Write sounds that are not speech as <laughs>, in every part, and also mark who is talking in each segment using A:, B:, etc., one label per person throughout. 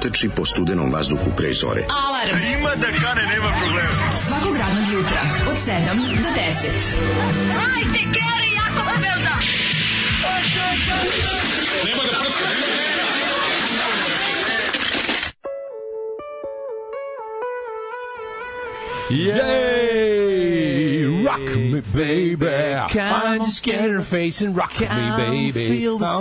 A: teči po studenom vazduhu pre zore.
B: Alarm!
C: A ima da kane, nema problema.
B: Svakog radnog jutra, od 7 do 10.
D: Hajde, Geri, jako se belda!
E: Nema da prska, nema da
F: Yay! Rock me, baby. I'm just get her face and rock me, baby.
G: Feel the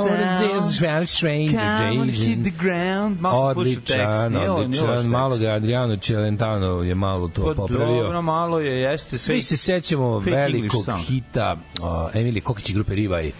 G: sound.
F: strange
G: Come on, hit the ground. Malo slušaj tekst.
F: Odličan,
G: Nije ovo, nije loš
F: odličan. Malo
G: tekst.
F: ga Adriano Celentano je malo to
G: Pa dobro,
F: popravio.
G: malo je, jeste.
F: Svi se sećamo
G: fake
F: velikog
G: English song.
F: hita uh, Emilije Kokić i grupe Rivaj.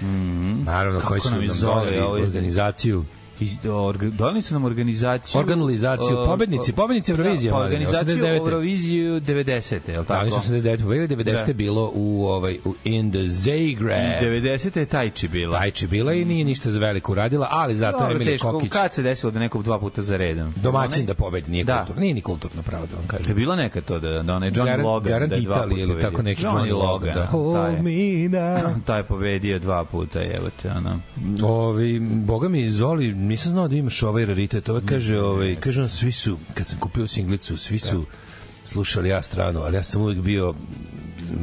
F: Naravno, koji su
G: Mhm. nam je
F: nam
G: zove
F: doneli
G: ovaj-
F: organizaciju.
G: Iz, orga, doneli su nam organizaciju...
F: Organizaciju,
G: e,
F: pobednici, pobednici Eurovizije,
G: Da, pa
F: Marine,
G: organizaciju
F: 89..
G: Euroviziju 90. Je li
F: Da,
G: tako?
F: oni su 89. pobedili, 90.
G: Da.
F: je bilo u, ovaj, u In the Zagreb.
G: 90. E, je Tajči bila.
F: Tajči Znači, da, bila i nije ništa za veliko uradila, ali zato
G: Dobro,
F: Emilije
G: teško,
F: Kokić
G: Kad se desilo da neko dva puta za redom?
F: domaćin
G: Onaj-
F: da pobedi, nije
G: Da.
F: kulturno, nije ni kulturno pravo da vam kažem.
G: Da je bilo nekad to da, da onaj John
F: Garant-
G: Logan
F: Garant
G: da je dva
F: Italije
G: puta
F: ili tako
G: pobedio.
F: neki
G: Johnny
F: Johnny Logan, da.
G: taj,
F: Hold me now.
G: taj je pobedio dva puta, evo te, ono.
F: Ovi, boga mi, Zoli, nisam znao da imaš ovaj raritet. Ovo kaže, ovaj, kaže on, svi su, kad sam kupio singlicu, svi su
G: Da.
F: slušali ja strano, ali ja sam uvijek bio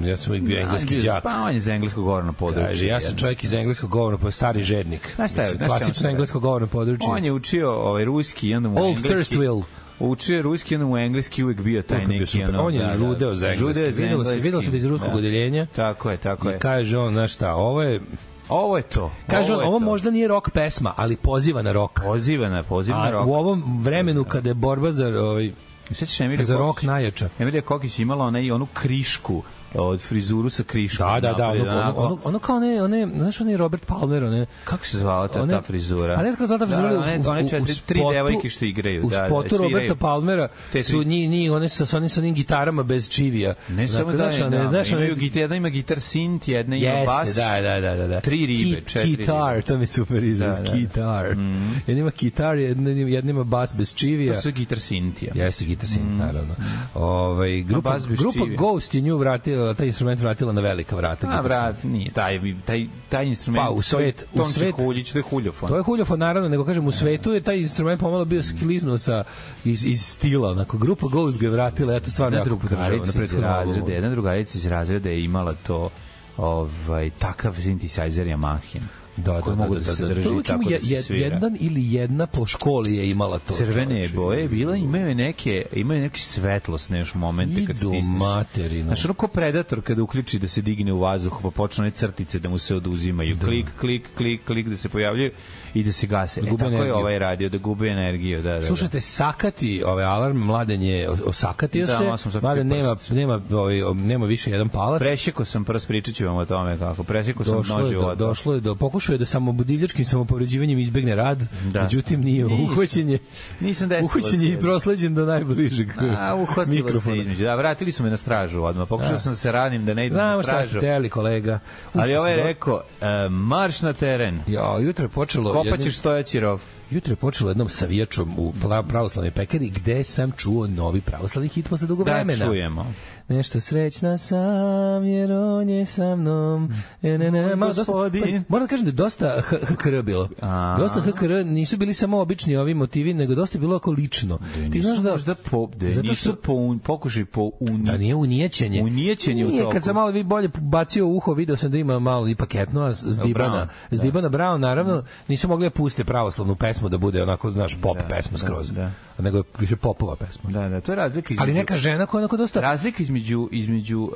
F: ja sam uvijek bio engleski
G: Da, Bio
F: đak.
G: Spavanje za engleskog govorno područje.
F: Kaže, ja sam
G: jedno.
F: čovjek iz engleskog govorno, pa stari žednik.
G: Znaš šta je,
F: Mislim,
G: znaš šta je on
F: Klasično
G: sad
F: englesko govorno područje.
G: On je učio ovaj ruski i onda mu
F: Znači- Old
G: engleski.
F: Thurstville.
G: Učio je ruski i onda mu engleski uvek bio taj
F: Kako je bio
G: neki.
F: super.
G: ono,
F: On je
G: da, da,
F: žudeo za engleski.
G: Žudeo je za
F: Videlo se,
G: engleski.
F: videlo se da iz ruskog
G: Da.
F: odeljenja.
G: Tako je, tako
F: I
G: je.
F: kaže on, znaš šta, ovo je,
G: Pa, Ovo je to.
F: kaže
G: je
F: on, ovo
G: to.
F: možda nije rock pesma, ali poziva na rock.
G: poziva na poziva na Da.
F: A
G: rok.
F: u ovom vremenu kada je borba za, ovaj,
G: Sećaš Emilija
F: za
G: Kokić?
F: rock najjača.
G: Emilija Kokić je imala onaj onu krišku od frizuru sa kriškom.
F: Da, da, da,
G: napolje,
F: ono, ono,
G: onako.
F: ono, ono kao one, one, znaš onaj Robert Palmer, one...
G: Kako se zvala ta,
F: one-
G: ta frizura?
F: A ne znam kako se zvala ta frizura.
G: Da,
F: u-
G: one,
F: u-
G: one
F: u
G: četiri, tri
F: spotu-
G: devojke što igraju.
F: U
G: da, da,
F: spotu
G: sviraju.
F: Roberta Palmera
G: Te
F: su
G: tri-
F: nji, nji, one sa, sa onim, sa onim gitarama bez čivija.
G: Ne samo da,
F: znaš,
G: je,
F: one-
G: da,
F: znaš, one-
G: imaju gitar, jedna ima gitar sint, jedna ima bas.
F: Jeste, da, da, da, da, da.
G: Tri ribe,
F: Ki-
G: četiri
F: Kitar,
G: ribe.
F: to mi je super izraz,
G: Da,
F: da,
G: da.
F: da. kitar. Mm. Jedna ima kitar, jedna, jedna ima bas bez čivija.
G: To su gitar sintija.
F: Jeste gitar sin, mm. naravno. Ovaj
G: A
F: grupa,
G: bas bez
F: grupa
G: čivija.
F: Ghost je nju vratila, taj instrument vratila na velika vrata.
G: A
F: gitar
G: vrat, nije, taj, taj, taj instrument.
F: Pa, u svet- u
G: Tomče
F: svet-
G: Kuljić, to je
F: sin.
G: huljofon.
F: To je huljofon, naravno, nego kažem, u svetu je taj instrument pomalo bio skliznuo sa, iz, iz stila. Onako, grupa Ghost ga je vratila, ja to stvarno
G: jedna
F: jako podržavam na
G: drugarica iz
F: prethodnom albumu.
G: razreda, jedna drugarica iz razreda je imala to ovaj takav synthesizer Yamaha.
F: da,
G: koje
F: da,
G: mogu
F: da,
G: da,
F: da,
G: se
F: da, da.
G: drži
F: To uvijek
G: tako
F: ima
G: da se
F: je-
G: svira.
F: Jedan ili jedna po školi je imala to. znači-
G: crvene je
F: čoveče.
G: boje bila, imaju je neke, imaju neki svetlost neš momente kad
F: Idu
G: stisneš.
F: materinu.
G: Znaš, ono ko predator kada uključi da se digne u vazduh, pa počne one crtice da mu se oduzimaju. Da. Klik, klik, klik, klik da se pojavljaju i da se gase. e,
F: gube
G: tako je
F: energiju.
G: ovaj radio, da gubi energiju. Da, da, da.
F: Slušajte, sakati, ovaj alarm, mladen je osakatio
G: Da,
F: se,
G: malo sam sakatio
F: mladen nema,
G: prst.
F: nema, ovaj, nema više jedan palac.
G: Prešeko sam prst, pričat ću vam o tome kako. Prešeko sam
F: Pa došlo
G: množi
F: je do,
G: života.
F: došlo je do pokušao je da samo divljačkim samopovređivanjem izbegne rad,
G: Da.
F: da. međutim nije
G: Nisam.
F: uhvaćen je.
G: Nisam desilo
F: Uhvaćen
G: se.
F: je i prosleđen do najbližeg.
G: A, uhvatilo se
F: mikrofona.
G: između. Da, vratili su me na stražu odmah. Pokušao sam da se ranim da ne idem na
F: Znamo šta ste
G: stražu.
F: teli, kolega. Ušli
G: Ali ovaj
F: su
G: je
F: do-
G: rekao, e, marš na teren.
F: Ja, jutro je počelo... jednim-
G: Kopaćeš stojaći rov.
F: Jutro je počelo jednom savijačom u pla- pravoslavnoj pekari gde sam čuo novi pravoslavni hit posle dugo
G: Da,
F: vremena.
G: čujemo.
F: Nešto srećna sam jer on je sa mnom. E, ne, ne,
G: Moj
F: malo dosta,
G: gospodin.
F: pa, moram da kažem da je dosta H- HKR bilo.
G: A.
F: Dosta HKR nisu bili samo obični ovi motivi, nego dosta je bilo ako lično. Ti znaš da
G: možda po, da
F: zato
G: nisu
F: što-
G: po un, pokušaj po un,
F: Da nije unijećenje.
G: Unijećenje u
F: Nije,
G: toku.
F: kad sam malo vi bolje bacio uho, video sam da ima malo i paketno, a s- s
G: Brown, da.
F: Dibana, s Dibana Brown, naravno, nisu mogli da puste pravoslavnu pesmu da bude onako, znaš, pop pesma skroz.
G: da.
F: Nego je više popova pesma.
G: Da, da, to je razlika između,
F: Ali neka žena koja je onako dosta
G: razlika između između uh,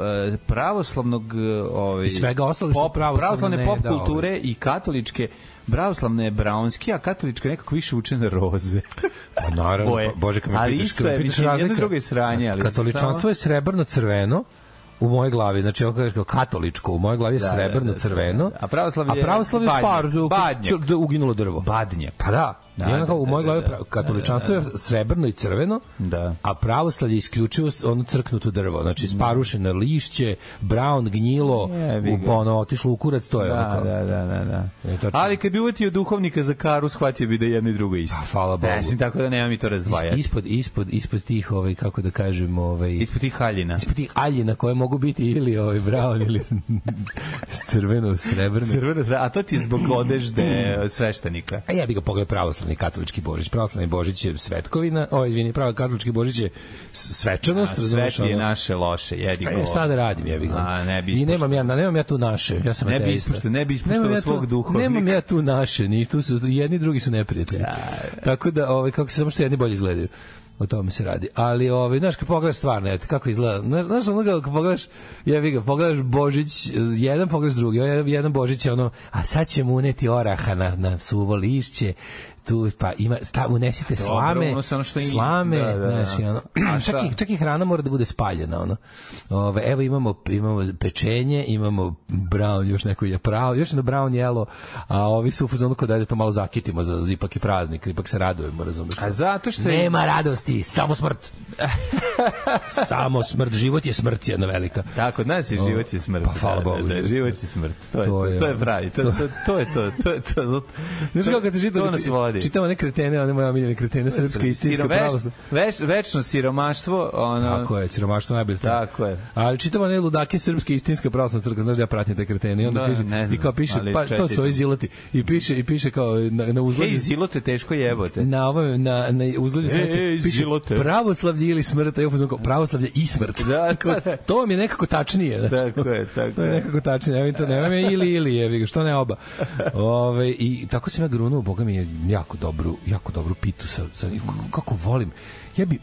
G: pravoslavnog uh, ovaj
F: I svega ostalog što pravoslavno
G: pravoslavne
F: ne
G: pop
F: da, ovaj.
G: kulture i katoličke pravoslavne je braunski, a katolička je nekako više uče na roze.
F: Pa naravno,
G: Boje.
F: pa, Bože, kad me
G: Ali
F: pitaš,
G: isto
F: kad me
G: je,
F: pitaš
G: mislim, jedno
F: razlika-
G: drugo je sranje, ali samo-
F: Katoličanstvo je srebrno-crveno, u mojoj glavi, znači ako kažeš kao katoličko, u mojoj glavi je
G: Da, da,
F: srebrno-crveno,
G: da, da, da. A pravoslavlje
F: a pravoslavlje
G: je
F: je spar,
G: badnjak. Badnjak.
F: da uginulo drvo.
G: Badnje.
F: Pa da, da,
G: Da,
F: i
G: da,
F: onda kao u
G: da,
F: mojoj
G: da,
F: glavi
G: da.
F: pra- katoličanstvo je srebrno i crveno,
G: Da. Mm.
F: a pravoslavlje je isključivo s- ono crknuto drvo, znači sparušeno lišće, brown, gnjilo,
G: Jebi
F: u,
G: ga.
F: ono, otišlo u kurac, to je
G: <laughs> Da,
F: ono kao.
G: da, da, da, da.
F: E, tačno.
G: Ali kad bi uvatio duhovnika za karu, shvatio bi da je jedno i drugo isto.
F: A, hvala Bogu.
G: Mislim, tako da nema mi to razdvajati.
F: Ispod, ispod, ispod tih, ovaj, kako da kažem, ovaj,
G: Ispod tih haljina.
F: ispod tih aljina koje mogu biti ili ovaj brown ili <laughs> s crveno srebrno
G: Crveno, zra- a to ti je zbog <clears throat> odežde sveštenika.
F: A ja bih ga pogledao pravoslavni katolički Božić. Pravoslavni Božić je svetkovina, o, izvini, pravo katolički Božić je s- svečanost.
G: A
F: razumeš,
G: sveti je
F: ono.
G: naše loše, jedi
F: A
G: go.
F: ja šta da radim, ja bih ga.
G: A, ne bi
F: I
G: ispoštovao.
F: nemam ja, nemam ja tu naše. Ja sam
G: Ne bi
F: ateista.
G: ispoštovao- ne bi ispoštovao
F: Nemam ja tu-
G: svog duhovnika.
F: Nemam ja tu naše, ni tu su jedni i drugi su neprijatelji. Tako da ovaj kako se samo što jedni bolje izgledaju. O tome se radi. Ali ovaj znaš kad pogledaš stvarno, eto kako izgleda. Znaš, znaš onoga kad pogledaš, ja ga, pogledaš Božić, eh, jedan pogledaš drugi, ovaj jedan Božić je ono, a sad ćemo uneti oraha na, na suvo lišće, tu pa ima sta, unesite
G: Dobro,
F: slame,
G: ono sa ono što ima.
F: slame,
G: Da, da, da.
F: znaš, i ono,
G: A
F: <clears throat>
G: šta?
F: čak, i, čak i hrana mora da bude spaljena ono. Ove, evo imamo imamo pečenje, imamo brown, još neko je pravo, još jedno brown jelo, a ovi su u fazonu kod ajde to malo zakitimo za, za ipak i praznik, ipak se radujemo, razumeš?
G: A zato što je...
F: Nema radosti, samo smrt. <laughs> samo smrt, život je smrt jedna velika.
G: Da, kod nas je život je smrt.
F: Pa, hvala Bogu,
G: Da, da, da,
F: život je
G: život je smrt. To je, to,
F: To
G: je,
F: je-
G: to je pravi. To, to, to je to. to, je to, to
F: Znaš kako kad se
G: to
F: čitamo,
G: nas vodi.
F: znači,
G: Znači,
F: čitamo one kretene, one moje omiljene kretene, srpske istinske
G: Siroveš-
F: pravosti.
G: veš, večno siromaštvo, ono...
F: Tako je, siromaštvo najbolje stvar.
G: Da. Tako je.
F: Ali čitamo one ludake srpske istinska pravoslavna crkva, znaš da ja pratim te kretene i onda
G: Da,
F: da, piše,
G: ne znam,
F: i kao piše,
G: ali
F: pa to
G: čestitam.
F: su ovi ziloti. I piše, i piše kao na, na uzgledu.
G: Hej, zilote, teško jebote.
F: na ovom na na
G: E,
F: uzgledu
G: ej,
F: piše
G: zilote.
F: pravoslavlje ili smrt, a ja uzmem kao pravoslavlje i smrt. <laughs>
G: Da, da, da.
F: to vam je nekako tačnije, znači.
G: Tako je, tako
F: To je
G: je.
F: nekako tačnije, ja mi to nemam ja ili ili je, ga, što ne oba. Ove, I tako sam ja grunuo, boga mi je jako dobru, jako dobru pitu sa, sa kako, kako volim. Ja bi,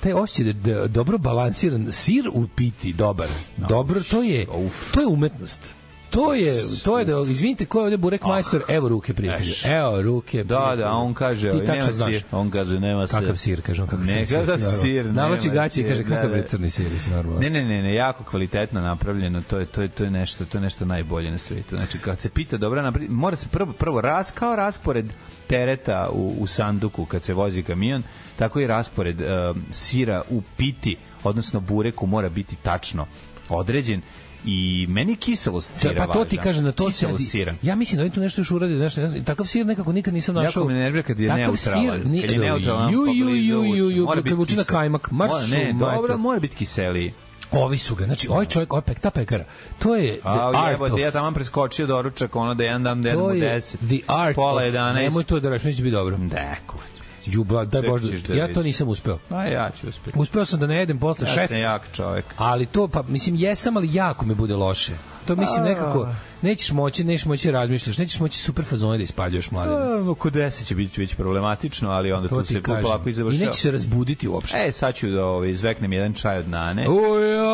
F: taj osjećaj da je dobro balansiran sir u piti dobar. Dobro, to je, to je umetnost. To je, to je da, izvinite, ko je ovde
G: Ah.
F: Burek majstor? Evo ruke prijatelje. Evo ruke
G: Da, da, on kaže,
F: Ti
G: ovaj, nema
F: tačno
G: sir.
F: znaš.
G: On kaže, nema sir.
F: Kakav sir, kaže on, kakav
G: Ne,
F: sir. sir,
G: kakav
F: normalno.
G: sir, nema
F: Navlači gaće i
G: sir,
F: kaže,
G: da,
F: kakav
G: da.
F: bre crni sir, si normalno.
G: Ne, ne, ne, ne, jako kvalitetno napravljeno, to je, to je, to je nešto, to je nešto najbolje na svetu. Znači, kad se pita dobra, napri- mora se prvo, prvo ras, kao raspored tereta u, u sanduku kad se vozi kamion, tako i raspored um, sira u piti, odnosno bureku mora biti tačno određen i meni je kiselost sira
F: Pa to ti
G: važna.
F: kažem, na to se
G: kiselost
F: radi.
G: sira.
F: Ja mislim da oni tu nešto još urade, nešto, ne znam, takav sir nekako nikad nisam našao.
G: Jako me nervira kad je
F: Takav
G: neutralan.
F: sir ni-
G: kad je neutralan,
F: Ju, ju,
G: poblizu
F: ju, ju,
G: uvučen.
F: ju,
G: Mora
F: kad
G: biti
F: vuči na
G: kiseo.
F: kajmak. Maš
G: Mora- ne,
F: u majku.
G: dobro, mora biti kiseliji.
F: Ovi su ga, znači, ovaj čovjek, ovaj pek, ta pekara, to je the
G: A
F: art
G: jebote,
F: of
G: ja Pa, tamo preskočio doručak, ono da jedan dam, da jedem u
F: to je
G: 10.
F: the art
G: Pola
F: of,
G: 11.
F: nemoj to da radiš, neće biti dobro.
G: Da, kurac.
F: Ljubav, daj
G: Tek
F: Bože,
G: ćeš da
F: ja to
G: vidiš.
F: nisam uspeo.
G: A Pa ja ću uspjeti.
F: Uspeo sam da ne jedem posle
G: Ja
F: šest,
G: sam jak čovjek.
F: ali to, pa, mislim, jesam, ali jako me bude loše. to mislim nekako, nećeš moći, nećeš moći da razmišljaš, nećeš moći super fazone da ispaljuješ mladine.
G: A, Pa, Oko 10 će biti već problematično, ali onda
F: To
G: tu
F: ti
G: se
F: kažem.
G: polako i
F: I
G: završava.
F: nećeš se razbuditi uopšte.
G: E, sad ću da ovaj, izveknem jedan čaj od nane.
F: Uja!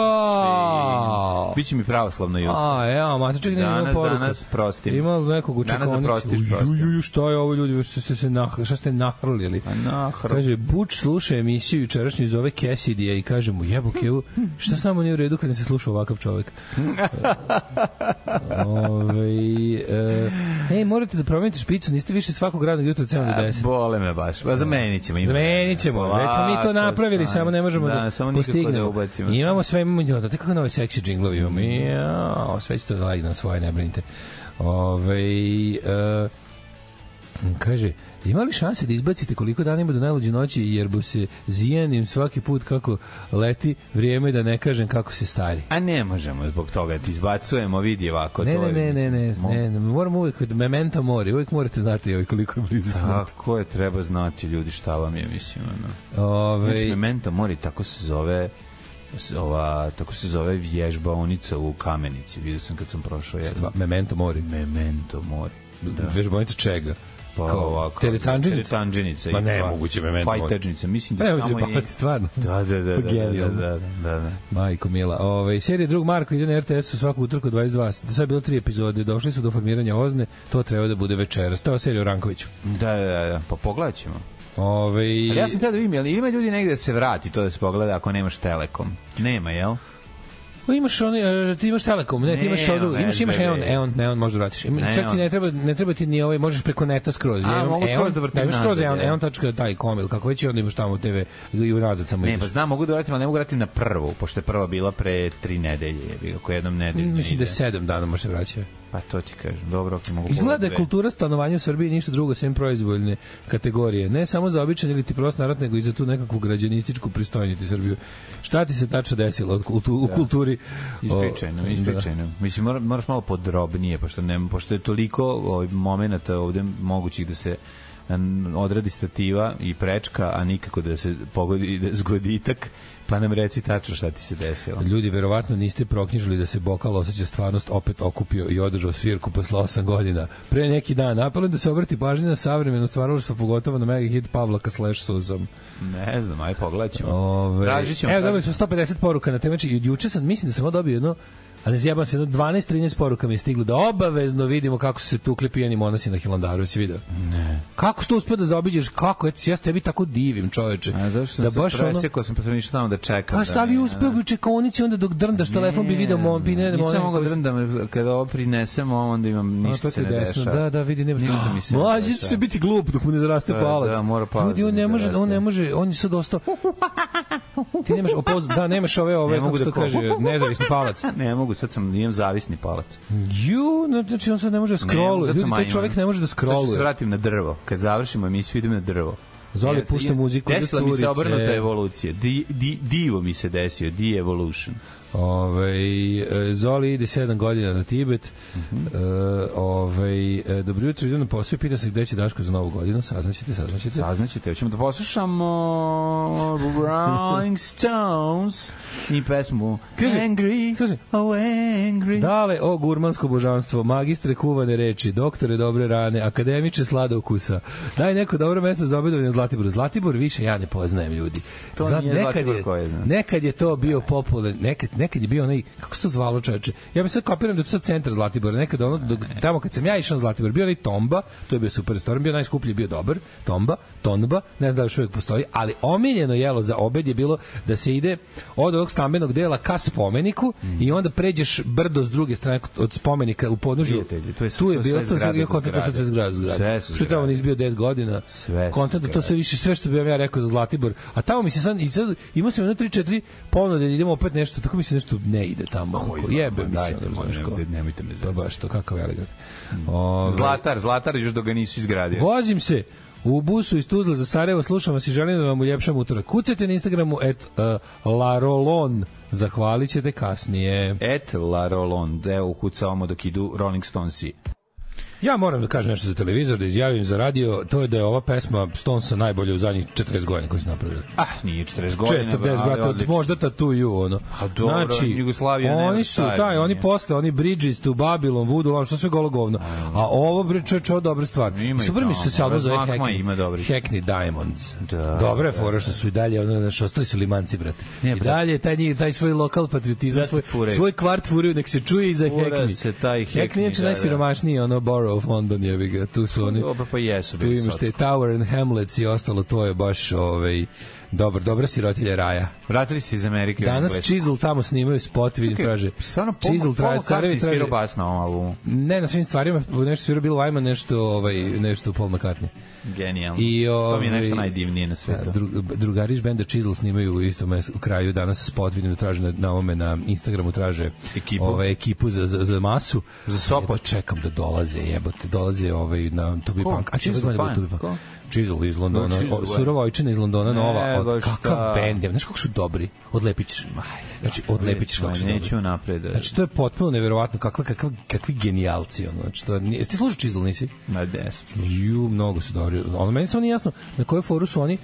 G: I Biće mi pravoslavno jutro.
F: A, evo, mate, čekaj, nema
G: Danas-
F: poruka.
G: danas prostim.
F: Ima li nekog u
G: Danas da
F: čekonici?
G: prostiš,
F: Uj,
G: prostim.
F: uj, uj, šta je ovo ljudi, vi ste se, se nah, šta ste nahrlili?
G: A nahrl.
F: Kaže, Buč sluša emisiju jučerašnju iz ove Cassidy-a i kaže mu, jebok evo, šta s nama nije u redu kad ne se sluša ovakav
G: <laughs>
F: čovek? Ove, Ovaj, e, ej, morate da promenite špicu, niste više svakog radnog jutra od 7 do
G: A,
F: 10.
G: Bole me baš. Pa zamenit ćemo. ima.
F: Zamenit ćemo. Već smo mi to
G: Polako,
F: napravili,
G: stani.
F: samo ne možemo da,
G: da samo nikako
F: postignemo.
G: Da ubacimo.
F: imamo sve, imamo ljudi. Znate kako nove seksi džinglovi imamo? Jao, sve će to da lagne na svoje, ne brinite. Ove, e, kaže, ima li šanse da izbacite koliko dana ima do najluđe noći, jer bu se zijanim svaki put kako leti vrijeme da ne kažem kako se stari.
G: A ne možemo zbog toga, da ti izbacujemo, vidi ovako.
F: Ne,
G: to
F: ne,
G: je,
F: ne, ne, ne,
G: mislim, mo-
F: ne, ne, moramo uvek, mementa mori, uvek morate znati ovaj koliko je blizu smrt.
G: Tako je, treba znati ljudi šta vam je, mislim, ono.
F: Ove,
G: Znači, Memento Mori, tako se zove s- ova, tako se zove vježbaonica u kamenici. Vidio sam kad sam prošao jednu.
F: dva- mementa mori.
G: Memento Mori.
F: da. vežbanica čega?
G: Pa ovako.
F: Teretandžinica?
G: Teretandžinica.
F: Ma ne, moguće me meni.
G: Fajtačnica, mislim da
F: Ne, ovo
G: samo
F: se
G: je...
F: baviti, stvarno.
G: Da, da, da,
F: Pa
G: da, da,
F: genijalno.
G: da, da, da.
F: Majko Mila. Ove, serija Drug Marko ide na RTS-u svaku utrku 22. Do sad je bilo tri epizode. Došli su do formiranja Ozne. To treba da bude večeras. To je serija o Rankoviću. Ovaj,
G: Da, da, da, da, pa pogledat ćemo.
F: Ove,
G: Ali ja sam tada vidim, ali ima ljudi negde da se vrati to da se pogleda ako nemaš Telekom? Nema, jel?
F: O, imaš oni, e, ti imaš Telekom, ne, ti imaš
G: Ne,
F: ovo drugo.
G: ono,
F: Imaš, imaš
G: SBB.
F: Eon, Eon, Neon možda vratiš. Ima,
G: Ne,
F: čak ti ne
G: Eon.
F: treba, ne treba ti ni ovaj, možeš preko neta skroz.
G: A,
F: Ja imam
G: mogu skroz da vrtim
F: ne, imaš skroz
G: nazad,
F: Eon,
G: je.
F: Eon.com ili kako već i onda imaš tamo TV i u nazad samo
G: Ne,
F: ideš.
G: pa znam, mogu da vratim, ali ne mogu da vratim na prvu, pošto je prva bila pre tri nedelje, jebi ga, ako jednom nedelju
F: Mislim da je
G: pa ne ide.
F: sedam dana možeš se vraćati.
G: Pa to ti kažem, dobro, ok, mogu
F: Izgleda da je
G: pogledati
F: kultura stanovanja u Srbiji ništa drugo sem proizvoljne kategorije. Ne samo za običan ili ti prost narod, nego i za tu nekakvu građanističku pristojniti Srbiju. Šta ti se tačno desilo od kultu, u kulturi?
G: dve. Da. Ispričajno,
F: O,
G: ispričajno. da. Mislim, mora, moraš malo podrobnije, pošto, nema, pošto je toliko ovaj, momenata ovde mogućih da se n- odradi stativa i prečka, a nikako da se pogodi da zgodi itak, pa nam reci tačno šta ti se desilo.
F: Da. Ljudi, verovatno niste proknjižili da se Bokal osjeća stvarnost opet okupio i održao svirku posle 8 godina. Pre neki dan apelujem da se obrati pažnje na savremeno stvaralaštvo, pogotovo na mega hit Pavlaka slash Suzom.
G: Ne znam, aj pogledat ćemo.
F: Ove,
G: Tražit ćemo,
F: Evo,
G: tražit
F: dobili smo 150 poruka na temu, znači, i od juče sam, mislim da sam ovo dobio jedno, a ne zjebam se, jedno 12-13 poruka mi je stiglo da obavezno vidimo kako su se tukli pijani monasi na Hilandaru, jesi video? Ne. Kako si to uspio da zaobiđeš, kako, eto, ja se tebi tako divim, čoveče.
G: A zašto sam
F: da
G: da se presekao sam pa sam išao tamo da čekam.
F: Pa šta
G: da
F: bi
G: mi-
F: uspeo bi u čekonici onda dok drndaš telefon bi video mom bi ne
G: Nisam mogao da drndam, kada ovo prinesem, ovo onda imam ništa
F: to
G: se
F: se
G: ne
F: desno.
G: dešava.
F: Da, da, vidi nemaš
G: Ništa mi se ne
F: Mlađi će
G: dešava.
F: se biti glup dok mu ne zaraste
G: Da,
F: palac.
G: da, mora palac
F: Ljudi, on
G: da mu
F: ne može,
G: zaraste.
F: on ne može, on je sad
G: <laughs>
F: ostao. Ti nemaš opoz, da nemaš ove ove
G: Ne mogu
F: kako se
G: da
F: to
G: kopam.
F: kaže, nezavisni palac.
G: Ne mogu, sad sam, imam zavisni palac.
F: Ju, no, znači on sad ne može da
G: Ne,
F: scrolluje.
G: sad
F: Ljudi,
G: sam
F: taj
G: manjman.
F: čovjek ne može da
G: Sad ću se
F: scrolluje.
G: vratim na drvo. Kad završimo emisiju, idem na drvo.
F: Zoli
G: Jer se-
F: pušta muziku za
G: Desila mi se
F: curice.
G: obrnuta evolucija. Di, di, divo mi se desio, de-evolution.
F: Ovaj e, Zoli ide 7 godina na Tibet.
G: Mhm.
F: E, ovaj e, dobro jutro, idem na posao i pitam se gde će Daško za novu godinu. Saznaćete, saznaćete.
G: Saznaćete, hoćemo da poslušamo Rolling Stones i pesmu
F: Kaže,
G: Angry,
F: slušaj. Da,
G: oh angry.
F: Dale, o gurmansko božanstvo, magistre kuvane reči, doktore dobre rane, akademiče sladokusa. Daj neko dobro mesto za obedovanje na Zlatiboru. Zlatibor više ja ne poznajem ljudi.
G: To nije Zlatibor koji znam.
F: Nekad je to bio popular, nekad, nekad je bio onaj, kako se to zvalo čoveče? Ja mi sad kopiram da je to sad centar Zlatibora, nekad ono, dok, tamo kad sam ja išao na Zlatibor, bio onaj Tomba, to je bio super restoran, bio najskuplji, bio dobar, Tomba, Tonba, ne znam da li još uvijek postoji, ali omiljeno jelo za obed je bilo da se ide od ovog stambenog dela ka spomeniku i onda pređeš brdo s druge strane od spomenika u podnožju.
G: Prijatelji, to je-
F: tu je bilo,
G: to su sve
F: to je
G: zgrade
F: bio
G: do
F: kontakt, to su sve zgrade. do zgrade.
G: Sve su
F: Što je tamo
G: zgrade.
F: nis bio 10 godina.
G: Sve su
F: Kontent da to
G: zgrade.
F: sve više sve što bih vam ja rekao za Zlatibor. A tamo mi se sad, i sad imao sam jedno 3 4 ponude da idemo opet nešto, tako mi se nešto ne ide tamo. Koji
G: zna,
F: jebe
G: ma
F: mi se,
G: dajte,
F: ono,
G: molim, Mm.
F: znaš ko.
G: nemojte- nemojte me
F: Pa
G: zezati.
F: baš to kakav elegant. Ovaj,
G: Zlatar, Zlatar još dok ga nisu izgradio.
F: Vozim se u busu iz Tuzle za Sarajevo, slušam vas i želim da vam uljepšam utorak. Kucajte na Instagramu et uh, larolon, zahvalit ćete kasnije.
G: Et La Rolonde, evo ukucavamo dok idu Rolling Stonesi.
F: Ja moram da kažem nešto za televizor, da izjavim za radio, to je da je ova pesma Stonesa najbolja u zadnjih 40 godina koju su napravili.
G: Ah, nije 40 godina.
F: 40, brate, od, možda Tattoo You, ono. Znači,
G: A dobro, Jugoslavija nema
F: oni su,
G: šta je,
F: taj, oni
G: nije.
F: posle, oni Bridges to Babylon, Voodoo, ono, što sve golo govno. A ovo, bre, čoveč, ovo dobra stvar.
G: Ima i
F: Super mi što
G: tamo,
F: se album zove
G: Razmakma
F: Hackney,
G: ima dobrih.
F: Hackney Diamonds.
G: Da,
F: Dobra je fora što su i dalje, ono, znaš, ostali su limanci, brate.
G: Ne,
F: I
G: brate.
F: dalje, taj, njih, taj svoj lokal patriotizam,
G: Zato
F: svoj,
G: furaju.
F: svoj kvart furaju, nek se čuje i za
G: Fura
F: Hackney.
G: se taj Hackney,
F: Hackney, inače,
G: da, da.
F: najsiromašniji, ono, Borough of London, jebi ga, tu su oni.
G: Dobro, pa jesu
F: Tu
G: bili
F: imaš te
G: sotsko.
F: Tower and Hamlets i ostalo, to je baš ovaj, dobro, dobra sirotilja raja.
G: Vratili se iz Amerike. u
F: Danas
G: Englesku.
F: Chisel tamo snimaju spot, vidim,
G: Čekaj,
F: traže.
G: Stvarno, Paul-
F: Chisel
G: Paul
F: traže,
G: McCartney
F: carevi traže.
G: svirao bas na ovom albumu.
F: Ne, na svim stvarima, nešto svirao Bill Wyman, nešto, ovaj, nešto Paul McCartney.
G: Genijalno.
F: I,
G: To mi je nešto
F: ovaj,
G: najdivnije na svetu.
F: Dru, drugari iz benda Chisel snimaju u istom mes- u kraju danas spot, vidim da traže na, na ovome, na Instagramu traže
G: Ekipu.
F: ovaj, ekipu za, za, za masu.
G: Za Sopot.
F: Jedva čekam da dolaze, jebote, dolaze ovaj, na Tubi
G: Ko?
F: Punk. A čim
G: Chisel
F: godine bude
G: fan?
F: Tubi Punk?
G: Ko?
F: Chisel iz Londona,
G: Chisel,
F: o,
G: e.
F: surova ojčina iz Londona,
G: Ne,
F: nova,
G: baš
F: od,
G: šta.
F: kakav bend je, znaš kako su dobri, odlepićeš. Znači, odlepićeš kako su dobri.
G: Neću napred.
F: Znači, to je potpuno neverovatno kakva, kakva, kakvi genijalci. Ono. Znači, to, nije, ti slušao Chisel, nisi?
G: Na deset. <laughs>
F: Ju, mnogo su dobri. Ono, meni samo nije jasno na koju foru su oni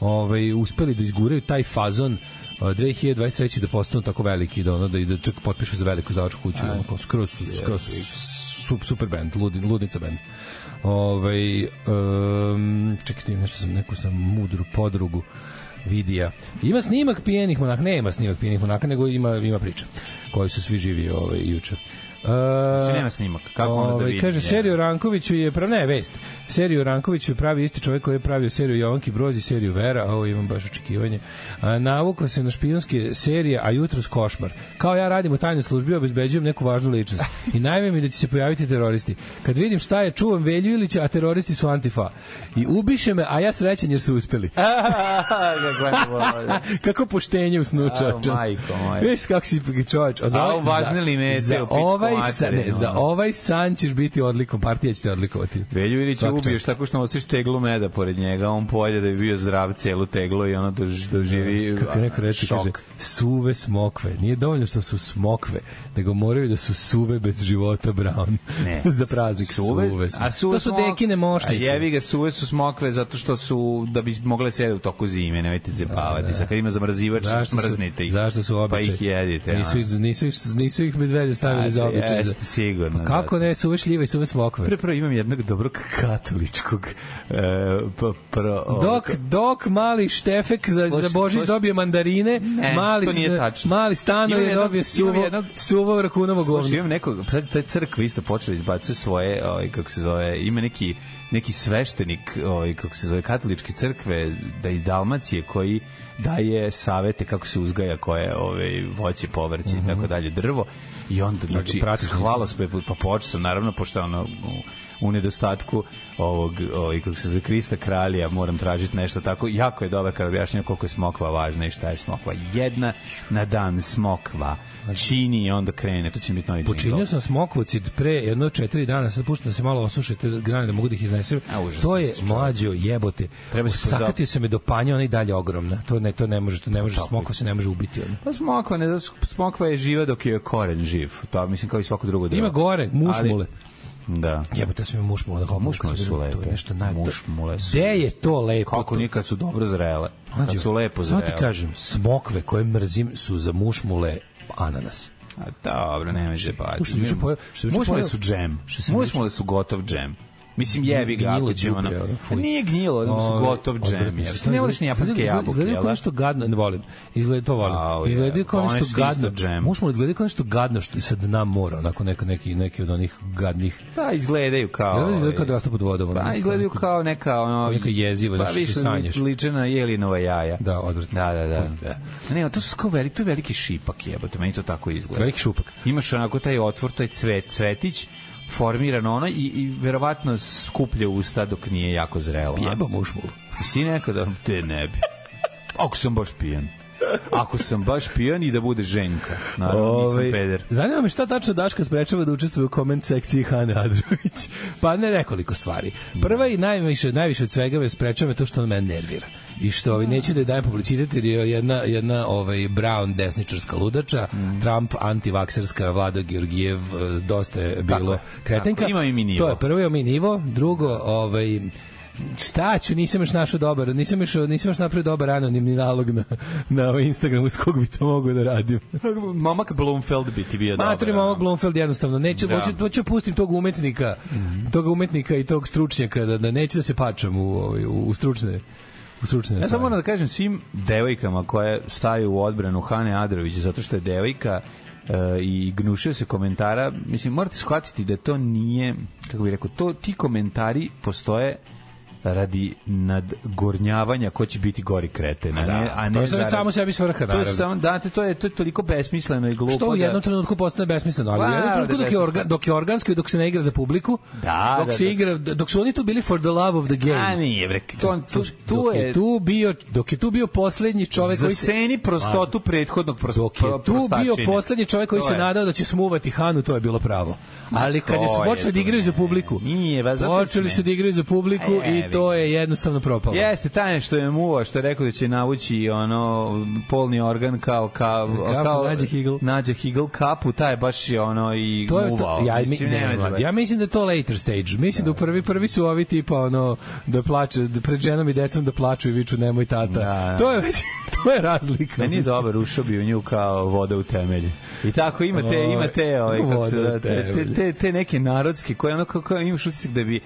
F: ovaj, uspeli da izguraju taj fazon a, 2023. da postanu tako veliki da ono da i da čak potpišu za veliku zavačku kuću ono, kao skroz su- skroz su- super band ludi, ludnica band ovaj um, čekajte nešto sam neku sam mudru podrugu vidija. Ima snimak pijenih monaka, nema snimak pijenih monaka, nego ima, ima priča koju su svi živi ovaj, juče. Uh,
G: Znači, nema snimak. Kako onda da
F: Ovaj,
G: vidim?
F: Kaže,
G: Jebe.
F: seriju Rankoviću je pravi, ne, vest. Seriju Rankoviću je pravi isti čovjek koji je pravio seriju Jovanki Broz i seriju Vera, ovo imam baš očekivanje. A, navukao se na špijunske serije, a jutros košmar. Kao ja radim u tajnoj službi, obezbeđujem neku važnu ličnost. I najve mi da će se pojaviti teroristi. Kad vidim šta je, čuvam Velju Ilića, a teroristi su Antifa. I ubiše me, a ja srećen jer su uspeli. <laughs> Kako poštenje u snu čoveče.
G: Au, majko moja.
F: Viš kako si čoveč. A za
G: Au,
F: ovaj-
G: važne
F: za-
G: limete
F: za
G: u pičku
F: ovaj, san,
G: materinu,
F: ne, za
G: ono.
F: ovaj san ćeš biti odlikom, partija će te odlikovati.
G: Velju Ilić
F: Svaka
G: ubiješ tako što nosiš teglu meda pored njega, on pojede da bi bio zdrav celu teglu i ono da dož- doživi
F: Kako je neko reče,
G: šok.
F: kaže, suve smokve. Nije dovoljno što su smokve, nego moraju da su suve bez života, Brown.
G: Ne.
F: <laughs> za praznik suve.
G: a suve
F: to su
G: smo-
F: dekine mošnice.
G: A jevi ga, suve su smokve zato što su, da bi mogle sede u toku zime, nemojte
F: Da,
G: zebavati. Sad kad ima zamrzivač, smrznite ih.
F: Zašto su običaj?
G: Pa ih jedite.
F: Nisu,
G: ono.
F: ih- nisu, ih- nisu ih bez veze stavili
G: A,
F: za običaj.
G: Jeste, sigurno.
F: Pa kako
G: da.
F: ne, suve šljive i suve smokve.
G: Pre, prvo imam jednog dobrog <laughs> katoličkog e, pa, pro, o,
F: Dok, dok mali Štefek za,
G: Slušaj,
F: za Božić
G: slušaj.
F: dobije mandarine,
G: Ne,
F: mali,
G: to nije tačno.
F: mali stano
G: Imam
F: je
G: jednog-
F: dobio
G: imam
F: suvo,
G: jednog-
F: suvo rakunovo
G: Slušaj,
F: govno.
G: Znači, imam nekog, sad taj crkva isto počela da izbacuje svoje, ovaj, kako se zove, ima neki, neki sveštenik, ovaj, kako se zove, katoličke crkve da iz Dalmacije koji daje savete kako se uzgaja koje ovaj, voće, povrće i tako dalje, drvo. I onda, znači,
F: pratiš njih.
G: hvala sve, pa počeo sam, naravno, pošto je ono, u- u nedostatku ovog, ovaj, kako se zove, Krista kralja, moram tražiti nešto tako. Jako je dobar kad objašnjava koliko je smokva važna i šta je smokva. Jedna na dan smokva čini i onda krene. To će mi biti novi
F: Počinio
G: jingle.
F: sam smokvocid pre jedno četiri dana, sad puštam da se malo osušite grane da mogu da ih iznesem.
G: A, užasno
F: to je
G: si čovjek.
F: mlađo jebote.
G: Treba se pozabaviti.
F: Sakatio se me do panja, ona je i dalje ogromna. To ne, to ne može, to ne može, smokva se ne može ubiti. Ona.
G: Pa smokva, ne, zato što smokva je živa dok je koren živ. To mislim kao i svako drugo drvo.
F: Ima gore, mušmule.
G: Ali, da.
F: Jebote, ja sam imao mušmule. Da
G: Mušmule su
F: To
G: lepe.
F: je nešto naj...
G: Mušmule su-
F: Gde je to lepo?
G: Kako
F: To-
G: nikad su dobro zrele.
F: Mlađo,
G: Kad su lepo
F: samo
G: zrele.
F: ti kažem, smokve koje mrzim su za mušmule ananas.
G: A dobro, nemoj žebati.
F: Što sam juče pojeo- što sam juče
G: Mušmule
F: pojeo-
G: su džem.
F: što sam
G: Mušmule su gotov džem. Mislim, jebi ga
F: Gnjilo
G: ako će ono... Pa
F: đubre, ono, fuj.
G: Nije gnjilo, nego su
F: Ovaj,
G: gotov džem.
F: odvratno.
G: jel? Ti ne voliš ni japanske
F: Izgleda-
G: jabuke,
F: Izgleda
G: jel? da?
F: kao nešto gadno, ne volim. Izgleda to volim.
G: Au, je,
F: Izgleda kao
G: one su
F: nešto
G: isto
F: gadno.
G: džem.
F: Mušmo izgleda kao nešto gadno što je sad nam mora, onako neka neki neki od onih gadnih.
G: Da, izgledaju kao...
F: Ja izgleda kao da raste pod vodom. ono.
G: Pa, izgledaju kao neka... Ono,
F: Kao neka jeziva,
G: pa,
F: nešto što
G: više
F: ti sanjaš.
G: liče na jelinova jaja.
F: Da, odvratno.
G: Da, da, da.
F: Fuj,
G: Ne, to su kao veliki, to je veliki šipak jebote, meni to tako izgleda.
F: Veliki šupak.
G: Imaš onako taj otvor, taj cvet, cvetić, formiran ono i, i verovatno skuplje usta dok nije jako zrelo. a?
F: Jeba mušmulu.
G: Si nekada? Te ne bi. Ako sam baš pijan. Ako sam baš pijan i da bude ženka. Naravno, nisam peder.
F: Ovaj, Zanima me šta tačno Daška sprečava da učestvuje u koment sekciji Hane Adrović. <laughs> Pa ne nekoliko stvari. Prva i najviše, najviše od svega me sprečava je to što on mene nervira. i što ovaj, neću da je dajem publicitet jer je jedna, jedna ovaj, Brown desničarska ludača, mm. Trump antivakserska, Vlada Georgijev, eh, dosta je bilo
G: je,
F: kretenka.
G: tako je. Ima i mi nivo.
F: To je prvo je mi nivo, drugo, ovaj, šta ću, nisam još našao dobar, nisam još, nisam još napravio dobar anonimni nalog na, na ovaj Instagramu <laughs> s kog bi to mogu da radim.
G: Momak Blomfeld bi ti bio dobar.
F: Matrim ovog Blomfeld jednostavno neću
G: Da. Mhm.
F: da. hoću, hoću pustim tog umetnika, mm. tog umetnika i tog stručnjaka da, da neću da se pačam u ovaj u, u stručne u stručne.
G: Ja samo
F: stvari.
G: moram da kažem svim devojkama koje staju u odbranu Hane Adrović zato što je devojka e, i gnušio se komentara, mislim morate shvatiti da to nije, kako bih rekao, to ti komentari postoje radi nadgornjavanja ko će biti gori kreten, a ne, a ne
F: Da, to je
G: zarad-
F: samo sebi svrha,
G: To je
F: naravno.
G: samo, da, to je, to je toliko besmisleno i glupo.
F: što u
G: da-
F: jednom trenutku postane besmisleno, ali
G: Pa,
F: u jednom
G: da,
F: trenutku dok je, orga, dok je organsko i dok se ne igra za publiku,
G: Da,
F: dok
G: da,
F: se
G: da.
F: igra, dok su oni tu bili for the love of the game.
G: A nije, bre, to, tu, tu
F: dok je
G: je,
F: tu bio, dok je tu bio poslednji čovek koji se
G: zaseni prostotu prethodnog prost-
F: Dok je tu bio
G: prostačine.
F: poslednji čovjek koji
G: Pa, To
F: se
G: je.
F: nadao da će smuvati Hanu, to je bilo pravo. Ali kad
G: to
F: je su
G: je,
F: počeli
G: to
F: da igraju za
G: ne.
F: publiku,
G: Nije, ba, zato što
F: počeli
G: ne.
F: su da igraju za publiku
G: A jebi
F: i to je jednostavno propalo.
G: Jeste, taj što je muva, što je rekao da će navući ono polni organ kao kao
F: Kapu,
G: kao
F: nađe Higl.
G: Nađe Higl kapu, taj je baš je ono i
F: To je
G: muvao.
F: to, ja, mi,
G: Mislim,
F: ne,
G: nemojte,
F: mlad,
G: bre.
F: ja mislim da je to later stage. Mislim da u prvi prvi su ovi tipa ono da plače da pred ženom i decom da plaču i viču nemoj tata.
G: da.
F: To je već <laughs> to je razlika.
G: Meni je
F: Mislim. da-
G: dobar, ušao bi u nju kao voda u temelj. I tako imate,
F: Oj,
G: imate ovaj, kako se
F: voda u
G: da, te, te,
F: temelj.
G: te, te neke narodske koje ono kako imaš utisak da bi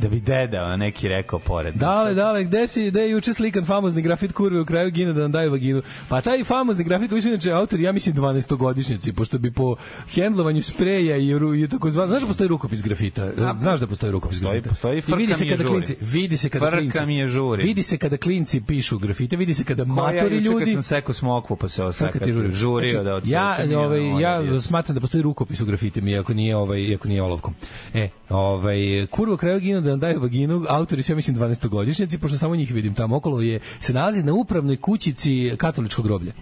G: da bi deda ono, neki rekao pored.
F: Dale, dale, gde si, gde je juče slikan famozni grafit kurve u kraju gine da nam daju vaginu? Pa taj famozni grafit koji su inače autori, ja mislim 12-godišnjaci, pošto bi po hendlovanju spreja i, ru, i tako zvano, znaš da postoji rukopis grafita? Znaš da postoji rukopis
G: postoji,
F: grafita?
G: postoji,
F: I
G: frka
F: vidi se
G: mi je
F: kada
G: žuri.
F: klinci, vidi se kada
G: Frka
F: klinci,
G: mi je žuri.
F: Vidi se kada klinci pišu grafite, vidi se kada
G: Ko ja
F: matori
G: juče
F: ljudi...
G: kad sam sekao smokvu pa se
F: Kako
G: osakati.
F: ti žuri?
G: Žurio
F: Znači,
G: da odseče.
F: Ja, ovaj, ja smatram da postoji rukopis u grafitima, iako nije, ovaj, iako nije olovkom. E, ovaj, kurva kraju ginu da nam daju vaginu, autori su, ja mislim, 12-godišnjaci, pošto samo njih vidim tamo okolo, je, se nalazi na upravnoj kućici katoličkog groblja.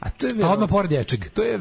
G: A to je
F: A
G: verovatno-
F: odmah pored dječeg.
G: To je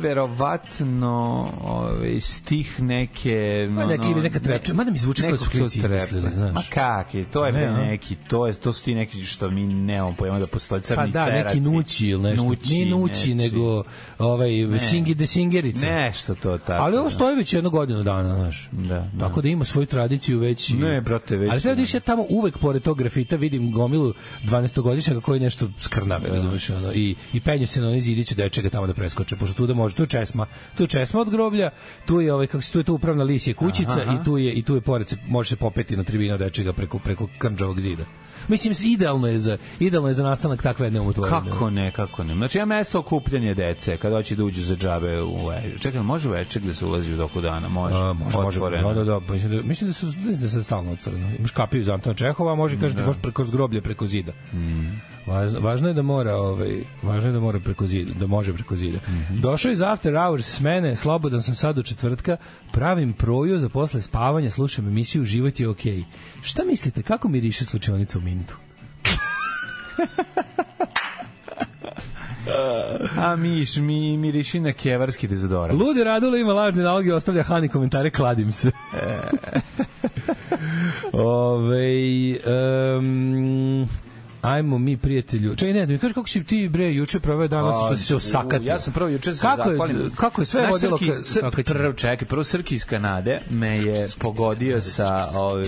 G: verovatno ovaj, stih neke...
F: Ma neki- ili neka trepča. Mada mi zvuči kao da su
G: nekog
F: klinci
G: to
F: izmislili,
G: trepe.
F: znaš.
G: Ma kak je, to je
F: Ne,
G: ne,
F: a?
G: neki, to, je, to su ti neki što mi nemamo pojma da postoji
F: Pa
G: crni
F: da,
G: ceraci.
F: neki nući ili nešto. Nući, Nije nući,
G: neči.
F: nego ovaj, singi de singerica.
G: Nešto to tako.
F: Ali ovo
G: da.
F: stoji već jedno godinu dana, znaš.
G: Da, da.
F: Tako da ima svoju tradiciju već. i-
G: Ne, brate, već
F: Ali treba da
G: ne.
F: iš ja tamo uvek pored tog grafita vidim gomilu 12-godišnjaka koji nešto skrnave,
G: Da.
F: razumiješ, ono, i, i penju se na onaj zidić dečega tamo da preskoče, pošto tu da može, tu je česma, tu je česma od groblja, tu je, ovaj, kako se, tu je tu upravna lisje kućica i tu je, i tu je pored, se, može se popeti na tribinu dečega preko, preko krnđavog zida. Mislim, idealno je za, idealno je za nastanak takve jedne umotvorene.
G: Kako ne, kako ne. Znači, ja mesto okupljanje dece, kada hoće da uđu za džabe u večer. Čekaj, može večer gde se ulazi u toku dana? Može.
F: A, može, može.
G: Otvoreno.
F: Da, da, da, mislim da, mislim da se mislim da se stalno otvoreno. Imaš kapiju za Antona Čehova, a može kažete da. baš preko zgroblja, preko zida. Mm. Važno, važno je da mora, ovaj, važno je da mora preko zida, da može preko zida. Mm -hmm. Došao iz after hours s mene, slobodan sam sad do četvrtka, pravim proju za posle spavanja, slušam emisiju Život je okej. Okay. Šta mislite, kako mi riše slučajnica u Mintu?
G: A miš, mi miriši na kevarski dezodorans.
F: Ludi Radula ima lažne naloge, ostavlja Hani komentare, kladim
G: <laughs>
F: se. Ove, um, ajmo mi prijatelju. Čekaj, ne, da mi kažeš kako si ti bre juče proveo danas što si se osakatio.
G: Pa, Ja sam prvo juče se
F: kako
G: zapalim.
F: Je, kako je sve
G: Znaš,
F: vodilo
G: Srki-
F: ka
G: Sr-
F: sakaćenju?
G: Prvo, čekaj, prvo Srki iz Kanade me je pogodio sa ovaj,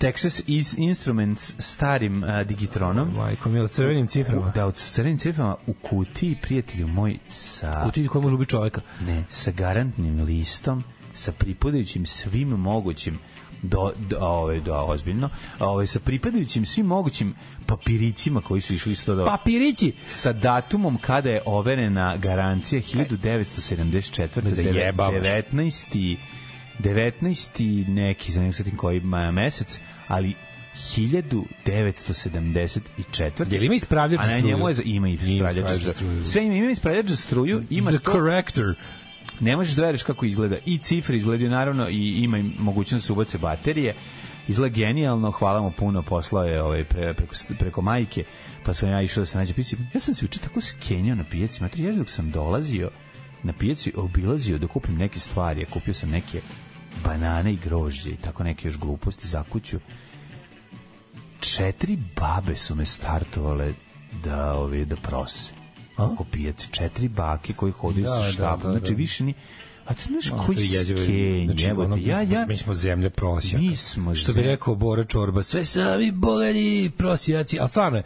G: Texas Is- Instruments starim a, Digitronom.
F: Majko mi je crvenim
G: U-
F: ciframa.
G: Da, od sa crvenim ciframa u kutiji, prijatelju moj, sa,
F: Kutiji koja može ubiti čoveka.
G: ne, sa garantnim listom, sa pripadajućim svim mogućim do, do, ovaj, do, ozbiljno, ovaj, sa pripadajućim svim mogućim papirićima koji su išli isto do...
F: Papirići!
G: sa datumom kada je overena garancija 1974.
F: zajebavaš.
G: 19. 19. neki, za nego setim koji maja mesec, ali 1974.
F: Je li ima ispravljač
G: A na
F: struju?
G: njemu je, za- ima i ispravljač
F: ispravljač
G: za struju.
F: struju.
G: Sve ima, ima ispravljač za struju, ima
F: The
G: to-
F: corrector.
G: ne možeš da veriš kako izgleda i cifre izgledaju naravno i ima i mogućnost da se ubace baterije izgleda genijalno, hvala mu puno poslao je ovaj, pre, preko, preko majke pa sam ja išao da se nađe pici ja sam se uče tako skenjao na pijaci matri, ja dok sam dolazio na pijaci obilazio da kupim neke stvari ja kupio sam neke banane i grožđe i tako neke još gluposti za kuću četiri babe su me startovale da ove da prose.
F: A?
G: Ako pijac, četiri bake koji hodaju
F: Da,
G: sa
F: da,
G: štapom.
F: da, da.
G: znači više ni A ti znaš koji
F: Ono, to je jezivo.
G: skenj,
F: Znači,
G: evo
F: ono,
G: te, ja, ja,
F: Mi smo zemlje prosjaka.
G: Mi smo
F: Što bi
G: zemlje-
F: rekao Bora Čorba, sve sami bogari prosjaci, ali stvarno je,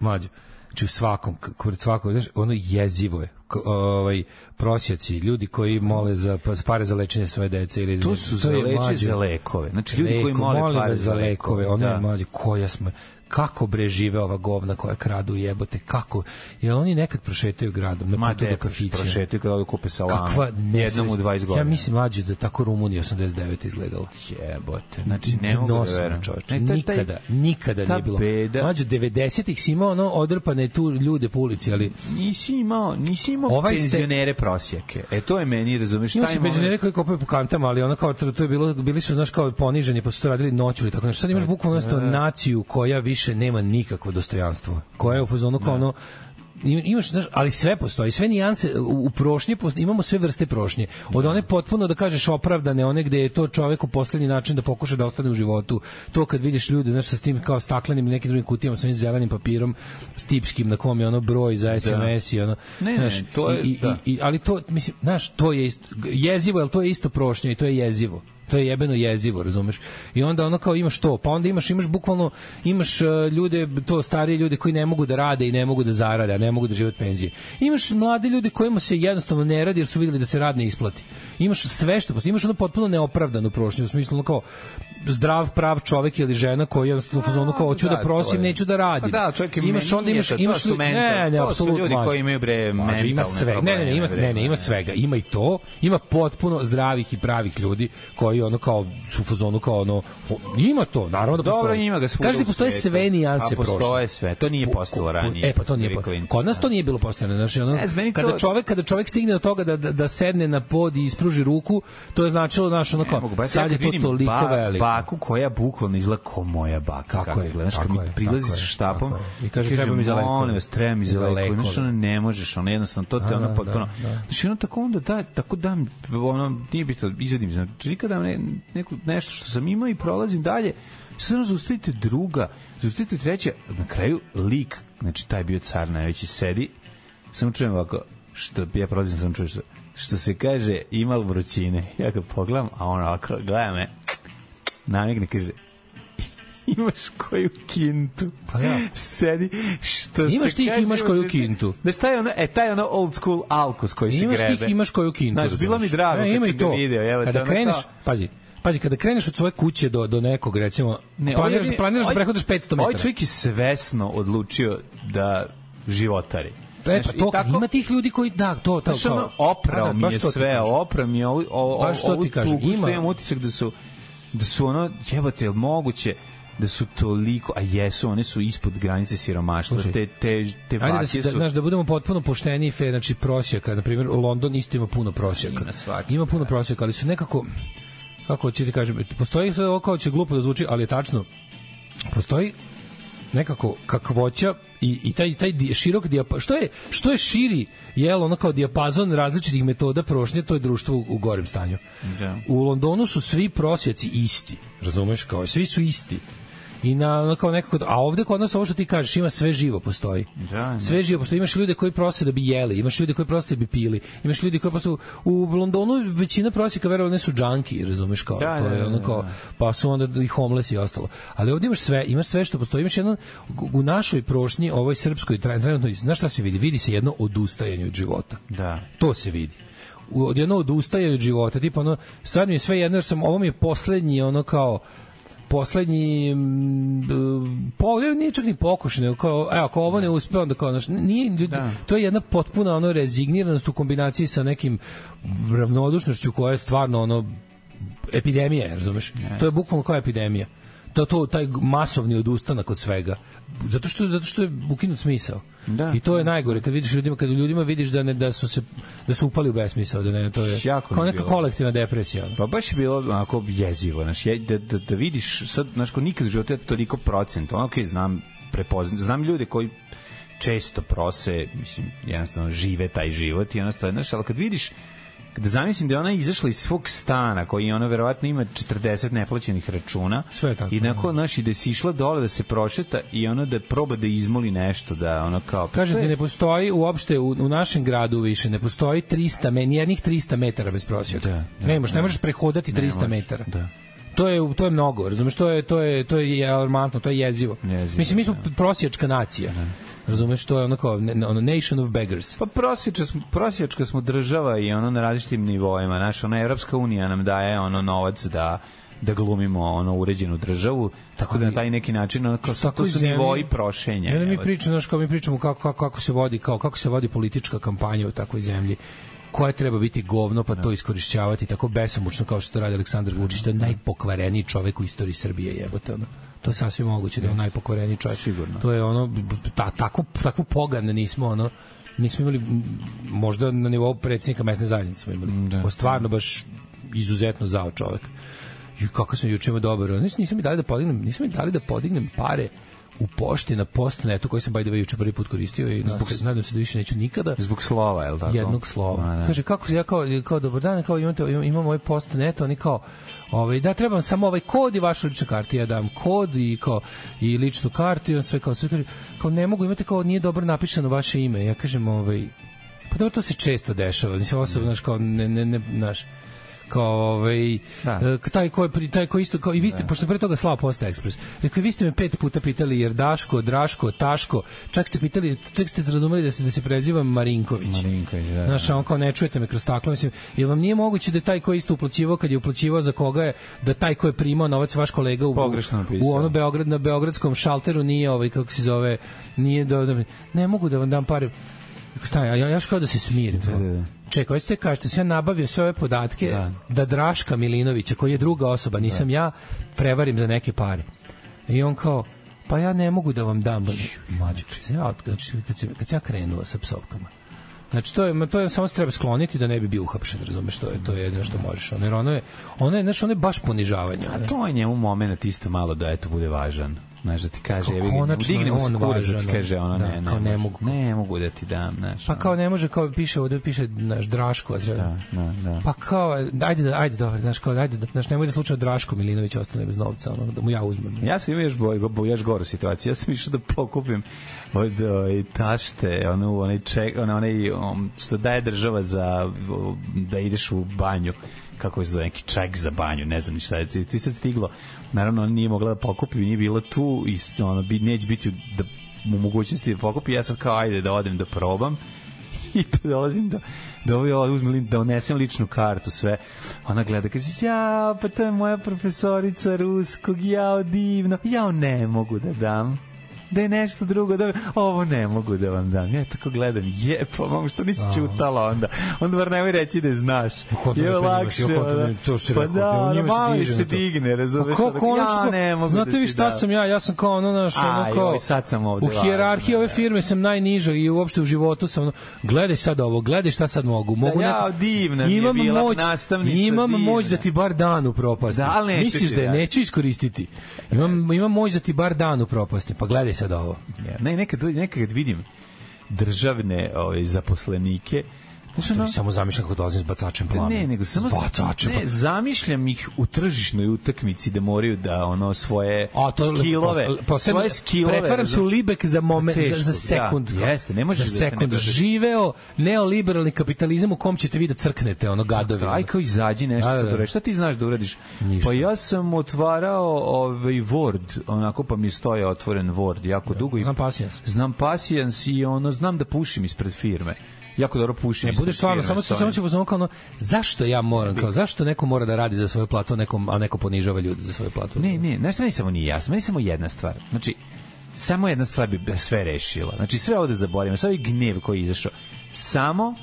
F: mlađo, znači u svakom, k- pored svakog, znaš, ono jezivo je. K- ovaj, prosjaci, ljudi koji mole za pa- za pare za lečenje svoje dece ili
G: To su za
F: je,
G: leče,
F: mlađo,
G: za lekove. Znači, ljudi koji mole
F: molim
G: pare
F: vas
G: za lekove,
F: Ono
G: da.
F: je mlađo, koja smo kako bre žive ova govna koja kradu jebote, kako, jer oni nekad prošetaju gradom na
G: ma
F: putu do
G: te
F: kafića.
G: prošetaju kada kupe salame.
F: Kakva
G: Jednom u 20 godina.
F: Ja mislim mlađe da je tako Rumunija 89 izgledala.
G: jebote. Znači, ne mogu da
F: Nosno,
G: verujem.
F: čoveče.
G: Ne, taj- taj-
F: Nikada, nikada
G: ta
F: nije bilo.
G: beda-
F: Mlađe, 90-ih si imao ono odrpane tu ljude po ulici, ali
G: Nisi imao, nisi imao
F: Ovaj ste-
G: penzionere prosjake. E, to je meni, razumeš,
F: Imao
G: taj
F: si
G: moment-
F: penzionere koji kopaju po kantama, ali ono kao to to je bilo, bili su, znaš, kao poniženi, pa su to radili noću ili tako nešto. Sad imaš bukvalno nešto naciju koja više nema nikakvo dostojanstvo. Koja je u fazonu
G: Da.
F: kao ono, im- imaš, znaš, ali sve postoji, sve nijanse u, u prošnje, postoji, imamo sve vrste prošnje. Od one potpuno, da kažeš, opravdane, one gde je to čovek u poslednji način da pokuša da ostane u životu. To kad vidiš ljude, znaš, sa tim kao staklenim ili nekim drugim kutijama, sa onim zelenim papirom, s tipskim na kom je ono broj za SMS i ono.
G: Da. Ne, ne,
F: znaš,
G: to je-
F: i, i,
G: da.
F: i, i, ali to, mislim, znaš, to je isto, jezivo, ali to je isto prošnje i to je jezivo. To je jebeno jezivo, razumeš? I onda ono kao imaš to, pa onda imaš, imaš bukvalno, imaš e, ljude, to starije ljude koji ne mogu da rade i ne mogu da zarade, a ne mogu da žive od penzije. Imaš mlade ljude kojima se jednostavno ne radi jer su videli da se rad ne isplati. Imaš sve što postoji, imaš ono potpuno neopravdanu prošnju, u smislu ono kao zdrav, prav čovek ili žena koji jednostavno u fazonu kao hoću
G: Da,
F: da,
G: to
F: prosim,
G: je.
F: neću da radim.
G: Pa da, čovjek ima-
F: imaš onda
G: nije
F: imaš
G: to, to
F: imaš
G: su
F: li- ne,
G: mental-
F: ne,
G: to su
F: apsolutno.
G: ljudi koji
F: mađo.
G: imaju, bre,
F: Mađo, ima
G: mentalne
F: sve. Ne, ne, ne,
G: probleme,
F: ima
G: bre,
F: ne, ne, ima
G: ono.
F: svega. Ima i to, ima potpuno zdravih i pravih ljudi koji ono kao su u fazonu kao ono o, ima to, naravno da postoji.
G: Dobro, ima ga svuda
F: Kažete
G: u
F: postoje
G: svetu.
F: sve nijanse
G: A postoje
F: prošle.
G: sve, to nije
F: Po-
G: postojalo
F: po-
G: ranije,
F: E pa to nije
G: bili
F: po-
G: klinci,
F: Kod nas
G: da.
F: to nije bilo postojano, znači ono
G: Ne znam, meni
F: kada
G: to-
F: čovek kada čovek stigne do toga da, da, da sedne na pod i ispruži ruku, to je značilo naš ono
G: Ne
F: kao
G: mogu, baš ja
F: sad je
G: kad
F: to
G: vidim
F: toliko
G: ba-
F: veliko.
G: Baku koja bukvalno izgleda ko moja baka.
F: Tako
G: kako
F: je,
G: izgleda. Znaš,
F: tako
G: kad mi
F: je,
G: prilazi
F: tako
G: sa
F: je,
G: štapom
F: tako je. I kaže, treba mi za lekove.
G: Molim vas, treba mi za
F: Za
G: lekove. Znaš,
F: lekove.
G: ono, ne možeš, ono, jednostavno, to te
F: Da,
G: ono
F: da,
G: potpuno...
F: da, da.
G: Znaš, ono, tako onda da, tako dam, ono, nije bitno, izvedim, znači, nikada ne, neku, nešto što sam imao i prolazim dalje, sad ono, zaustavite druga, zaustavite treća, na kraju, lik, znači, taj je bio car najveći, sedi, samo čujem ovako, što ja prolazim, samo čujem što, što se kaže, imal vrućine. <laughs> Ja ga pogledam, a on ovako, gleda me, namigne, kaže, <laughs> imaš koju kintu.
F: Pa da.
G: Sedi, što
F: Imaš
G: Da se
F: ti ih,
G: kaže,
F: imaš koju
G: ti-
F: kintu.
G: Znaš, taj ono, e, taj ono old school alkus koji se
F: imaš
G: grebe.
F: tih, imaš koju kintu.
G: Znaš, bilo mi
F: razumeš.
G: drago
F: Ne,
G: kad
F: ima i
G: sam ga
F: to.
G: video. Evo,
F: kada
G: to je ono
F: kreneš,
G: kao-
F: pazi, pazi, kada kreneš od svoje kuće do, do nekog, recimo, ne, planiraš,
G: ovaj je-
F: planiraš da
G: ovaj-
F: prehodiš 500 metara.
G: Ovaj čovjek je svesno odlučio da životari.
F: E,
G: Znaš,
F: pa
G: i
F: to, ima tih ljudi koji, da, to, to,
G: Znaš, ono,
F: kao- Pa
G: oprao
F: da,
G: mi
F: baš
G: je
F: to ti
G: sve,
F: kažem.
G: oprao mi je ovu, o- o-
F: Baš to
G: ovu
F: ti kažem,
G: tugu, što
F: ima-
G: imam utisak da su, da su ono, jebate, jel moguće da su toliko, a jesu, one su ispod granice siromaštva,
F: Slušaj,
G: te, te, te
F: Ajde da,
G: vake
F: se,
G: su...
F: da, znaš, da budemo potpuno pošteni i fair, znači prosjaka, na primjer, London isto ima puno prosjaka.
G: Ima svaki, da.
F: Ima puno prosjaka, ali su nekako, kako ću ti kažem, postoji sve ovo kao će glupo da zvuči, ali je tačno, postoji nekako kakvoća i, i taj, taj di- širok dijapazon, što je, što je širi, jel, ono kao dijapazon različitih metoda prošnje, to je društvo u, u gorem stanju.
G: Da.
F: U Londonu su svi prosjeci isti, razumeš, kao svi su isti. I na ono kao nekako, a ovde kod nas ovo što ti kažeš, ima sve živo postoji.
G: Da, da.
F: sve živo postoji. Imaš ljude koji prose da bi jeli, imaš ljude koji prose da bi pili, imaš ljudi koji prose... U Londonu većina prosjeka verovatno ne su džanki, razumeš kao,
G: Da,
F: to
G: da,
F: je
G: da,
F: ono kao, pa su onda i homeless i ostalo. Ali ovde imaš sve, imaš sve što postoji. Imaš jedno, u našoj prošnji, ovoj srpskoj, tra- trenutno, znaš šta se vidi? Vidi se jedno odustajanje od života.
G: Da.
F: To se vidi. U- Odjedno odustaje od života, tipa ono, sad mi je sve jedno, jer sam, ovo mi je poslednji, ono kao, poslednji mm, po, nije čak ni pokušaj, nego kao, evo, ako ovo ne uspe, onda kao, znaš, nije, ljudi,
G: Da.
F: da. to je jedna potpuna ono rezigniranost u kombinaciji sa nekim ravnodušnošću koja je stvarno ono epidemija, je, razumeš? To je bukvalno kao epidemija. To, to, taj masovni odustanak od svega. Zato što, zato što je ukinut smisao.
G: Da.
F: I to je najgore kad vidiš ljudima kad u ljudima vidiš da ne da su se da su upali u besmisao da ne to je
G: Jako
F: kao
G: mi je
F: neka
G: bilo.
F: kolektivna depresija ono.
G: Pa baš je bilo onako jezivo, znaš, je, da, da, da vidiš, sad, znaš, ko nikad u životu ja toliko procent, ono, okej, znam, prepoznam, znam ljude koji često prose, mislim, jednostavno žive taj život i jednostavno, znaš, ali kad vidiš da zamislim da je ona izašla iz svog stana koji ona verovatno ima 40 neplaćenih računa
F: Sve je tako,
G: i
F: da.
G: nakon naši da si išla dole da se prošeta i ona da proba da izmoli nešto da ono kao
F: Kaže
G: To
F: ti
G: je-
F: ne postoji uopšte u, u našem gradu više ne postoji 300 me, nijednih 300 metara bez prosjeka.
G: Da, da,
F: ne možeš,
G: da.
F: ne možeš prehodati 300
G: možeš,
F: metara.
G: da.
F: To je to je mnogo, razumeš, to je to je to je alarmantno, to je jezivo.
G: Jezivo, da.
F: Mislim mi smo prosječka nacija. Razumeš, to je ono kao ne- ono nation of beggars.
G: Pa prosječka smo, prosječka smo država i ono na različitim nivoima. Naš, ona Evropska unija nam daje ono novac da da glumimo ono uređenu državu, tako da na taj neki način ono, kao,
F: Tako
G: to su
F: zemlji-
G: nivoi prošenja.
F: I onda mi
G: evo.
F: pričamo, znaš, kao mi pričamo kako, kako, kako se vodi, kao kako se vodi politička kampanja u takvoj zemlji koja treba biti govno
G: Da.
F: pa to iskorišćavati tako besomučno kao što to radi Aleksandar Vučić,
G: Da.
F: to je najpokvareniji čovek u istoriji Srbije, jebote ono. To je sasvim moguće da je on najpokvareniji čovek.
G: Sigurno.
F: To je ono b- b- ta takvu takvu pogan nismo ono nismo imali m, možda na nivou predsednika mesne zajednice smo imali. Da. Stvarno baš izuzetno zao čovek. Ju kako sam juče imao dobar. Nisu, nisu mi dali da podignem, nisu mi dali da podignem pare u pošti na postnetu koji sam by the way juče prvi put koristio i nadam se, nadam se da više neću nikada
G: Zbog slova, je li tako?
F: jednog slova.
G: A, da.
F: Kaže kako ja kao kao dobar dan, kao imate imam ovaj post neto, oni kao ovaj da trebam samo ovaj kod i vašu ličnu kartu. Ja dam kod i kao i ličnu kartu i on sve kao sve kaže kao ne mogu imate kao nije dobro napisano vaše ime. Ja kažem ovaj pa dobro to se često dešava. Mislim osobno znaš kao ne ne ne znaš kao ovaj
G: Da.
F: e, taj ko je pri taj ko isto kao i vi ste pošto pre toga slao Posta Ekspres. Rekao vi ste me pet puta pitali jer Daško, Draško, Taško, čak ste pitali, čak ste razumeli da se da se prezivam Marinković.
G: Marinković, da, da.
F: Znaš, on kao ne čujete me kroz staklo, mislim, jel vam nije moguće da je taj ko je isto uplaćivao kad je uplaćivao za koga je da taj ko je primao novac vaš kolega u
G: Pogrešno napisao.
F: u ono Beograd na beogradskom šalteru nije ovaj kako se zove, nije do, do ne mogu da vam dam pare. Staj, ja ja još kao da se smirim. Da,
G: da, da.
F: Čekaj, hoćete kažete, sam ja nabavio sve ove podatke da. da Draška Milinovića, koji je druga osoba,
G: Da.
F: nisam ja, prevarim za neke pare. I on kao, pa ja ne mogu da vam dam. Mađo, kad sam ja, znači, kad, sam, kad sam ja krenuo sa psovkama, Znači to je ma to je samo se treba skloniti da ne bi bio uhapšen, razumeš, to je to je jedino što možeš. Ono jer ono je ono je znači ono je baš ponižavanje. ono.
G: A to je njemu momenat isto malo da eto bude važan. Znaš da ti kaže,
F: Kao
G: evo vidim,
F: konačno
G: dignem
F: je on
G: se kurac da ti
F: važan,
G: kaže, ono
F: da,
G: ne, ne,
F: kao ne
G: može.
F: mogu.
G: Ne mogu da ti dam, znaš.
F: Pa kao ne može, kao piše ovde, piše naš Draško. a treba-
G: Da, da, da.
F: Pa kao, ajde, da, ajde, dobro, znaš, kao, ajde, da, znaš, nemoj da slučajno Draško Milinović ostane bez novca, ono, da mu ja uzmem.
G: Ja sam imao još, boj, boj, još goru situaciju. Ja sam išao da pokupim od oj, tašte, ono, onaj, ček, ono, onaj um, što daje država za, o, da ideš u banju kako se zove, neki ček za banju, ne znam ni šta je, ti ti sad stiglo, naravno ona nije mogla da pokupi, nije bila tu i s- ono, bi, neće biti da, u mogućnosti da pokupi, ja sad kao ajde da odem da probam i dolazim da da ovaj ovaj uzme lin- da unesem ličnu kartu sve ona gleda kaže ja pa to je moja profesorica ruskog ja divno ja ne mogu da dam da je nešto drugo da ovo ne mogu da vam dam ja tako gledam je pa mom što nisi ćutala onda onda bar nemoj reći da je znaš
F: kontra
G: je
F: da primaš,
G: lakše
F: ja kontra
G: ono.
F: da- to si
G: pa
F: rekao,
G: da
F: da,
G: ono,
F: njima se
G: malo
F: diže
G: se
F: na to.
G: digne razumeš
F: Pa
G: ono,
F: kako ono,
G: ja
F: što-
G: ne mogu
F: znate
G: da
F: vi
G: ti
F: šta
G: dam.
F: sam ja, ja sam kao ono naš,
G: Aj,
F: ono kao,
G: oj, sad sam ovde
F: u hijerarhiji
G: važno,
F: ove
G: da.
F: firme sam najniža i uopšte u životu sam ono, gledaj sad ovo, gledaj šta sad mogu, mogu
G: Da, jao,
F: neko-
G: divna mi je bila nastavnica,
F: imam
G: divna.
F: moć da ti bar dan upropasti,
G: Da, ali neću
F: misliš
G: ti
F: da je
G: dati.
F: neću iskoristiti, imam, imam moć da ti bar dan upropasti, pa gledaj sad ovo.
G: Ja, ne, nekad, nekad kad vidim državne ove, zaposlenike, znaš,
F: To
G: ono,
F: mi samo zamišljam kako dolazim s bacačem plana.
G: Pa ne, nego samo
F: s bacačem
G: ne, zamišljam ih u tržišnoj utakmici da moraju da ono svoje
F: A to pa-
G: skillove,
F: po- po-
G: svoje skillove.
F: Pretvaram se u
G: razumeš?
F: Libek za moment
G: Teško,
F: za, za
G: da,
F: sekund.
G: jeste, ne možeš
F: za
G: da se ne
F: sekund
G: držiš.
F: živeo neoliberalni kapitalizam u kom ćete vi da crknete
G: Pa
F: ono gadovi.
G: Aj kao izađi nešto
F: Da, da,
G: da,
F: da.
G: da, Šta ti znaš da uradiš?
F: Ništa.
G: Pa ja sam otvarao ovaj Word, onako pa mi stoje otvoren Word jako dugo i
F: Znam pasijans.
G: znam pasijans i ono znam da pušim ispred firme. Jako dobro pušim.
F: Ne
G: ispred
F: budeš stvarno
G: firme,
F: samo
G: stojem.
F: samo se pozvao kao ono, zašto ja moram kao zašto neko mora da radi za svoju platu, a nekom a neko ponižava ljude za svoju platu.
G: Ne, ne, znaš šta mi samo nije jasno? Meni samo jedna stvar. Znači, samo jedna stvar bi sve rešila. Znači, sve ovo da zaboravimo, sve ovaj gnev koji je izašao. Samo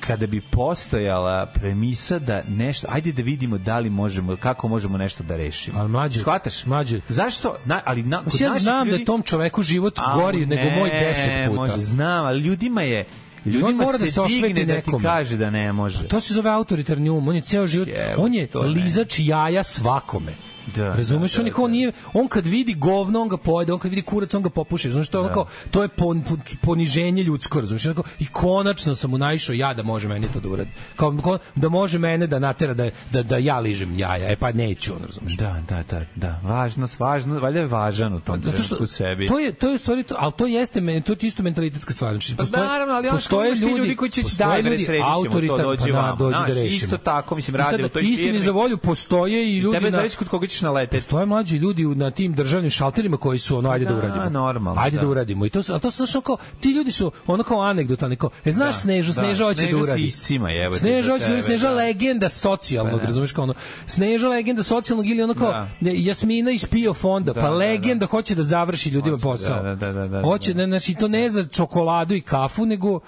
G: kada bi postojala premisa da nešto, ajde da vidimo da li možemo, kako možemo nešto da rešimo.
F: Ali mlađe,
G: Shvataš?
F: mlađe.
G: Zašto? Na, ali na, kod
F: Mislim, ja
G: naših
F: znam da
G: ljudi-
F: je tom čoveku život
G: Au,
F: gori nego moj 10 puta.
G: Može, znam, ali ljudima je ljudima
F: mora da
G: se,
F: se osveti
G: digne da ti
F: nekome.
G: kaže da ne može.
F: To se zove autoritarni um, on je ceo život,
G: Jebote,
F: on je
G: to ne.
F: lizač jaja svakome.
G: Da,
F: Razumeš,
G: da,
F: on je kao nije, on kad vidi govno, on ga pojede, on kad vidi kurac, on ga popuši. Razumeš, to je
G: Da.
F: onako, to je pon, pon, poniženje ljudsko, razumeš? Onako, I konačno sam mu naišao ja da može meni to da uradi. Kao, ko- da može mene da natera da, da, da ja ližem jaja. E pa neću, on, razumeš?
G: Da, da, da, da. Važnost, važnost, valjda je važan u tom
F: Pa Zato što
G: trenutku sebi.
F: To je to je u stvari to, al to jeste meni to je isto mentalitetska stvar. Znači
G: Pa
F: postoje,
G: naravno, ali ono
F: postoje
G: što imaš ti
F: ljudi,
G: ljudi koji će
F: postoje
G: daj, bre,
F: ljudi
G: sredit ćemo to,
F: autoritarni,
G: dođi
F: pa da,
G: vamo.
F: dođi
G: Znaš,
F: da rešimo.
G: isto tako, mislim,
F: I
G: rade
F: sad,
G: u toj
F: istini
G: firmi.
F: za volju postoje i
G: I
F: ljudi
G: tebe
F: na-
G: zavisi kod koga ćeš naleteti.
F: Tvoje mlađi ljudi u- na tim državnim šalterima koji su ono ajde da,
G: Da,
F: uradimo.
G: normalno,
F: Ajde da,
G: da.
F: uradimo. I to su, a to su znaš, ono kao ti ljudi su ono kao anegdotalni kao. E znaš da, Sneža,
G: da.
F: Sneža hoće
G: Sneža
F: da
G: se
F: uradi.
G: iscima, jebote,
F: Sneža
G: za
F: hoće da uradi,
G: tebe,
F: Sneža
G: da.
F: legenda socijalnog, razumeš kao ono. Sneža legenda socijalnog ili ono kao
G: Da.
F: ne, Jasmina iz PIO fonda,
G: Da,
F: pa
G: da, da.
F: legenda hoće da završi ljudima
G: Hoće,
F: posao.
G: da, da, da, da,
F: hoće
G: da.
F: da, znači to ne za čokoladu i kafu, nego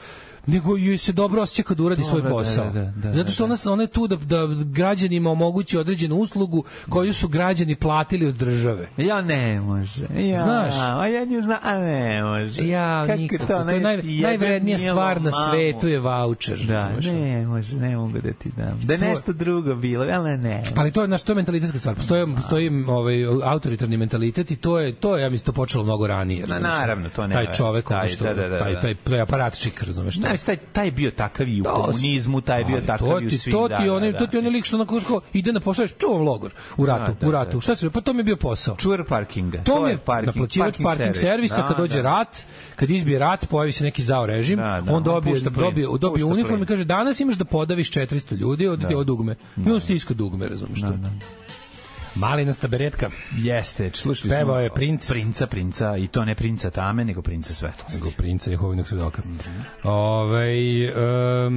F: nego joj se dobro osjeća kad uradi svoj
G: Dobro, da,
F: posao.
G: da, da, da,
F: Zato što
G: da.
F: ona, ona je tu da, da građanima omogući određenu uslugu koju su građani platili od države.
G: Ja ne može. Ja,
F: Znaš?
G: A ja nju znam, a ne može.
F: Ja,
G: Kako
F: nikako. To,
G: To,
F: je
G: ne,
F: naj,
G: ti jebe
F: najvrednija
G: Milu
F: stvar na
G: mamu.
F: svetu je voucher.
G: Da,
F: razumeš?
G: ne može, ne mogu da ti dam. Da je
F: To- Pa
G: nešto drugo bilo, ali ne.
F: Ali to je naš to je mentalitetska stvar.
G: Da.
F: Postoji postoji ovaj autoritarni mentalitet i to je to je ja mislim to počelo mnogo ranije.
G: Ma,
F: razumeš?
G: naravno, to nema
F: Taj
G: veze,
F: čovek
G: taj,
F: ono što
G: da, da, da,
F: taj
G: da.
F: taj taj aparatčik, razumeš?
G: Ne,
F: taj-
G: mislim, taj, taj je bio takav i u
F: Da,
G: komunizmu, taj je bio
F: ali
G: takav i
F: to
G: u
F: ti,
G: svim.
F: To
G: da,
F: ti
G: da,
F: onaj,
G: da.
F: to ti onaj lik što na kako ide na posao, čuvam logor u ratu,
G: Da, da,
F: u ratu. Šta se, pa to mi je bio posao.
G: Čuvar parkinga.
F: To mi je naplaćivač parking, servisa, kad dođe rat, kad izbije rat, pojavi se neki zao režim,
G: Da, da,
F: on
G: on
F: dobije,
G: pušta plin,
F: dobije, dobije
G: pušta
F: uniform
G: plin.
F: i kaže, danas imaš da podaviš 400 ljudi, od da. ovo dugme. I on stiska dugme, razumiješ da, da. Malinasta beretka.
G: Jeste, slušali smo.
F: Pevao je princ.
G: Princa, princa, i to ne princa tame, nego princa svetlosti.
F: Nego princa Jehovinog svedoka. Ove, um,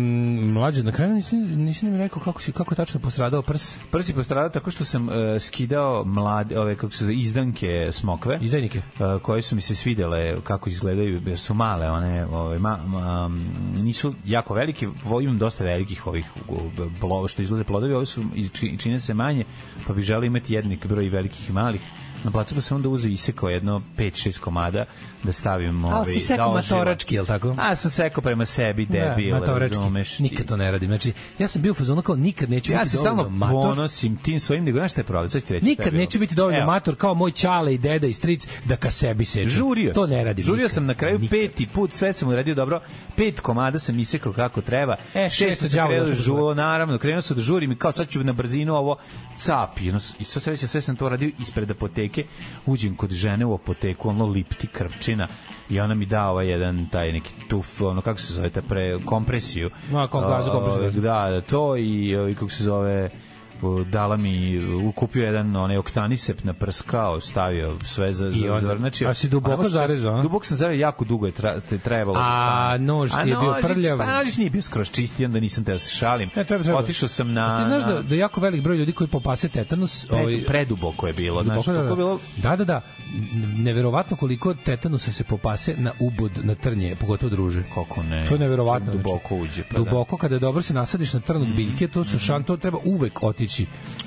F: mlađe, na kraju nisi, nisi mi rekao kako, si, kako je tačno postradao prs.
G: Prsi postradao tako što sam e, skidao mlade, ove, kako su, izdanke smokve.
F: Izdajnike.
G: e, koje su mi se svidele kako izgledaju jer su male one ove ma, ma, m, nisu jako velike vo- imam dosta velikih ovih blova što izlaze plodovi ove su iz- či- čine se manje pa bi želeo imati jednak broj velikih i malih na placu pa sam onda uzeo i isekao jedno 5 6 komada da stavim ovaj
F: Ali si sekao
G: oživa.
F: matorački, jel tako?
G: a sam sekao prema sebi debil
F: da, matorački.
G: razumeš
F: Nikad to ne radim. Znači, ja sam bio u fazonu kao nikad neću
G: ja
F: biti
G: se
F: dovoljno
G: stalno
F: mator.
G: ponosim tim svojim nego znaš šta je problem sad ću ti reći šta je
F: Nikad
G: bilo.
F: neću biti dovoljno
G: Evo.
F: mator kao moj čale i deda i stric da ka sebi sečem.
G: Žurio
F: To
G: sam.
F: ne radim.
G: Žurio
F: nikad.
G: sam na kraju
F: Nikad.
G: peti put, sve sam uradio dobro. Pet komada sam isekao kako treba.
F: E, šesto
G: Šesto
F: đavo
G: sam krenuo da
F: došao do
G: žuo,
F: toga.
G: naravno, krenuo sam da žurim i kao sad ću na brzinu ovo cap. I, ono, I sad sreće, sve sam to radio ispred apoteke. Uđem kod žene u apoteku, ono lipti krvčina i ona mi da ovaj jedan taj neki tuf, ono kako se zove, ta pre, kompresiju.
F: Ma, kom- gazu,
G: A,
F: kompresiju.
G: Da, da, to i, i kako se zove o, dala mi, u- kupio jedan onaj oktanisep na prskao, stavio sve za,
F: I
G: za,
F: onda-
G: zarnačio.
F: A si duboko
G: Onako znači, što-
F: zarezao, a?
G: Duboko sam zarezao, jako dugo je tra, te trebalo. da
F: A,
G: stane.
F: nož ti je bio
G: nožić,
F: prljav.
G: Pa nožić nije bio skroz čisti, onda nisam teo da se šalim.
F: Ne, treba, treba.
G: Otišao sam na...
F: A ti znaš da,
G: na-
F: da jako velik broj ljudi koji popase tetanus... ovaj,
G: Predu, preduboko je bilo, znaš,
F: Duboko,
G: kako je bilo
F: da, da, da. N- Neverovatno koliko tetanusa se popase na ubod, na trnje, pogotovo druže.
G: Kako ne?
F: To je neverovatno.
G: Čak duboko
F: znači.
G: uđe, pa da. Mhm.
F: duboko, kada dobro se nasadiš na trn od biljke, to su šan, to treba uvek otići,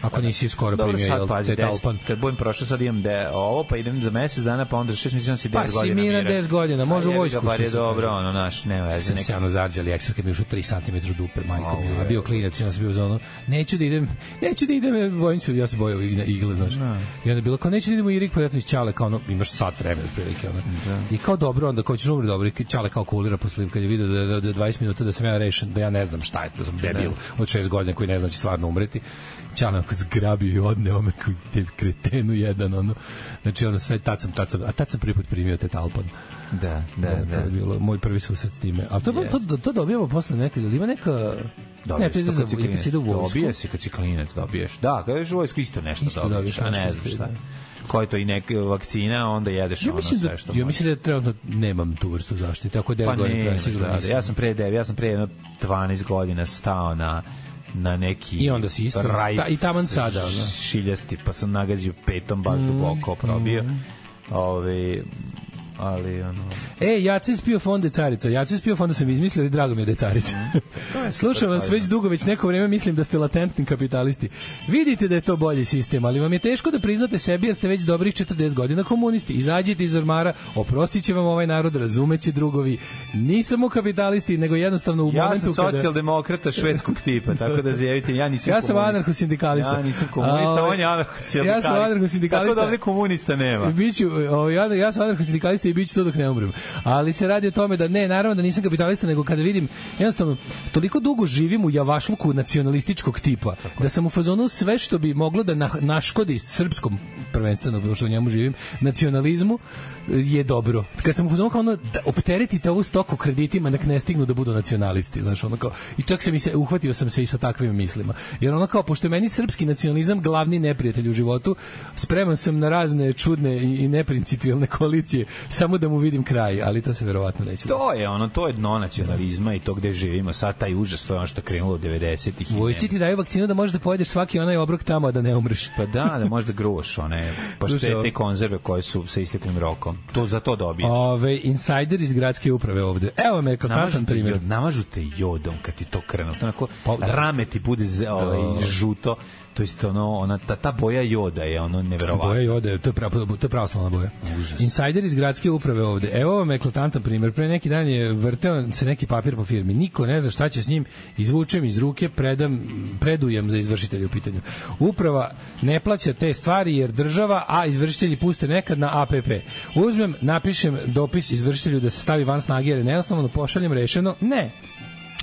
F: ako nisi skoro
G: Pa da. Dobro,
F: primio,
G: sad
F: da jel,
G: pazi,
F: tetalpan.
G: 10, kad budem prošao, sad imam de, ovo, pa idem za mesec dana, pa onda šest mjeseci, onda si 10
F: Pa
G: godina.
F: si miran 10 godina, može
G: A
F: u
G: jebi ga,
F: vojsku,
G: Bar
F: što
G: je
F: se
G: dobro,
F: kaže.
G: ono, naš, ne veze,
F: Sam
G: neka
F: se ono zarđali, ekser kad mi je ušao 3 cm dupe, majko
G: Au,
F: mi, je, a
G: je.
F: bio klinac, ja sam bio za ono, neću da idem, neću da idem, bojim se, ja se bojao i na igle, znaš. I onda je bilo kao, neću da idem u Irik, pa ja čale, kao ono, imaš sat vremena, otprilike, ono. I kao dobro, onda, kao ćeš umri, dobro, i čale kao kulira posle, kad je vidio da, da, da 20 minuta da sam ja rešen, da ja ne znam šta je, da sam debil od 6 godina koji ne znači stvarno umreti. Ćale me ako zgrabio i odneo me kao te kretenu jedan, ono. Znači, ono, sve, tad sam, tad sam, a tad sam prvi put primio te talpon.
G: Da, da,
F: Da,
G: da.
F: to je bilo moj prvi susret s time. A to, yes. to, to dobijamo posle nekad, ili ima neka... ne, to ide za ili kad se ide u vojsku.
G: Dobiješ si kad si klinac, dobiješ. Da, kad ideš u vojsku isto nešto
F: Isto
G: dobiješ,
F: dobiješ,
G: a ne
F: nešto
G: znam
F: isto,
G: šta.
F: da.
G: Koja je to i neka vakcina, onda jedeš
F: Ja
G: ono
F: mislim da,
G: sve što
F: ja
G: možeš.
F: mislim da trenutno nemam tu vrstu zaštite, ako je 9
G: Pa
F: godina
G: ne,
F: traje sigurno
G: da, da,
F: nisam.
G: ja sam pre dev, ja sam pre jedno 12 godina stao na na neki
F: I onda si isto-
G: rajf
F: ta- i taman
G: s-
F: sada, ono. Mm,
G: šiljasti pa sam nagazio petom baš duboko probio Ove, ali ono...
F: E, Jacin spio fonde carica. Jacin spio fonda sam izmislio i drago mi je da je carica.
G: Mhm.
F: <laughs> Slušam vas već dugo, već neko vreme mislim da ste latentni kapitalisti. Vidite da je to bolji sistem, ali vam je teško da priznate sebi jer ste već dobrih 40 godina komunisti. Izađite iz ormara, oprostit će vam ovaj narod, razumeće drugovi. Nisamo kapitalisti, nego jednostavno u
G: Ja sam
F: momentu kada...
G: socijaldemokrata švedskog tipa, tako da zjavite, ja nisam
F: Ja sam
G: komunista.
F: anarhosindikalista.
G: Ja nisam komunista,
F: A, ovaj,
G: on je anarhosindikalista.
F: ja sam anarhosindikalista.
G: Tako da ovde komunista nema.
F: Biću, o, ja, ja sam anarchosindikalista i biću to dok ne umrem. Ali se radi o tome da ne, naravno da nisam kapitalista, nego kada vidim, jednostavno, toliko dugo živim u javašluku nacionalističkog tipa, Tako. da sam u fazonu sve što bi moglo da na, naškodi srpskom, prvenstveno, pošto u njemu živim, nacionalizmu, je dobro. Kad sam u fazonu kao ono, da opteretite ovu stoku kreditima, nek ne stignu da budu nacionalisti, znaš, ono kao, i čak se mi se, uhvatio sam se i sa takvim mislima. Jer ono kao, pošto je meni srpski nacionalizam glavni neprijatelj u životu, spreman sam na razne čudne i, i neprincipijalne koalicije, samo da mu vidim kraj, ali to se verovatno neće.
G: To je ono, to je dno nacionalizma i to gde živimo. Sad taj užas, to je ono što je krenulo od 90-ih. i
F: Vojci ti daju vakcinu da možeš da pojedeš svaki onaj obrok tamo a da ne umreš.
G: Pa da, da možda gruš one
F: Slušaj,
G: paštete i konzerve koje su sa isteklim rokom. To za to dobiješ.
F: Ove, insider iz gradske uprave ovde. Evo me,
G: Namažu
F: kakantan
G: te,
F: primjer.
G: jod, namažu te jodom kad ti to krenu. To onako,
F: Pa, da.
G: rame ti bude ze, ovaj, žuto. To jest ono, ona, ta, ta boja joda je ono neverovatno.
F: Boja Jode, to je, pravo, to je pravoslavna boja. Užas. Insider iz gradske uprave ovde. Evo vam eklatantan primer. Pre neki dan je vrteo se neki papir po firmi. Niko ne zna šta će s njim. Izvučem iz ruke, predam, predujem za izvršitelje u pitanju. Uprava ne plaća te stvari jer država, a izvršitelji puste nekad na APP. Uzmem, napišem dopis izvršitelju da se stavi van snage jer je neosnovno, pošaljem rešeno. Ne,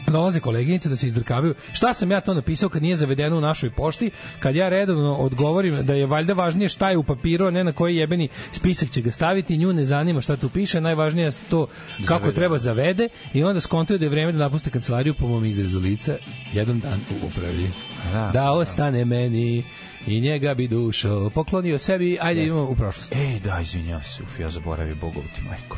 F: dolaze koleginice da se izdrkavaju. Šta sam ja to napisao kad nije zavedeno u našoj pošti, kad ja redovno odgovorim da je valjda važnije šta je u papiru, a ne na koji jebeni spisak će ga staviti, nju ne zanima šta tu piše, najvažnije je to kako treba zavede i onda skontuje da je vreme da napuste kancelariju po mom izrezu lica jedan dan u upravi. Da,
G: Da,
F: ostane meni i njega bi dušo poklonio sebi, ajde imamo u prošlost.
G: Ej, da, izvinjavam se, uf, ja zaboravio Bogovu ti majku.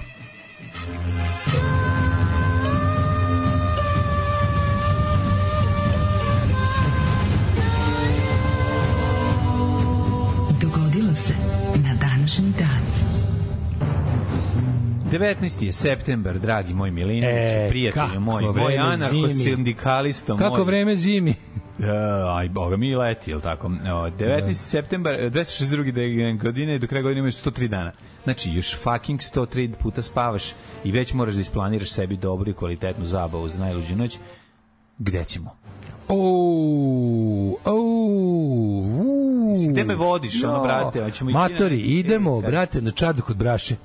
B: Dogodilo se na današnji dan.
G: 19. je september, dragi moj Milinović,
F: E,
G: e,
F: kako
G: prijatelju moj, moj
F: vreme
G: anarcho-sindikalista, moj...
F: Kako vreme zimi.
G: Da, aj, boga mi leti, jel tako? O, 19.
F: Da.
G: septembar, e, 262. de- godine i do kraja godine imaš 103 dana. Znači, još fucking 103 puta spavaš i već moraš da isplaniraš sebi dobru i kvalitetnu zabavu za najluđu noć. Gde ćemo?
F: O, o, u.
G: Gde me vodiš, ono, brate? Hoćemo ići na-
F: Matori, idemo,
G: E,
F: brate, na čadu kod braše.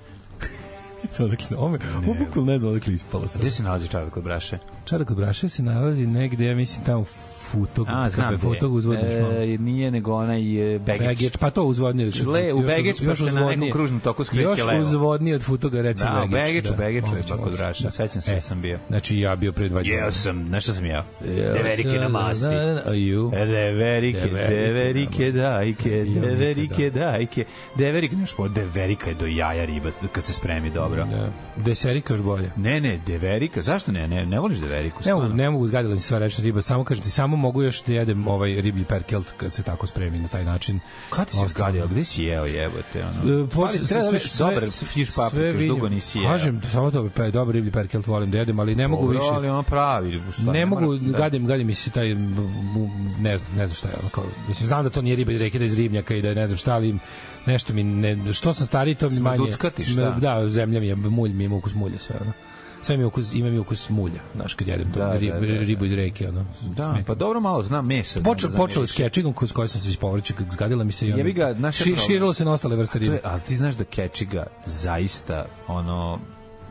F: <laughs> Samo odakle sam, ome, obukul ne znam odakle ispalo sam.
G: Gde se nalazi čarar kod braše?
F: Čada kod braše se nalazi negde, ja mislim, tamo futog,
G: A, znam gde.
F: futog uzvodniš malo.
G: E, nije nego onaj e, begić.
F: Begeč, pa to uzvodnije. još-
G: Le, u
F: još uz-
G: Begeč pa
F: još
G: se na nekom
F: uzvodnije.
G: kružnom toku skreće
F: Još
G: levo.
F: uzvodnije od futoga, recimo
G: Da, u
F: Begeč.
G: Begeču, Begeču je
F: moguće,
G: pa kod
F: moguće,
G: Braše. Sećam se da sam bio.
F: Znači, ja bio pre dva dana.
G: Jeo sam, znaš šta sam jeo?
F: Jeo
G: Deverike
F: sam,
G: na E, masti.
F: da, da, da, a ju.
G: Deverike,
F: Deverike,
G: deverike, dajke,
F: da.
G: deverike, dajke. Deverike, nešto po, deverika je do jaja riba kad se spremi dobro.
F: Da. Deserika još bolje.
G: Ne, ne, deverika, zašto ne? Ne, ne voliš deveriku?
F: Ne
G: stvarno?
F: mogu, ne mogu zgadila mi se sva rečna riba, samo kažem ti, samo mogu još da jedem ovaj riblji perkelt kad se tako spremi na taj način. E,
G: Kad ti se
F: Ostalo-
G: zgadio? Gde si jeo jebote? Ono?
F: E, po-
G: Ali treba da biš dobar fiš paprika, još
F: vidim.
G: dugo nisi jeo.
F: Kažem, samo to, pa dobar riblji perkelt volim da jedem, ali ne mogu
G: Dobro,
F: više.
G: Ali ono pravi. u stvari,
F: ne mogu,
G: mora-
F: da. gadim, gadim mi se taj, m, m, ne znam, ne znam šta je, ono kao, mislim, znam da to nije riba iz reke, da je iz ribnjaka i da je ne znam šta, ali nešto mi, ne, što sam stariji, to mi manje.
G: Smaduckati, šta?
F: Da, zemlja mi je, mulj mi ima ukus mulja, sve, ono. Sve mi je ukus, ima mi ukus mulja, znaš, kad jedem to, da,
G: Da, da,
F: rib,
G: da, da.
F: ribu iz reke, ono.
G: Da,
F: smeta.
G: pa dobro malo znam mesa. znam
F: Počeo
G: da
F: počelo s
G: zamiriš.
F: kečigom kroz koji sam se ispovraćao, kako zgadila mi se i ono.
G: Jebi ga, znaš šta je
F: Ši,
G: problem?
F: širilo se na ostale vrste
G: To
F: ribe.
G: je, ali ti znaš da kečiga zaista ono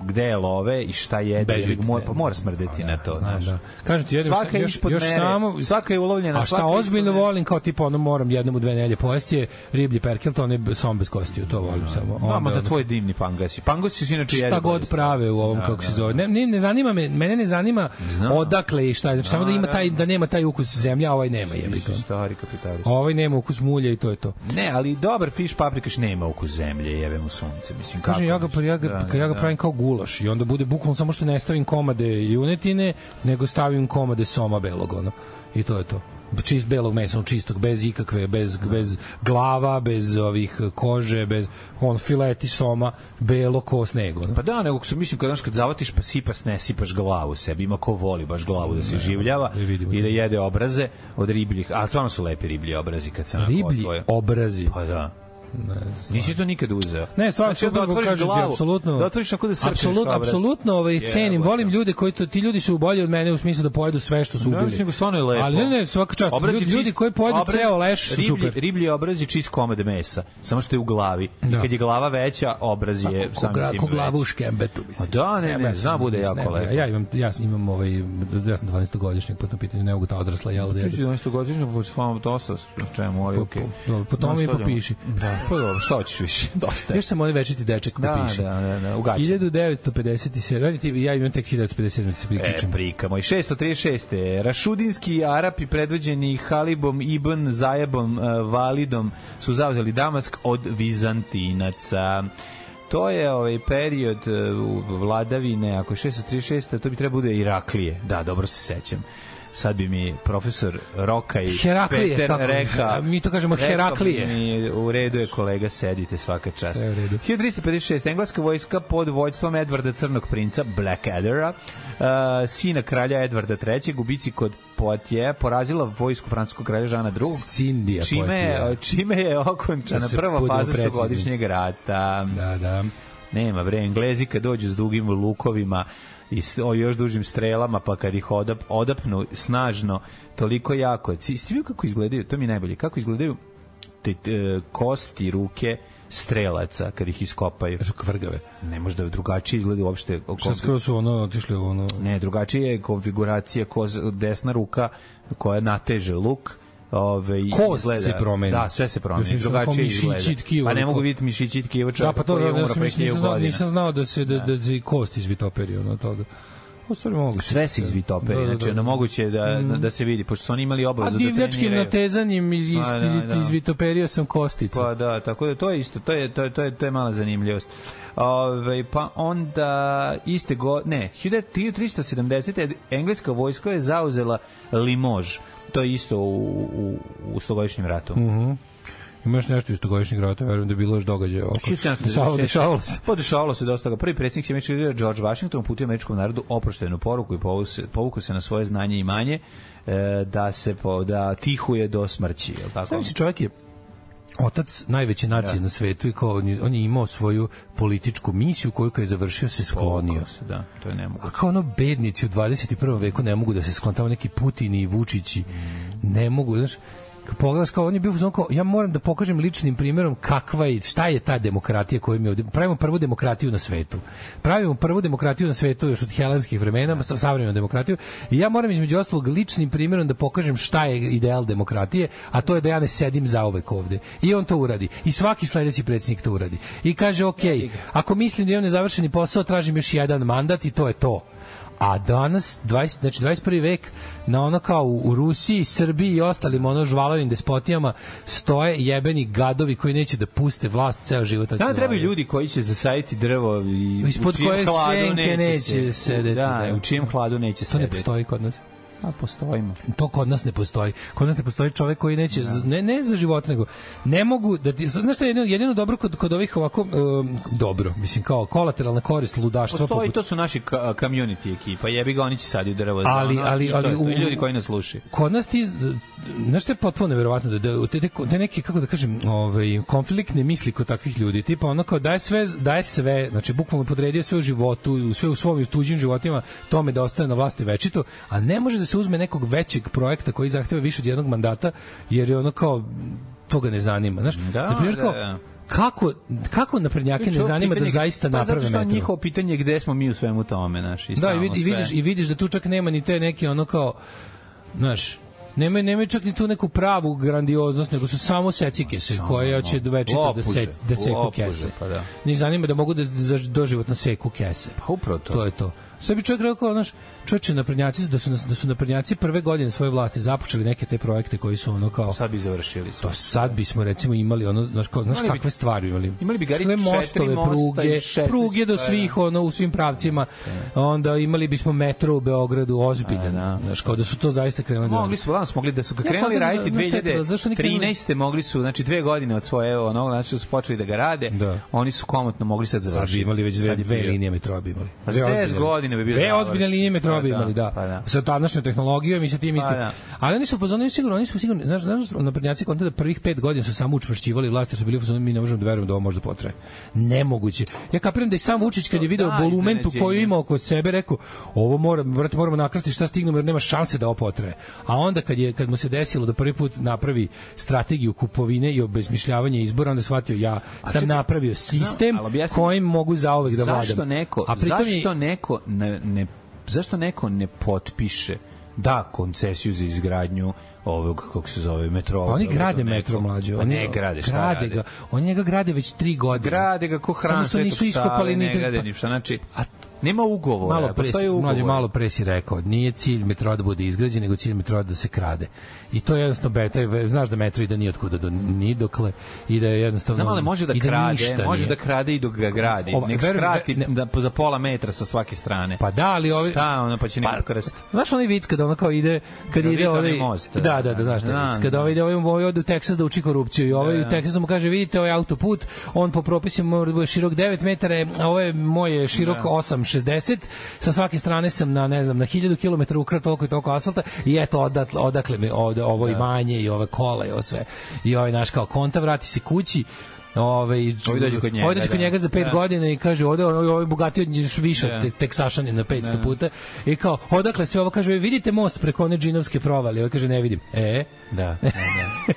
G: gde je love i šta jede,
F: Beži,
G: jer ga mora,
F: ne.
G: pa mora smrdeti na to,
F: Znam,
G: znaš.
F: da. Kažem ti, jedem
G: Svaka je
F: još,
G: ispod
F: još
G: mere,
F: samo...
G: svaka je ulovljena,
F: A šta
G: svaka je
F: ozbiljno
G: ispod mere.
F: volim, kao tipa ono moram jednom u dve nelje pojesti, je riblji perkel, to ne som bez kostiju, to volim samo.
G: Mama
F: Onda,
G: da
F: ono,
G: tvoj dimni pangasi. Pangasi su inače jede.
F: šta god
G: bolest. Da,
F: prave u ovom kako se zove. Ne, ne, ne zanima me, mene ne zanima
G: Znam.
F: odakle i šta, je. znači samo da ima taj da nema taj ukus zemlja, a ovaj nema jebi ga.
G: Ti si Stari kapitalist.
F: Ovaj nema ukus mulja i to je to.
G: Ne, ali dobar fiš paprikaš nema ukus zemlje, jebe mu sunce, mislim kako.
F: Kaže ja ga
G: mislim,
F: ja ga, da, ja ga pravim kao gulaš i onda bude bukvalno samo što ne stavim komade junetine, nego stavim komade soma belog ono. I to je to. čist belog mesa, on čistog, bez ikakve, bez,
G: Da.
F: bez glava, bez ovih kože, bez on fileti soma, belo ko sneg. Ono.
G: Pa da, nego su mislim kad znaš kad zavatiš pa sipas ne sipaš glavu sebi, ima ko voli baš glavu da se življava
F: da vidimo.
G: i da jede obraze od ribljih, a stvarno su lepi riblji obrazi kad se onako
F: Riblji
G: otvoje.
F: obrazi.
G: da, Pa da. Nisi to nikad uzeo.
F: Ne, stvarno
G: Znači,
F: super,
G: da otvoriš
F: kažem ti,
G: glavu,
F: apsolutno.
G: da otvoriš tako da srčeš
F: apsolutno,
G: obraz.
F: apsolutno ovaj
G: Jebote.
F: cenim, volim ljude koji to ti ljudi su bolji od mene u smislu da pojedu sve što su
G: Ne,
F: ubili.
G: nego stvarno je lepo.
F: Ali ne, ne, svaka čast.
G: Obraz je
F: ljudi, ljudi
G: čist-
F: koji pojedu
G: obraz-
F: ceo leš su
G: riblji,
F: super.
G: Riblji obraz je čist komad mesa, samo što je u glavi.
F: Da.
G: Da. Kad je glava veća, obraz je
F: Pa, Ko,
G: samim
F: gra,
G: tim
F: ko glava u
G: veći.
F: škembetu, mislim.
G: A da, ne, ne,
F: baš,
G: zna bude
F: ne,
G: jako
F: ne, ne,
G: lepo.
F: Ja imam, ja imam ovaj, ja sam 12-godišnjak, po tom pitanju ne mogu ta odrasla jela da
G: Ti si
F: jedu.
G: 11 godišnja, pa ću vam dosta s čemu, ali okej.
F: dobro, po tome i
G: Nastavljamo.
F: popiši.
G: Da, pa dobro, šta hoćeš više? <laughs> Dosta je.
F: Još sam onaj večiti dečak ko
G: Da,
F: piše.
G: da, da, da, ugaćen.
F: 1957. Ali ti, ja imam tek 1957. kad da se
G: E,
F: priključim.
G: prika moj. 636. Rašudinski Arapi predvođeni Halibom, Ibn, Zajebom, eh, Validom su zauzeli Damask od Vizantinaca. To je ovaj period eh, u vladavine, ako je 636. to bi trebalo bude Iraklije. Da, dobro se sećam. Sad bi mi profesor Roka i
F: Heraklije,
G: Peter
F: tako.
G: reka.
F: A mi to kažemo
G: rekao bi
F: Heraklije.
G: mi, u redu je kolega, sedite svaka čast.
F: Sve u redu.
G: 1356. Engleska vojska pod vojstvom Edvarda Crnog princa, Blackaddera, uh, sina kralja Edvarda III, gubici kod Poitiers, porazila vojsku francuskog kralja Žana II.
F: Sindija
G: čime, je,
F: Poitiers.
G: čime je okončana
F: Da se
G: prva
F: budemo
G: faza
F: precizni.
G: stogodišnjeg rata.
F: Da, da.
G: Nema bre, Englezi kad dođu s dugim lukovima i s, o, još dužim strelama, pa kad ih odap, odapnu snažno, toliko jako. Si, ste vidio kako izgledaju, to mi je najbolje, kako izgledaju te, te, kosti, ruke strelaca kad ih iskopaju.
F: Su kvrgave.
G: Ne može da drugačije izgleda uopšte.
F: Šta skoro su ono otišli u ono
G: Ne, drugačije je konfiguracija koz, desna ruka koja nateže luk. Ove, i
F: Kost
G: izgleda-
F: se promeni.
G: Da, sve se
F: U
G: promeni.
F: smislu, kao
G: Drugačije izgleda.
F: mišići, tkivo,
G: Pa ne mogu
F: ruku.
G: vidjeti mišići i tkivo
F: Da,
G: čovjeka
F: pa to
G: koji je
F: ja
G: umro
F: sam
G: pre
F: mislim,
G: 1000
F: nisam znao,
G: godina.
F: nisam znao da se da da, da i kost izvitoperi ono toga. U stvari mogu.
G: Sve se izvitoperi,
F: Da, da,
G: znači
F: da.
G: ono moguće je da, da, da se vidi, pošto su oni imali
F: A
G: obavezu da
F: divljačkim
G: treniraju.
F: natezanjem iz, iz,
G: Pa, da,
F: iz,
G: da.
F: izvitoperio sam kosticu.
G: Pa da, tako da to je isto, to je, to je, to je, to je mala zanimljivost. Ove, pa onda iste go, ne, 1370. engleska vojska je zauzela Limož, to je isto u, u, u stogodišnjem ratu. Mm -hmm.
F: Imaš nešto iz togodišnjeg rata, verujem da je bilo još događaja oko. Dešavalo, dešavalo se.
G: Pa dešavalo se dosta toga. Prvi predsjednik Sjemeničkog država George Washington uputio američkom narodu oproštajnu poruku i povukao se- povukao se na svoje znanje i manje e, da se po, da tihuje do smrći. Je li tako?
F: Sam si čovjek je otac najveće nacije na svetu i kao on je, on je imao svoju političku misiju koju kad je završio se sklonio.
G: Povukao se, da, to je nemoguće.
F: A kao ono bednici u 21. veku ne mogu da se skontamo neki Putini i Vučići. Ne mogu, znaš, kad pogledaš kao on je bio znači kao ja moram da pokažem ličnim primerom kakva je šta je ta demokratija koju mi ovde pravimo prvu demokratiju na svetu. Pravimo prvu demokratiju na svetu još od helenskih vremena, sa savremenu demokratiju i ja moram između ostalog ličnim primerom da pokažem šta je ideal demokratije, a to je da ja ne sedim zauvek ovde. I on to uradi. I svaki sledeći predsjednik to uradi. I kaže, ok, ako mislim da imam nezavršeni posao, tražim još jedan mandat i to je to. A danas, 20, znači 21. vek, na ono kao u, u Rusiji, Srbiji i ostalim ono žvalovim despotijama stoje jebeni gadovi koji neće da puste vlast ceo život. hoće
G: Da,
F: da
G: trebaju
F: vladaju.
G: ljudi koji će zasaditi drvo i
F: Ispod
G: u čijem
F: koje
G: hladu
F: senke neće
G: se-
F: sedeti,
G: Da,
F: da.
G: u čijem hladu neće
F: To ne
G: sedeti.
F: postoji kod nas.
G: A postojimo.
F: To kod nas ne postoji. Kod nas ne postoji čovek koji neće, ne, ne za život, nego ne mogu da ti, znaš šta je jedino, jedino dobro kod, kod ovih ovako, um, dobro, mislim kao kolateralna korist ludaštva.
G: Postoji,
F: poput-
G: to su naši ka- community ekipa, jebi ga, oni će sadi drvo. za
F: Ali-
G: ono,
F: ali-
G: i to je
F: ali
G: to. I
F: u-
G: ljudi koji nas slušaju.
F: kod nas ti znaš što je potpuno neverovatno da, da te, te, te neke kako da kažem ovaj konfliktne misli kod takvih ljudi tipa ono kao daje sve daje sve znači bukvalno podredio sve u životu u sve u svom i u tuđim životima tome da ostane na vlasti večito a ne može da se uzme nekog većeg projekta koji zahteva više od jednog mandata jer je ono kao toga ne zanima znaš
G: Da,
F: na primjer
G: da,
F: kao
G: da.
F: kako kako naprednjake ne
G: Ovo
F: zanima da
G: pitanje-
F: zaista naprave
G: Pa zato što
F: metro?
G: je njihovo pitanje gde smo mi u svemu tome, naš, i
F: Da, i,
G: stalno
F: vidi, i
G: sve.
F: vidiš, i vidiš da tu čak nema ni te neke ono kao, znaš, nema nema čak ni tu neku pravu grandioznost, nego su samo secike se koje hoće do večita da se
G: Lopuže,
F: da seku
G: lopuže,
F: kese.
G: pa da.
F: Njih zanima da mogu da za doživotno seku kese.
G: Pa upravo to.
F: To je to. Sve bi čovjek rekao, znaš, čovječe, naprednjaci, da su, nas- da su naprednjaci prve godine svoje vlasti započeli neke te projekte koji su ono kao...
G: Sad bi završili.
F: To sad bismo recimo imali ono znaš kao znaš
G: Imali bi-
F: kakve stvari imali.
G: imali bi, Gari,
F: Imali
G: četiri
F: mostove,
G: mosta i
F: pruge,
G: 16
F: pruge do
G: stvari,
F: svih ono u svim pravcima. Onda imali bismo metro u Beogradu ozbiljan.
G: da.
F: Znaš kao da su to zaista krenuli. da-
G: Mogli su, danas mogli da su ga
F: Ne,
G: krenuli
F: pa da,
G: raditi
F: da, znaš šta je bilo, zašto oni krenuli?
G: 2013. mogli su, znači dve godine od svoje, ono, znači su počeli da ga rade,
F: Da.
G: oni su komotno mogli sad
F: Sad
G: završiti.
F: bi imali već dve,
G: Sad bi
F: dve
G: bio.
F: linije metroa bi imali.
G: Pa
F: Dve
G: za 10
F: ozbiljne.
G: godina bi bio
F: Dve
G: završen.
F: ozbiljne linije metroa
G: Pa
F: bi
G: da,
F: imali, da.
G: pa da.
F: Sa tadašnjom tehnologijom i sa tim istim.
G: da.
F: Ali oni su pozvani sigurno, oni su sigurno, znaš, znaš, naprednjaci konta da prvih pet godina su samo učvršćivali vlast, jer su bili u fazonu, mi ne možemo da verujemo da ovo može da potraje. Nemoguće. Ja kapiram da i sam Vučić kad je video
G: Da,
F: volumentu koju
G: iznenađenje.
F: ima oko sebe, rekao, ovo mora, brate, moramo nakrasti šta stignemo, jer nema šanse da ovo potraje. A onda kad, je, kad mu se desilo da prvi put napravi strategiju kupovine i obezmišljavanja izbora, onda je shvatio, ja sam
G: čekaj,
F: napravio sistem
G: ali objasni-
F: kojim mogu zaovek da vladam.
G: Zašto neko,
F: A pritom je-
G: zašto neko ne, ne, zašto neko ne potpiše da koncesiju za izgradnju ovog, kako se zove, metroa.
F: Pa oni
G: Beogradu,
F: grade
G: nekog.
F: metro mlađe.
G: Pa
F: Oni
G: ne grade, šta
F: grade
G: rade?
F: ga. Oni njega grade već tri godine.
G: Grade ga ko hran
F: Samo što nisu iskopali ni pa
G: ne grade ništa. Znači, nema ugovora.
F: malo pre si,
G: postoje ugovor.
F: mlađe malo pre si rekao, nije cilj metroa da bude izgrađen, nego cilj metroa da se krade. I to je jednostavno beta, znaš da metro ide nijotkuda do ni dokle i da je jednostavno
G: Znam, ali može da
F: i
G: krade,
F: ništa
G: može
F: nije.
G: da krade i dok ga gradi.
F: Ova,
G: Nek
F: veruj mi,
G: skrati
F: ne-
G: da, za pola metra sa svake strane.
F: Pa da, ali ovi
G: Šta, ono, pa će neko krst.
F: Znaš onaj vic kada ono kao ide kad
G: Kad
F: ide
G: vidi onaj
F: ovaj
G: most,
F: da da da znaš
G: da,
F: taj vic
G: da.
F: kada ovaj ide ovaj ovaj ode u Teksas da uči korupciju i ovaj u Teksasu mu kaže vidite ovaj autoput on po propisima mora da bude širok 9 metara a ovaj moj je širok
G: Da.
F: 860 sa svake strane sam na ne znam na 1000 km ukrao toliko i toliko asfalta i eto odatle odakle mi ovde ovo
G: Da.
F: imanje i ove kola i ovo sve i ovaj naš kao konta vrati se kući Ove,
G: Ovi dođu kod njega,
F: Ovi dođu kod
G: da.
F: njega za 5
G: Da.
F: godina i kaže ovde ono ovaj bogatiji od njih još više
G: Da.
F: od te, Teksašani na 500 puta i kao odakle sve ovo kaže "Vi vidite most preko one džinovske provale on kaže ne vidim e
G: Da, <laughs> da,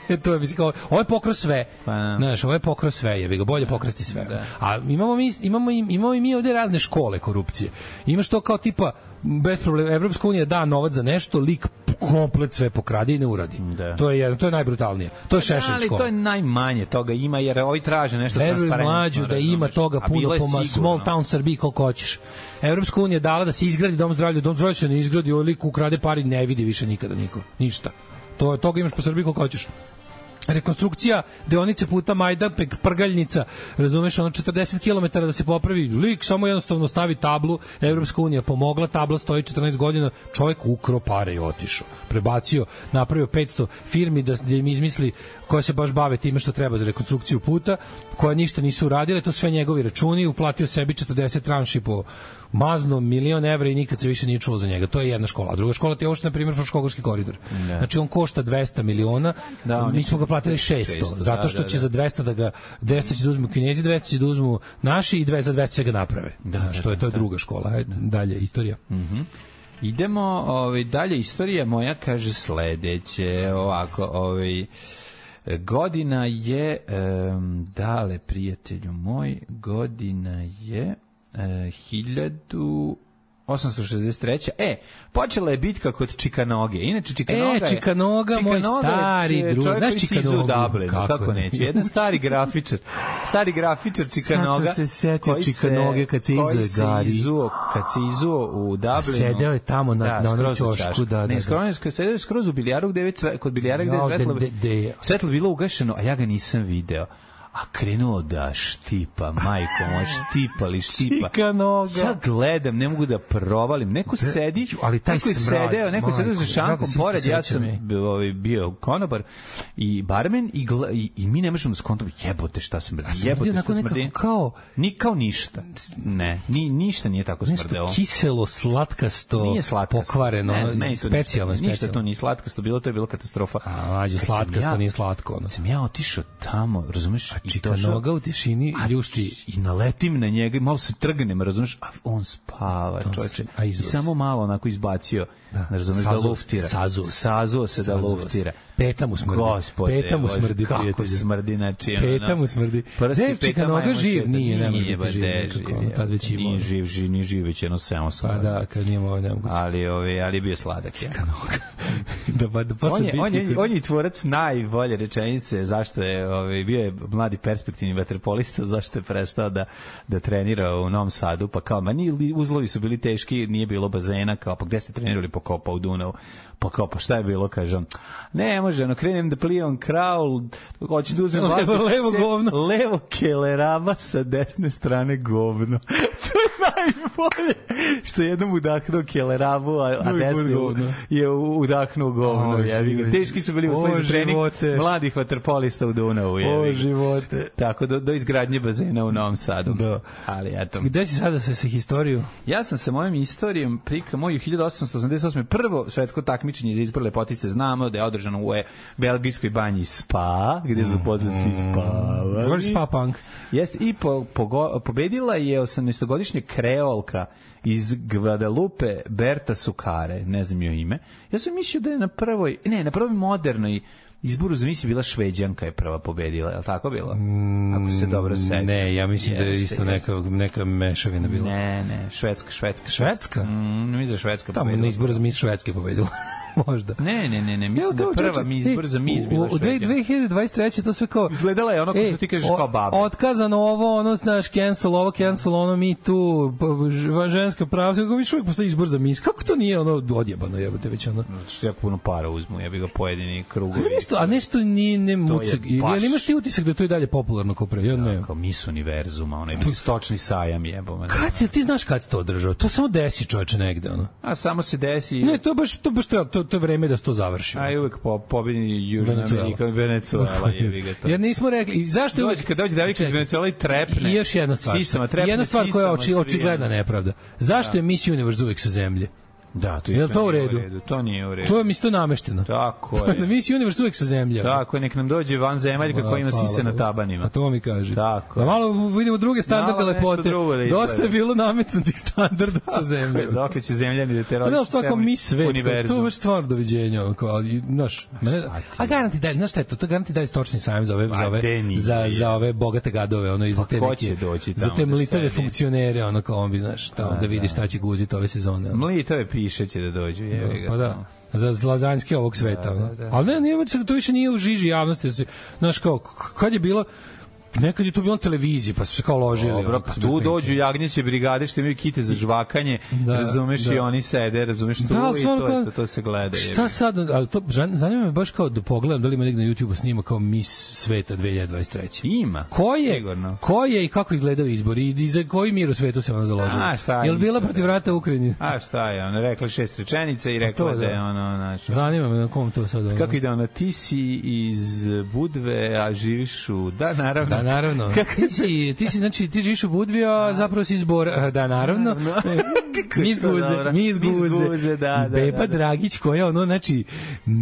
G: da.
F: <laughs> to je mislim kao ovo je pokro sve
G: Pa, da.
F: znaš ovo je pokro sve je ga bolje pokrasti sve a imamo mi imamo i, imamo i mi ovde razne škole korupcije imaš to kao tipa m, bez problema Evropska unija da novac za nešto lik komplet sve pokrade i ne uradi
G: Da.
F: to je jedno to je najbrutalnije to je šešelj
G: ali
F: škola
G: to je najmanje toga ima jer ovi traže nešto
F: Veruj
G: transparentno.
F: mlađu da ima
G: razumeš?
F: toga
G: A
F: puno
G: bilo je
F: po ma-
G: sigurno.
F: small town Srbiji koliko hoćeš. Evropska unija je dala da se izgradi dom zdravlja, dom zdravlja se ne izgradi, ovaj lik ukrade pari, ne vidi više nikada niko, ništa. To, toga imaš po Srbiji koliko hoćeš rekonstrukcija deonice puta Majdanpek Prgaljnica, razumeš, ono 40 km da se popravi, lik samo jednostavno stavi tablu, Evropska unija pomogla, tabla stoji 14 godina, čovjek ukro pare i otišao, prebacio, napravio 500 firmi da, da im izmisli koja se baš bave time što treba za rekonstrukciju puta, koja ništa nisu uradile, to sve njegovi računi, uplatio sebi 40 tranši po mazno milion evra i nikad se više nije čuo za njega. To je jedna škola. A druga škola ti je ovo što je, na primjer, Fruškogorski koridor. Znači, on košta 200 miliona,
G: Da,
F: da,
G: oni
F: mi
G: su-
F: smo ga platili 600,
G: 600, da,
F: zato što
G: da,
F: će
G: da.
F: za 200 da ga 200 će da uzmu Kinezi, 200 će da uzmu naši i 200 za 200 će ga naprave. Da, što je to je druga škola, ajde
G: Da.
F: dalje istorija.
G: Idemo, ovaj dalje istorija moja kaže sledeće, ovako, ovaj godina je em, dale prijatelju moj, godina je e, 1000 863. E, počela je bitka kod Čikanoge. Inače, Čikanoga je...
F: E, Čikanoga, moj
G: Čikanoga je
F: stari
G: čovjek
F: drug.
G: koji
F: Znaš
G: sizu
F: Čikanogu?
G: Dublin, kako,
F: Kako ne?
G: neću. Jedan stari grafičar. Stari grafičar Čikanoga.
F: se setio
G: koji se-
F: Čikanoge kad se
G: koji
F: izuo
G: se
F: Gari.
G: izuo- Kad se izuo u Dublinu.
F: sedeo je tamo na- na onom
G: skroz u
F: ćošku,
G: čašku.
F: da, da,
G: Ne,
F: da.
G: skroz, skroz- sedeo je skroz u biljaru gde je već sve, kod biljara gde je
F: Jao,
G: svetlo,
F: de- de- de-
G: svetlo bilo ugašeno, a ja ga nisam video. A krenuo da štipa, majko moja, štipa li štipa.
F: Čikanoga.
G: Ja gledam, ne mogu da provalim. Neko sedi,
F: Da, ju, ali taj
G: neko je
F: smrad,
G: sedeo, neko je sedeo
F: majko,
G: za
F: ja ga
G: šankom
F: se isto
G: pored,
F: sećam,
G: ja sam
F: ej.
G: bio- ovaj, bio konobar i barmen i, gla, i, i mi ne možemo skontom, jebote šta smrdi,
F: smrdi
G: jebote
F: onako
G: šta smrdi.
F: nekako kao-
G: Ni kao ništa. Ne, ni, ništa nije tako smrdelo.
F: Nešto kiselo, slatkasto,
G: Nije slatkasto.
F: pokvareno,
G: Ne, meni to
F: ono,
G: ništa-
F: specijalno,
G: Ništa to
F: specijalno.
G: nije slatkasto, bilo to je bilo katastrofa.
F: A, mlađe,
G: Kad sam
F: slatkasto nije slatko, ono. Pa
G: kad Sam ja otišao tamo, razumeš? i došao-
F: Čikanoga u tišini
G: A,
F: ljušti
G: i naletim na njega i malo se trgnem, razumeš, a on spava,
F: To
G: čoveče.
F: se- a
G: I
F: izvoz.
G: samo malo onako izbacio Da. Razumeš da
F: Sazuo-
G: luftira.
F: sazuo se.
G: Sazuo se da
F: Sazuo se.
G: luftira.
F: Peta mu smrdi.
G: Gospode,
F: Peta mu
G: Bože,
F: smrdi,
G: kako
F: prijatelju.
G: smrdi, znači, ono,
F: Peta mu smrdi.
G: Prsti
F: Ne,
G: peta
F: Čikanoga
G: majmun
F: živ
G: sveta.
F: nije, ne može biti
G: ba,
F: živ
G: ne,
F: nikako,
G: živ
F: ono,
G: je,
F: tad već ima,
G: Nije
F: ono.
G: živ, živ, nije živ, već jedno 7
F: Pa da, kad nije ovo nemoguće.
G: Ali, ove, ali je bio sladak. Ja.
F: <laughs> Da, ba, da posle
G: On je, on, je,
F: bicikla-
G: on je tvorac najbolje rečenice zašto je ovaj bio je mladi perspektivni vaterpolista <laughs> zašto je prestao da da trenira u Novom Sadu pa kao ma ni uzlovi su bili teški nije bilo bazena kao pa gde ste trenirali pa kao pa u Dunavu pa kao pa šta je bilo kažem ne može ono krenem da plivam kraul hoću da uzmem
F: <laughs> Levo-
G: vazduh,
F: levo
G: se-
F: govno.
G: levo keleraba sa desne strane govno <laughs> to je najbolje što je jednom udahnuo kelerabu a, a
F: Drugi put
G: desni u-
F: govno.
G: je u- udahnuo govno
F: O,
G: jebi ga.
F: živote.
G: teški su bili uslovi
F: O,
G: za trening
F: živote.
G: mladih vaterpolista u Dunavu jebi
F: O,
G: ga.
F: živote.
G: tako do, do izgradnje bazena u Novom Sadu
F: Da.
G: ali eto
F: Gde si sada sa, sa historiju?
G: Ja sam sa mojom istorijom prika moju 1888. prvo svetsko takmičenje za izbor lepotice znamo da je održano u e- belgijskoj banji Spa, gde su pozvali svi spavali.
F: Mm. Govoriš spa punk.
G: Jeste, i po, pogo, pobedila je 18-godišnja kreolka iz Guadalupe Berta Sukare, ne znam joj ime. Ja sam mislio da je na prvoj, ne, na prvoj modernoj izboru za misli bila Šveđanka je prva pobedila, je li tako bilo?
F: Mm,
G: Ako se dobro sećam.
H: Ne, ja mislim da je
G: Jeste,
H: isto
G: jeste.
H: neka, neka mešavina bila.
G: Ne, ne, Švedska, Švedska,
F: Švedska?
G: Mm, mislim da je Švedska
F: Tamo na
G: pobedila.
F: izboru za Miss Švedske pobedila. <laughs> Možda.
G: Ne, ne, ne, ne, mislim
F: Evo,
G: da
F: kao,
G: je prva
F: čoveče,
G: mi izbor
F: ej,
G: za mi
F: u-
G: bila
F: U, u dve-
G: Švedska.
F: 2023. to sve kao...
G: Izgledala je ono kao
F: Ej,
G: što ti kažeš
F: o-
G: kao babe.
F: Otkazano ovo, ono, znaš, cancel ovo, cancel ono, mi tu, p- ž- ženska prava, kao više uvijek postoji izbor za mis. Kako to nije ono odjebano, jebote, već ono...
G: Što ja puno para uzmu, ja bih ga pojedini krugovi.
F: Nešto, a nešto nije ne mucak.
G: je
F: Ili
G: baš-
F: ili imaš ti utisak da je to i dalje popularno kao pre? Ja ne.
G: Kao mis univerzuma,
F: <laughs>
G: onaj stočni sajam jebom.
F: Kad je, ti znaš kad se to održao? To samo desi čoveče negde, ono.
G: A samo se desi...
F: Ne, to je baš, to baš treba, to, to je vreme da se to završi.
G: A i uvek po, pobedini Južna
F: Venezuela.
G: Amerika,
F: <laughs>
G: Venezuela, jebi ga to.
F: Jer nismo rekli, i zašto je
G: Dođe,
F: uvek...
G: kad dođe devojka iz Venezuela i trepne.
F: I još jedna stvar.
G: Sisama, trepne
F: jedna stvar koja je
G: sisama
F: oči,
G: svijena.
F: očigledna nepravda. Zašto je Miss Universe uvek sa zemlje?
G: Da, to
F: Jel
G: isto
F: to u
G: nije
F: redu?
G: To nije u redu.
F: To je mi se to namešteno.
G: E.
F: <laughs>
G: Tako
F: To je na
G: je.
F: Miss Universe uvek sa zemlje.
G: Tako je, nek nam dođe van zemaljka koja ima
F: Hvala.
G: sise na tabanima.
F: A to mi kaže.
G: Tako
F: Da
G: je.
F: malo vidimo druge standarde
G: Malo nešto
F: lepote.
G: drugo da izgleda.
F: Dosta je bilo nametnutih standarda sa zemlje.
G: Dokle će zemljani da
F: Pa
G: te rodiš?
F: da, to kao mi sve, to je
G: Univerzum.
F: baš stvarno doviđenje, ono kao, i, znaš, mene, a garanti dalje, znaš šta je to, to garanti dalje stočni sajam za ove, za
G: Pa gde
F: ove,
G: nije,
F: za,
G: je.
F: za ove bogate gadove, ono, i za
G: Pa
F: te
G: ko
F: neke,
G: će doći
F: za
G: tamo
F: te
G: da
F: mlitave
G: sedi?
F: funkcionere, ono, kao on bi, znaš, tamo da vidi šta će guziti ove sezone, ono.
G: Mli, to je piše će da dođu. jebi ga.
F: Pa da, za zlazanjske ovog sveta. Da, da, da. Ali ne, nije, to više nije u žiži javnosti. da se- Znaš kao, k- kad je bilo, nekad je to bilo na televiziji, pa su se kao ložili. ono,
G: Dobro,
F: pa
G: pa
F: su
G: tu
F: bili
G: dođu jagnjeće brigade što imaju kite za žvakanje,
F: Da,
G: razumeš
F: da.
G: i oni sede, razumeš tu
F: ali
G: i
F: stvarno
G: to,
F: kao-
G: je to, to se gleda. jebi
F: Šta
G: ga.
F: sad, ali to žan- zanima me baš kao da pogledam da li ima negde na YouTubeu snima kao Miss Sveta 2023.
G: Ima.
F: Ko je,
G: Sigurno.
F: ko je i kako izgledao izbor i, i za koji mir u svetu se ona založila?
G: A, šta je
F: Jel bila
G: isto, da.
F: protiv rata u Ukrajini?
G: A šta je, ona rekla šest rečenica i rekla
F: to
G: da je
F: da.
G: ono, znači,
F: Zanima me na kom to sad ono.
G: Kako ide ona, ti si iz Budve, a živiš u... Da, naravno.
F: Da,
G: <laughs>
F: naravno. ti, si, ti si, znači, ti živiš u Budvi, a zapravo si izbor. Da, naravno. <laughs>
G: Kako je
F: mi iz
G: to
F: guze,
G: dobro.
F: mi iz
G: Mi iz
F: guze.
G: guze, da, da,
F: Beba
G: da, da.
F: Dragić koja ono, znači,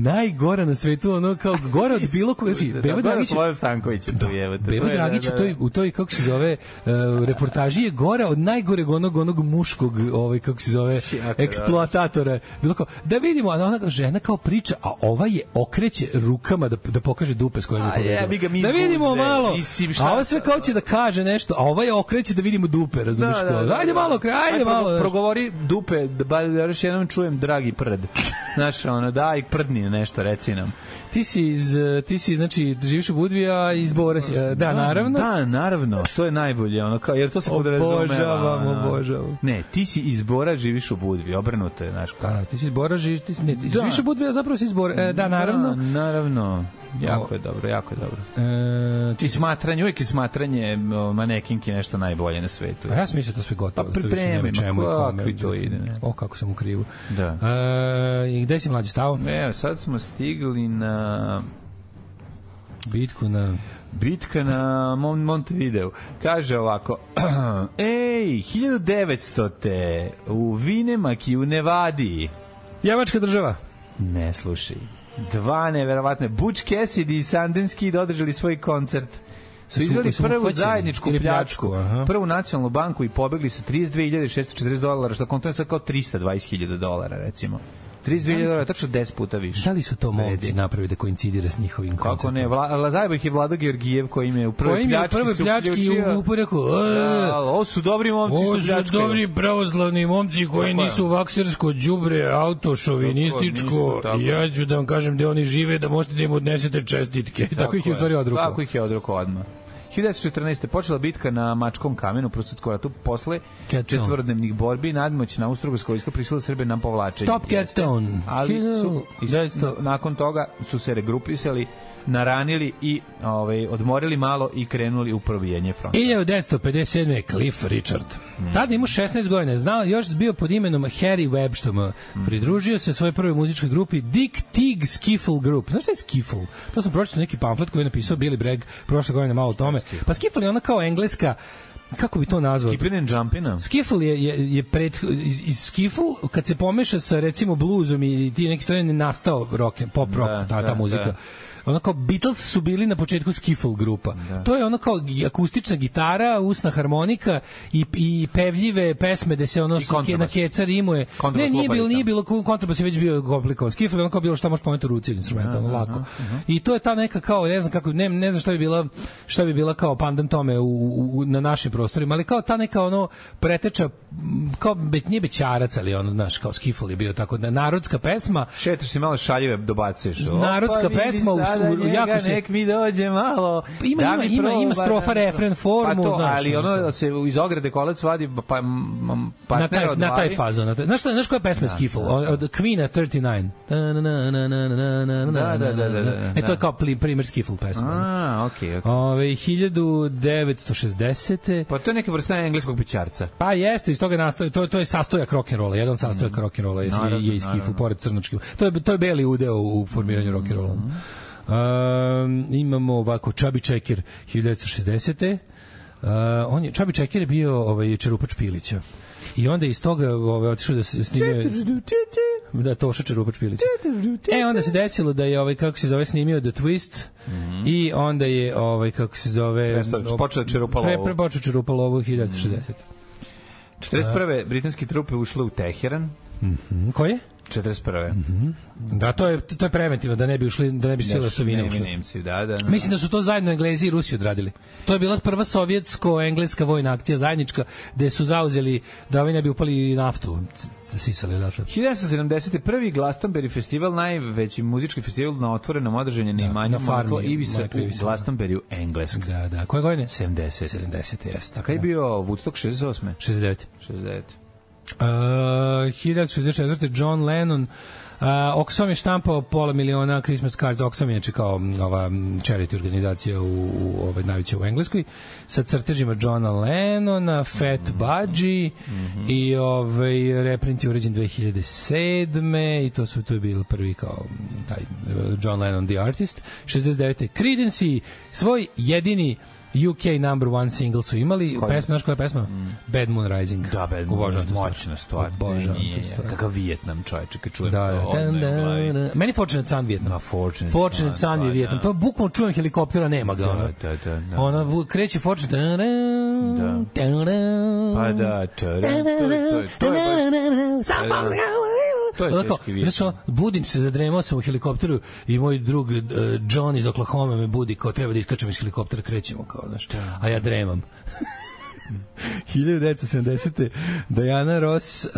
F: najgora na svetu, ono kao gore od bilo koga. Znači,
G: Da,
F: Beba
G: da,
F: Dragić
G: Slobodan Stanković je tu jebote.
F: Beba
G: To je, da,
F: Dragić
G: da,
F: u toj, u toj kako se zove, uh, reportaži je gore od najgoreg onog, onog muškog, ovaj, kako se zove,
G: Jako
F: eksploatatora. Bilo kao, da vidimo, a ona žena kao priča, a ova je okreće rukama da, da pokaže dupe s kojima je
G: A jebi ga,
F: pobedila.
G: mi
F: Da
G: izguze,
F: vidimo malo,
G: mislim, šta
F: a ova sve
G: sad,
F: kao će da kaže nešto, a ova je okreće da vidimo dupe, razumiješ? Da, da, da, ajde malo, kre, ajde
G: Ajde,
F: malo.
G: progo-
F: znaš.
G: Progovori dupe, da bar da još jednom čujem dragi prd. Znaš, ono, daj prdni nešto, reci nam.
F: Ti si, iz, eh, ti si znači, živiš u Budvi, a iz Bora si. Eh, Da, naravno.
G: Da, naravno, to je najbolje, ono, kao, jer to se podrazumeva.
F: Obožavam,
G: ono.
F: obožavam.
G: Ne, ti si iz Bora, živiš u Budvi, obrnuto je, znaš, kao.
F: Da, ti si iz Bora, živiš, ti, si- ne, ti
G: Da.
F: živiš u Budvi, a zapravo si iz Bora. E, da, naravno.
G: Da, naravno. Jako je dobro, jako je dobro.
F: E,
G: I smatranje, uvijek je smatranje o, manekinki nešto najbolje na svetu.
F: Pa ja sam mislio da to sve gotovo.
G: Pa
F: da to više nema čemu
G: pripremimo,
F: i kome,
G: kako to ide, ne?
F: O, kako sam u krivu.
G: Da.
F: E, I gde si mlađi stao?
G: Evo, sad smo stigli na
F: Bitku na...
G: Bitka na Mon Montevideo. Kaže ovako, <clears throat> ej, 1900-te u Vinemak i u Nevadi.
F: Jemačka država.
G: Ne slušaj. Dva neverovatne. Butch Cassidy i Sundance Kid održali svoj koncert. Su
F: Jesu-
G: izveli
F: jesu
G: prvu
F: uhvaćeni
G: zajedničku
F: ili
G: pljačku,
F: pljačku, aha.
G: prvu nacionalnu banku i pobegli sa 32.640 dolara, što kontam sad kao 320.000 dolara, recimo. 32.000 dolara, tačno 10 puta više.
F: Da li su to momci
G: Vredi.
F: napravili da koincidira s njihovim
G: Kako
F: koncertom?
G: ne, Vla, Lazajbah i Vlado Georgijev koji im je u prvoj
F: Koji mi je u
G: pljački
F: prvoj
G: se
F: pljački i
G: uključio.
F: u upu rekao, "E,
G: Da, ali ovo su dobri momci
F: Ovo
G: što
F: su
G: pljačkaju.
F: dobri pravoslavni momci koji
G: Tako je.
F: nisu vaksersko đubre
G: Tako je, nisu,
F: autošovinističko.
G: tako je.
F: Ja ću da vam kažem da oni žive da možete da im odnesete čestitke. Tako, ih je u stvari odrukao.
G: Tako ih je odrukao odmah. 1914. počela bitka na Mačkom kamenu u Prusatskom ratu posle
F: Kettle.
G: četvrdnevnih borbi nadmoćna austrougarska vojska prisila Srbe na povlačenje.
F: Top Cat
G: Jeste.
F: Town.
G: Ali su, i sad-
F: 1900.
G: nakon toga su se regrupisali, naranili i ovaj, odmorili malo i krenuli u probijenje fronta.
F: 1957. je Cliff Richard. Tada imao 16 godina, znao, još bio pod imenom Harry Webb, što mu pridružio se svojoj prvoj muzičkoj grupi Dick Tig Skiffle Group. Znaš šta je Skiffle? To sam pročitao neki pamflet koji je napisao Billy Bragg prošle godine malo o tome. Pa Skiffle je ona kao engleska, kako bi to nazvao?
G: Kipin and Jumpina.
F: Skiffle je, je, je pred, iz, iz Skiffle, kad se pomeša sa recimo bluzom i, i ti neki stvari je nastao rock, pop rock,
G: Da,
F: da, ta, ta
G: da,
F: muzika.
G: da.
F: Da. Ono kao Beatles su bili na početku Skiffle grupa. Da. To je ono kao gi- akustična gitara, usna harmonika i, i pevljive pesme gde se ono
G: I
F: sa- ke- na
G: kontrabas.
F: kecar imuje. Ne,
G: Kontrabas
F: nije bilo,
G: loparica.
F: nije bilo, ko- kontrabas je već bio komplikovan. Skiffle je ono kao bilo šta možeš pomenuti u ruci
G: Da,
F: instrumenta, ono lako. I to je ta neka kao, ne znam kako, ne, ne znam šta bi bila, šta bi bila kao pandan tome u, u, u- na našim prostorima, ali kao ta neka ono preteča, m, kao bet, nije bećarac, ali ono, znaš, kao Skiffle je bio tako, na- narodska pesma,
G: Šetaš se malo šaljive, dobacuješ.
F: Narodska
G: Opa, vidi
F: pesma u-
G: sada
F: u-
G: njega,
F: jako se-
G: Nek mi dođe malo.
F: Pa ima- ima-
G: da mi
F: ima-
G: proba
F: ima strofa,
G: da-
F: refren, formu,
G: Pa to,
F: znaš,
G: ali
F: ono
G: ono
F: to.
G: da se iz ograde kolac vadi, pa m, m,
F: na taj,
G: partner Da, odvali.
F: na taj fazon. Na taj, znaš, šta- znaš koja pesma je Skiffle? Od, od Queen-a 39. Ta na na na na na na na na
G: Da, da, da,
F: na
G: da,
F: na na.
G: da.
F: E, to je kao pli- primer Skiffle pesma.
G: A, okej, okej.
F: Ove, 1960.
G: Pa to je neka vrsta engleskog pićarca.
F: Pa jeste, iz toga nastaje, to, to je sastojak rock'n'rolla, jedan od sastojaka rock'n'rolla je,
G: Mhm. Naravno,
F: je, je iz kifu,
G: naravno. Mhm.
F: pored crnočkiva. To je, to je beli udeo u formiranju rock'n'rolla. Um, imamo ovako Chubby Checker 1960. Uh, on je, Chubby Checker je bio ovaj, čerupač Pilića. I onda je iz toga ovaj, otišao da se snimio... Da, Toša Čerupač Pilić. E, onda se desilo da je, ovaj, kako se zove, snimio The Twist i onda je, ovaj, kako se zove...
G: Mhm. Prestao- počeo da čerupa
F: Pre,
G: lovu.
F: pre, počeo čerupa lovu 1960.
G: 41. britanske trupe ušle u Teheran. Mhm.
F: Mm, Koje?
G: 41.
F: Da, to je to je preventivno da ne bi ušli, da ne bi sile sa
G: Nemi
F: vine ušli.
G: Znači, Nemci, da, da. da.
F: Mislim da su to zajedno Englezi i Rusi odradili. To je bila prva sovjetsko-engleska vojna akcija zajednička gde su zauzeli da ovi ne bi upali i naftu. c- c- Sisali, dakle.
G: 1971. Glastonbury festival, najveći muzički festival na otvorenom održan je na imanju
F: Da, na farmi
G: Michael Ibisa
F: Michaela
G: u
F: Ibisa.
G: Glastonbury u Englesku.
F: Da, da. Koje godine?
G: 70.
F: 70. jeste. da.
G: A kaj je bio Woodstock 68.
F: 69.
G: 69.
F: Uh, 1964. John Lennon Uh, Oxfam je štampao pola miliona Christmas cards. Oxfam je znači kao m, ova m, charity organizacija u, u ovaj, najveća u Engleskoj sa crtežima Johna Lennona, Fat Budgie i ovaj, reprint je uređen 2007. i to su to je bilo prvi kao m, taj uh, John Lennon the Artist. 69. Creedence i svoj jedini UK number one single su imali. Koji? Pesma, znaš koja je pesma? Bad Moon Rising.
G: Da, Bad
F: Obožavam tu
G: moćna stvar.
F: Obožavam
G: Nije,
F: tu
G: nije,
F: stvar.
G: Kakav Vijetnam čovječe, kad čujem
F: Da, da.
G: to,
F: Dan,
G: odmah je u glavi.
F: dan, dan. Meni Fortunate Sun Vijetnam.
G: Ma, Fortunate
F: Fortunate
G: Son,
F: Sun je
G: pa,
F: Vijetnam.
G: da.
F: To bukvalno čujem helikoptera, nema ga. ono.
G: Da, da, da.
F: Ono vu- kreće Fortunate. Da. Da.
G: Pa da, tadam, to je- to je- to je baš- To je teški da.
F: Onako,
G: Vijetnam.
F: znaš, ono, budim se, zadremao sam u helikopteru i moj drug eh, John iz Oklahoma me budi kao treba da iskačem iz helikoptera, krećemo kao, znaš,
G: Da.
F: a ja
G: <laughs>
F: dremam. 1970. Diana Ross uh,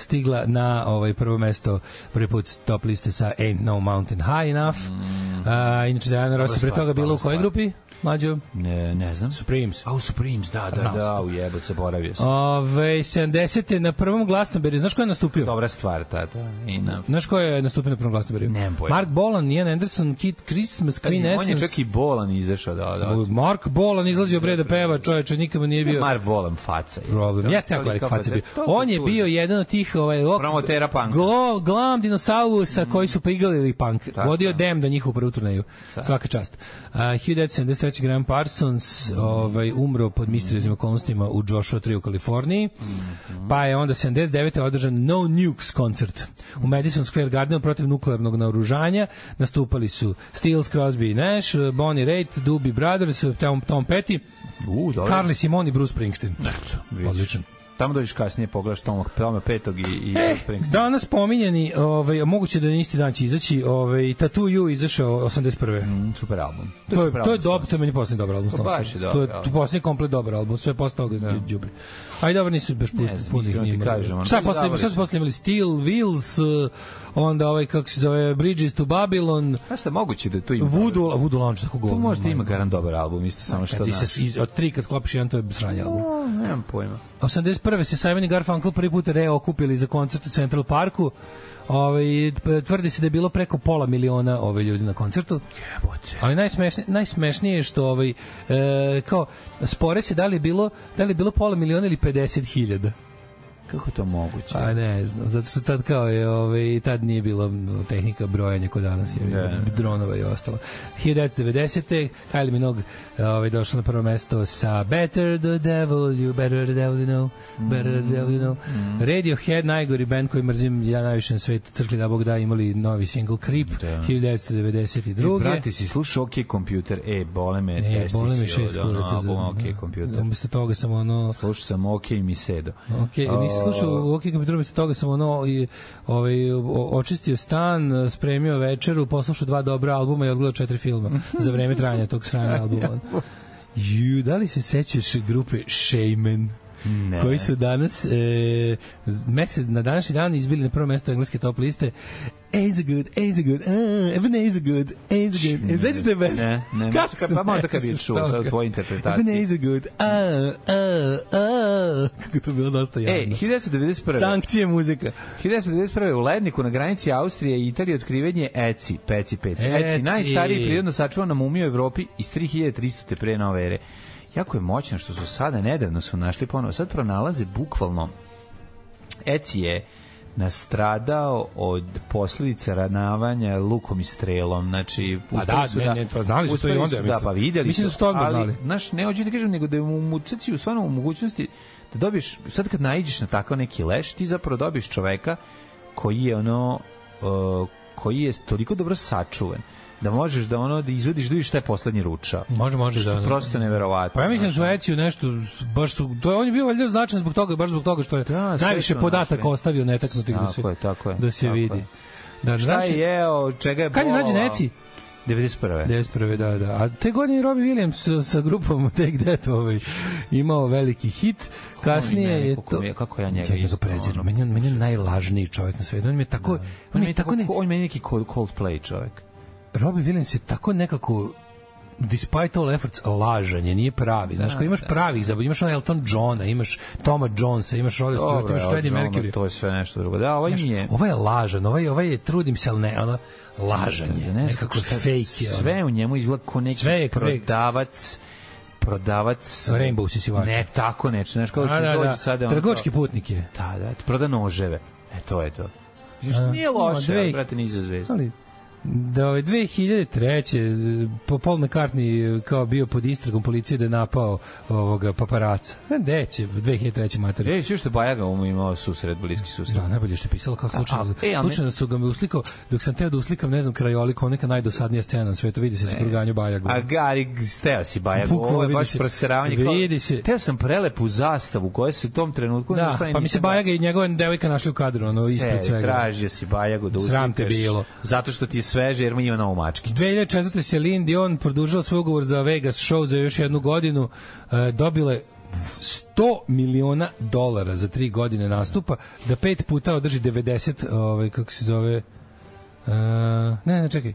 F: stigla na ovaj prvo mesto prvi put s top liste sa Ain't No Mountain High Enough. Uh, inače Diana Ross je pre
G: Mm. stvar,
F: toga bila
G: dobra
F: u kojoj
G: stvar.
F: grupi? Mlađo?
G: Ne, ne znam.
F: Supremes.
G: A u Supremes, da, da,
F: Znao
G: da,
F: sam.
G: u jebote, zaboravio sam.
F: Ove, 70. na prvom Glastonbury. Znaš ko je nastupio?
G: Dobra stvar, tata. I na...
F: Znaš ko je nastupio na prvom Glastonbury?
G: Nemam pojma.
F: Mark Bolan, Ian Anderson, Kid Christmas,
G: Pazi,
F: Queen
G: On je
F: Essence.
G: čak i bolan izašao, da, da.
F: Mark Bolan izlazio bre da peva, čoveče, nikada nije bio.
G: Mar bolan faca. je.
F: problem.
G: To-
F: Jeste jako
G: to-
F: velik
G: kako-
F: faca bio.
G: to- to-
F: On je
G: to-
F: bio jedan od tih ovaj ok,
G: Promotera punka. Mm,
F: Glo, glam dinosaurusa koji su prigalili punk. Vodio Dem do njihovu prvu turneju. Svaka čast. Uh, 1973. Graham Parsons ovaj, umro pod misterioznim okolnostima u Joshua Tree u Kaliforniji.
G: Mhm.
F: Pa je onda 79. održan No Nukes koncert u Madison Square Gardenu protiv nuklearnog naoružanja. Nastupali su Steels, Crosby i Nash, Bonnie Raitt, Doobie Brothers, Tom, Tom Petty,
G: U, dobro.
F: Carly Simon i Bruce Springsteen.
G: Eto, vidiš. E,
F: Odličan.
G: tamo dođeš kasnije, pogledaš Toma, Toma petog i, i
F: Eh,
G: e, Springsteena.
F: Danas pominjani, ovaj, a moguće da na isti dan će izaći, ovaj, Tattoo You izašao 81.
G: Mm, Super album.
F: To je,
G: super
F: to je
G: album,
F: dobro, to je
G: stvarno.
F: meni poslednji dobar album.
G: Pa baš je
F: Stones. To
G: dobar
F: je to
G: album.
F: poslednji komplet dobar album, sve posle toga da. đubri. Aj dobro nisu baš pusti,
G: znam,
F: puno ih
G: iskreno
F: nije.
G: ti
F: imalo.
G: kažem, ono,
F: Šta je
G: bili
F: posle,
G: dobri
F: šta su
G: su.
F: posle imali Steel Wheels, uh, onda ovaj kako se zove Bridges to Babylon,
G: Znaš šta, moguće da tu ima...
F: Voodoo, Voodoo Lounge tako govno.
G: Tu možda ima garan dobar album, isto samo što
F: Kad ti
G: znaš.
F: se iz, od tri kad sklopiš jedan to je sranje album.
G: O, Nemam pojma.
F: 81. se Simon i Garfunkel prvi put reokupili za koncert u Central Parku. Ove, tvrdi se da je bilo preko pola miliona ove ljudi na koncertu.
G: Jebote.
F: Ali najsmešnije, najsmešnije je što ovaj, e, kao, spore se da li je bilo, da li je bilo pola miliona ili 50 hiljada.
G: Kako je to moguće?
F: Pa ne znam, zato što tad kao je, ovaj, tad nije bilo tehnika brojanja ko danas je,
G: Ne.
F: dronova i ostalo. 1990. Kylie Minogue ovaj, došla na prvo mesto sa Better the Devil, You Better the Devil You Know, Better the Devil You Know.
G: Mm.
F: Radiohead, najgori band koji mrzim ja najviše na svetu, crkli da Bog da, imali novi single Creep,
G: Da.
F: 1992.
G: Drugi. E, Brate, si slušao OK kompjuter, e, bole me,
F: E,
G: testi
F: bole mi
G: si
F: šest da.
G: od ono
F: kuraca
G: albuma OK kompjuter.
F: Umesto toga sam ono...
G: Slušao sam OK i mi sedo.
F: Ok, nisi slušao, ok, komputer, umesto toga sam ono, i, ovaj, o- očistio stan, spremio večeru, poslušao dva dobra albuma i odgledao četiri filma za vreme trajanja tog
G: <laughs>
F: sranja albuma. Ju, da li se sećaš grupe Shaman?
G: Ne.
F: koji su danas e, z- mesec, na današnji dan izbili na prvo mesto engleske top liste A's are good, A's are good, uh, even A's are good, A's are good. E, Znači da je best.
G: Ne, ne,
F: Kako
G: možda-
F: sam
G: pa možda kad bi
F: mesec
G: čuo,
F: toga?
G: sad u tvojoj interpretaciji.
F: Even A's are good, uh, uh, uh. Kako je to bilo dosta
G: E,
F: javno.
G: 1991.
F: Sankcije muzika.
G: 1991. u Ledniku na granici Austrije i Italije otkriven je Eci, Peci, Peci. Eci,
F: Eci.
G: najstariji prirodno sačuvan mumija u Evropi iz 3300. pre nove ere. Jako je moćno što su sada, nedavno su našli ponovo, sad pronalaze bukvalno Eci je nastradao od posledica ranavanja lukom i strelom. Znači,
F: Pa da,
G: uspeli su
F: ne, ne, to znali su to i
G: uspeli
F: onda, ja
G: Da,
F: mislim.
G: pa videli
F: Mislim da su to odmah
G: ali,
F: znali.
G: Znaš, ne hoću da kažem, nego da je u mutaciju stvarno u mogućnosti da dobiješ, sad kad naiđeš na takav neki leš, ti zapravo dobiješ čoveka koji je ono, uh, koji je toliko dobro sačuvan da možeš da ono da izvadiš da vidiš šta je poslednji ruča.
F: Može, može
G: Što
F: da.
G: je prosto neverovatno.
F: Pa ja mislim da su Eciju nešto, s- baš su, to, je- on je bio valjda značan zbog toga, baš zbog toga što je
G: Da, sve
F: najviše
G: su
F: podataka
G: našli.
F: ostavio netaknutih da se,
G: Tako je, tako je,
F: da se
G: tako
F: vidi.
G: je.
F: Da,
G: Šta
F: znaš-
G: je jeo, čega je
F: Kad je nađen
G: bolovao?
F: Eci?
G: 91.
F: 91. da, da. A te godine je Robbie Williams sa, sa grupom <laughs> Take That ovaj, imao veliki hit. Kasnije
G: meni,
F: je
G: koliko
F: to...
G: mi je- kako ja njega
F: ja njega
G: isto,
F: prezirom.
G: ono,
F: Meni, je on- meni je najlažniji čovjek na svijetu. On mi je tako... On, mi je tako ne,
G: on meni neki cold, Coldplay čovjek.
F: Robbie Williams je tako nekako despite all efforts lažan je, nije pravi. Znaš,
G: Da,
F: ko imaš pravih zabavlja, imaš ono Elton Johna, imaš Toma Jonesa, imaš Roda Stewart, imaš
G: Dobro,
F: Freddie
G: ali ono,
F: Mercury.
G: To je sve nešto drugo. Da, ovaj mi je...
F: Ovo je lažan, ovaj, ovaj je trudim se, ali ne, ono, lažan je.
G: Da, ne znam
F: Nekako
G: šta-
F: fake je. ono.
G: Sve u njemu izgleda ko neki
F: Sve je kako-
G: prodavac prodavac
F: Rainbow sisivača.
G: Ne, tako neče, znaš kako
F: A,
G: će
F: da,
G: dođe
F: da.
G: sada ono
F: Trgovački
G: kao-
F: putnik je.
G: Da, da, proda noževe. E to je to. Mislim što
F: A,
G: nije
F: ima
G: loše,
F: dve-
G: ali, brate, ni za zvezdu.
F: Ali da ovaj 2003. z- po Paul McCartney e, kao bio pod istragom policije da je napao ovoga paparaca. Ne, gde će 2003. materija.
G: Ej, sve što je Bajaga mu imao susret, bliski susret.
F: Da, najbolje što je pisalo kao slučajno.
G: a, e, ali-
F: slučajno su ga mi uslikao, dok sam teo da uslikam, ne znam, krajolik, ona neka najdosadnija scena na svetu, vidi se sa kruganju Bajagu.
G: A Gari, steo si Bajaga,
F: da. Bukvalno
G: ovo je
F: vidi
G: baš
F: se.
G: proseravanje. kao-
F: Vidi se.
G: Teo sam prelepu zastavu koja se u tom trenutku... znaš
F: Da,
G: šta je,
F: pa mi se
G: nisam-
F: Bajaga i njegova devojka našli u kadru, ono, ispred
G: Se,
F: svega.
G: Tražio si Bajagu da uslikaš.
F: Sram te bilo.
G: Zato što ti je sveže, jer mi ima na omački.
F: 2004. Celine Dion produžila svoj ugovor za Vegas show za još jednu godinu. E, dobila je 100 miliona dolara za tri godine nastupa, da pet puta održi 90, ovaj, kako se zove... E, ne, ne, čekaj. E,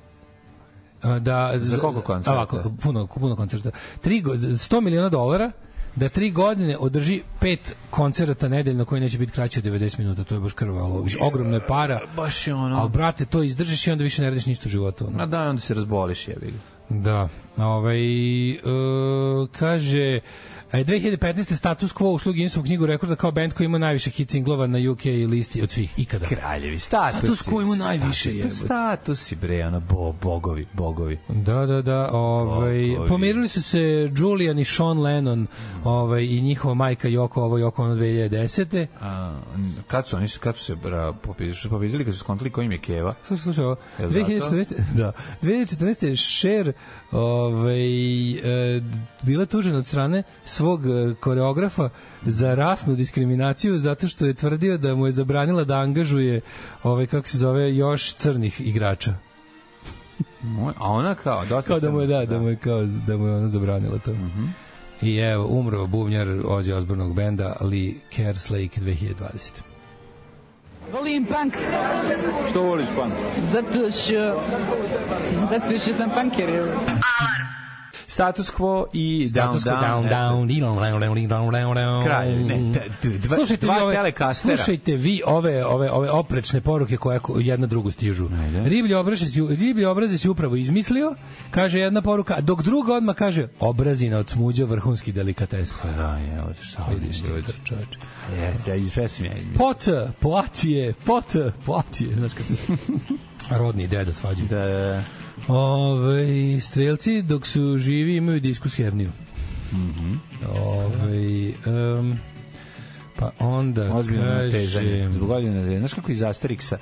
F: Da,
G: Za koliko koncerta?
F: Ovako, puno, puno koncerta. Tri, go- 100 miliona dolara da tri godine održi pet koncerata nedeljno koji neće biti kraći od 90 minuta, to je baš krvalo. Ogromna je para.
G: Baš je ono...
F: Al brate, to izdržiš i onda više ne radiš ništa u životu. ono.
G: Na dan onda se razboliš, jebi ga.
F: Da. Ovaj, e, kaže, e, 2015. status quo ušli u Guinnessovu knjigu rekorda kao band koji ima najviše hit singlova na UK listi od svih ikada.
G: Kraljevi, statusi.
F: Status quo ima najviše, jebote.
G: Statusi, statusi bre, ono, bo, bogovi, bogovi.
F: Da, da, da. Ovaj,
G: Bogovi.
F: pomirili su se Julian i Sean Lennon ovaj, i njihova majka Joko, ovo Joko ono 2010.
G: A, n- kad su oni, su- kad su se bra, popizili, su popizili, kad su skontali kojim je keva.
F: Slušaj, slušaj, ovo.
G: Jel zato?
F: 2014. Da. 2014. je Cher ovaj, e, bila tužena od strane svoje svog e, koreografa za rasnu diskriminaciju zato što je tvrdio da mu je zabranila da angažuje ovaj kako se zove još crnih igrača.
G: Moj, a ona kao, dosta
F: Kao da mu je da, da
G: crna,
F: mu je kao da mu je ona zabranila to. Mhm. I evo, umro bubnjar Ozzy Osbornog benda Lee Kerslake 2020.
I: Volim punk. Što voliš punk? Zato što... Zato što sam punker, evo.
G: Status quo i da.
F: Status quo, down, down, down, down, down, down, down, down.
G: Kralj, ne, te- te- dva- dva
F: vi ove-
G: telekastera.
F: Slušajte vi ove, ove, ove oprečne poruke koje ko- jedna drugu stižu.
G: Ajde.
F: Riblji obrazac, ju- riblji obrazac je upravo izmislio, kaže jedna poruka, dok druga odmah kaže, obrazina od smuđa vrhunski delikates.
G: Da, je, od šta vidiš
F: Vidiš ti,
G: ljudi.
F: čoveče.
G: Jeste, ja izvesam ja.
F: Pot, poatije, pot, poatije, znaš kad se...
G: <laughs>
F: Rodni i deda svađaju.
G: Da, da, da.
F: Ove, strelci dok su živi imaju diskus herniju. Mm -hmm. Ove, um, pa onda
G: Ozbiljno
F: kaže...
G: natežanje. Zbog godine natežanje. Znaš kako iz Asterixa,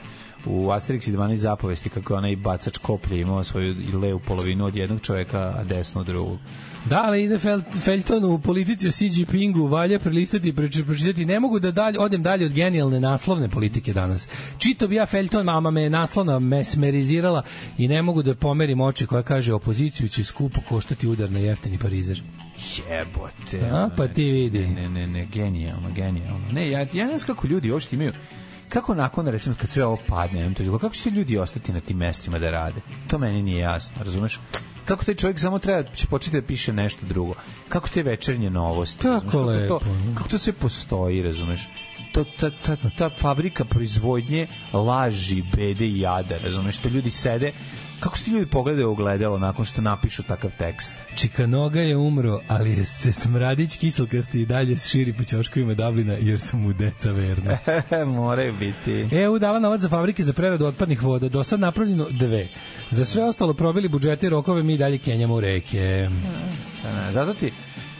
G: u Asterix i 12 zapovesti, kako je onaj bacač koplje imao svoju i levu polovinu od jednog čoveka, a desnu od drugog.
F: Da, ali ide fel, Felton u politici o Xi Jinpingu, valja prelistati i preči- pročitati. Ne mogu da dalje, odem dalje od genijalne naslovne politike danas. Čito bi ja Felton, mama me je naslovna mesmerizirala i ne mogu da pomerim oči koja kaže opoziciju će skupo koštati udar na jeftini parizer.
G: Jebote.
F: A,
G: ono,
F: pa ti
G: znači,
F: vidi.
G: Ne, ne, ne, ne, genijalno, genijalno. Ne, ja, ja ne znam kako ljudi uopšte imaju kako nakon recimo kad sve ovo padne, nemam to izgleda, kako će ti ljudi ostati na tim mestima da rade? To meni nije jasno, razumeš? Kako taj čovjek samo treba će početi da piše nešto drugo. Kako te večernje novosti,
F: Tako
G: razumeš? kako to,
F: lepo, da. ne?
G: kako to sve postoji, razumeš? To, ta, ta, ta fabrika proizvodnje laži, bede i jada, razumeš? To ljudi sede, kako se ti ljudi pogledaju u ogledalo nakon što napišu takav tekst?
F: Čikanoga je umro, ali je se smradić kiselkasti i dalje širi po ćoškovima Dublina, jer su mu deca verna.
G: <laughs> Moraju biti.
F: E, EU dala novac za fabrike za preradu otpadnih voda, do sad napravljeno dve. Za sve ostalo probili budžete i rokove, mi i dalje kenjamo u reke.
G: Da, zato ti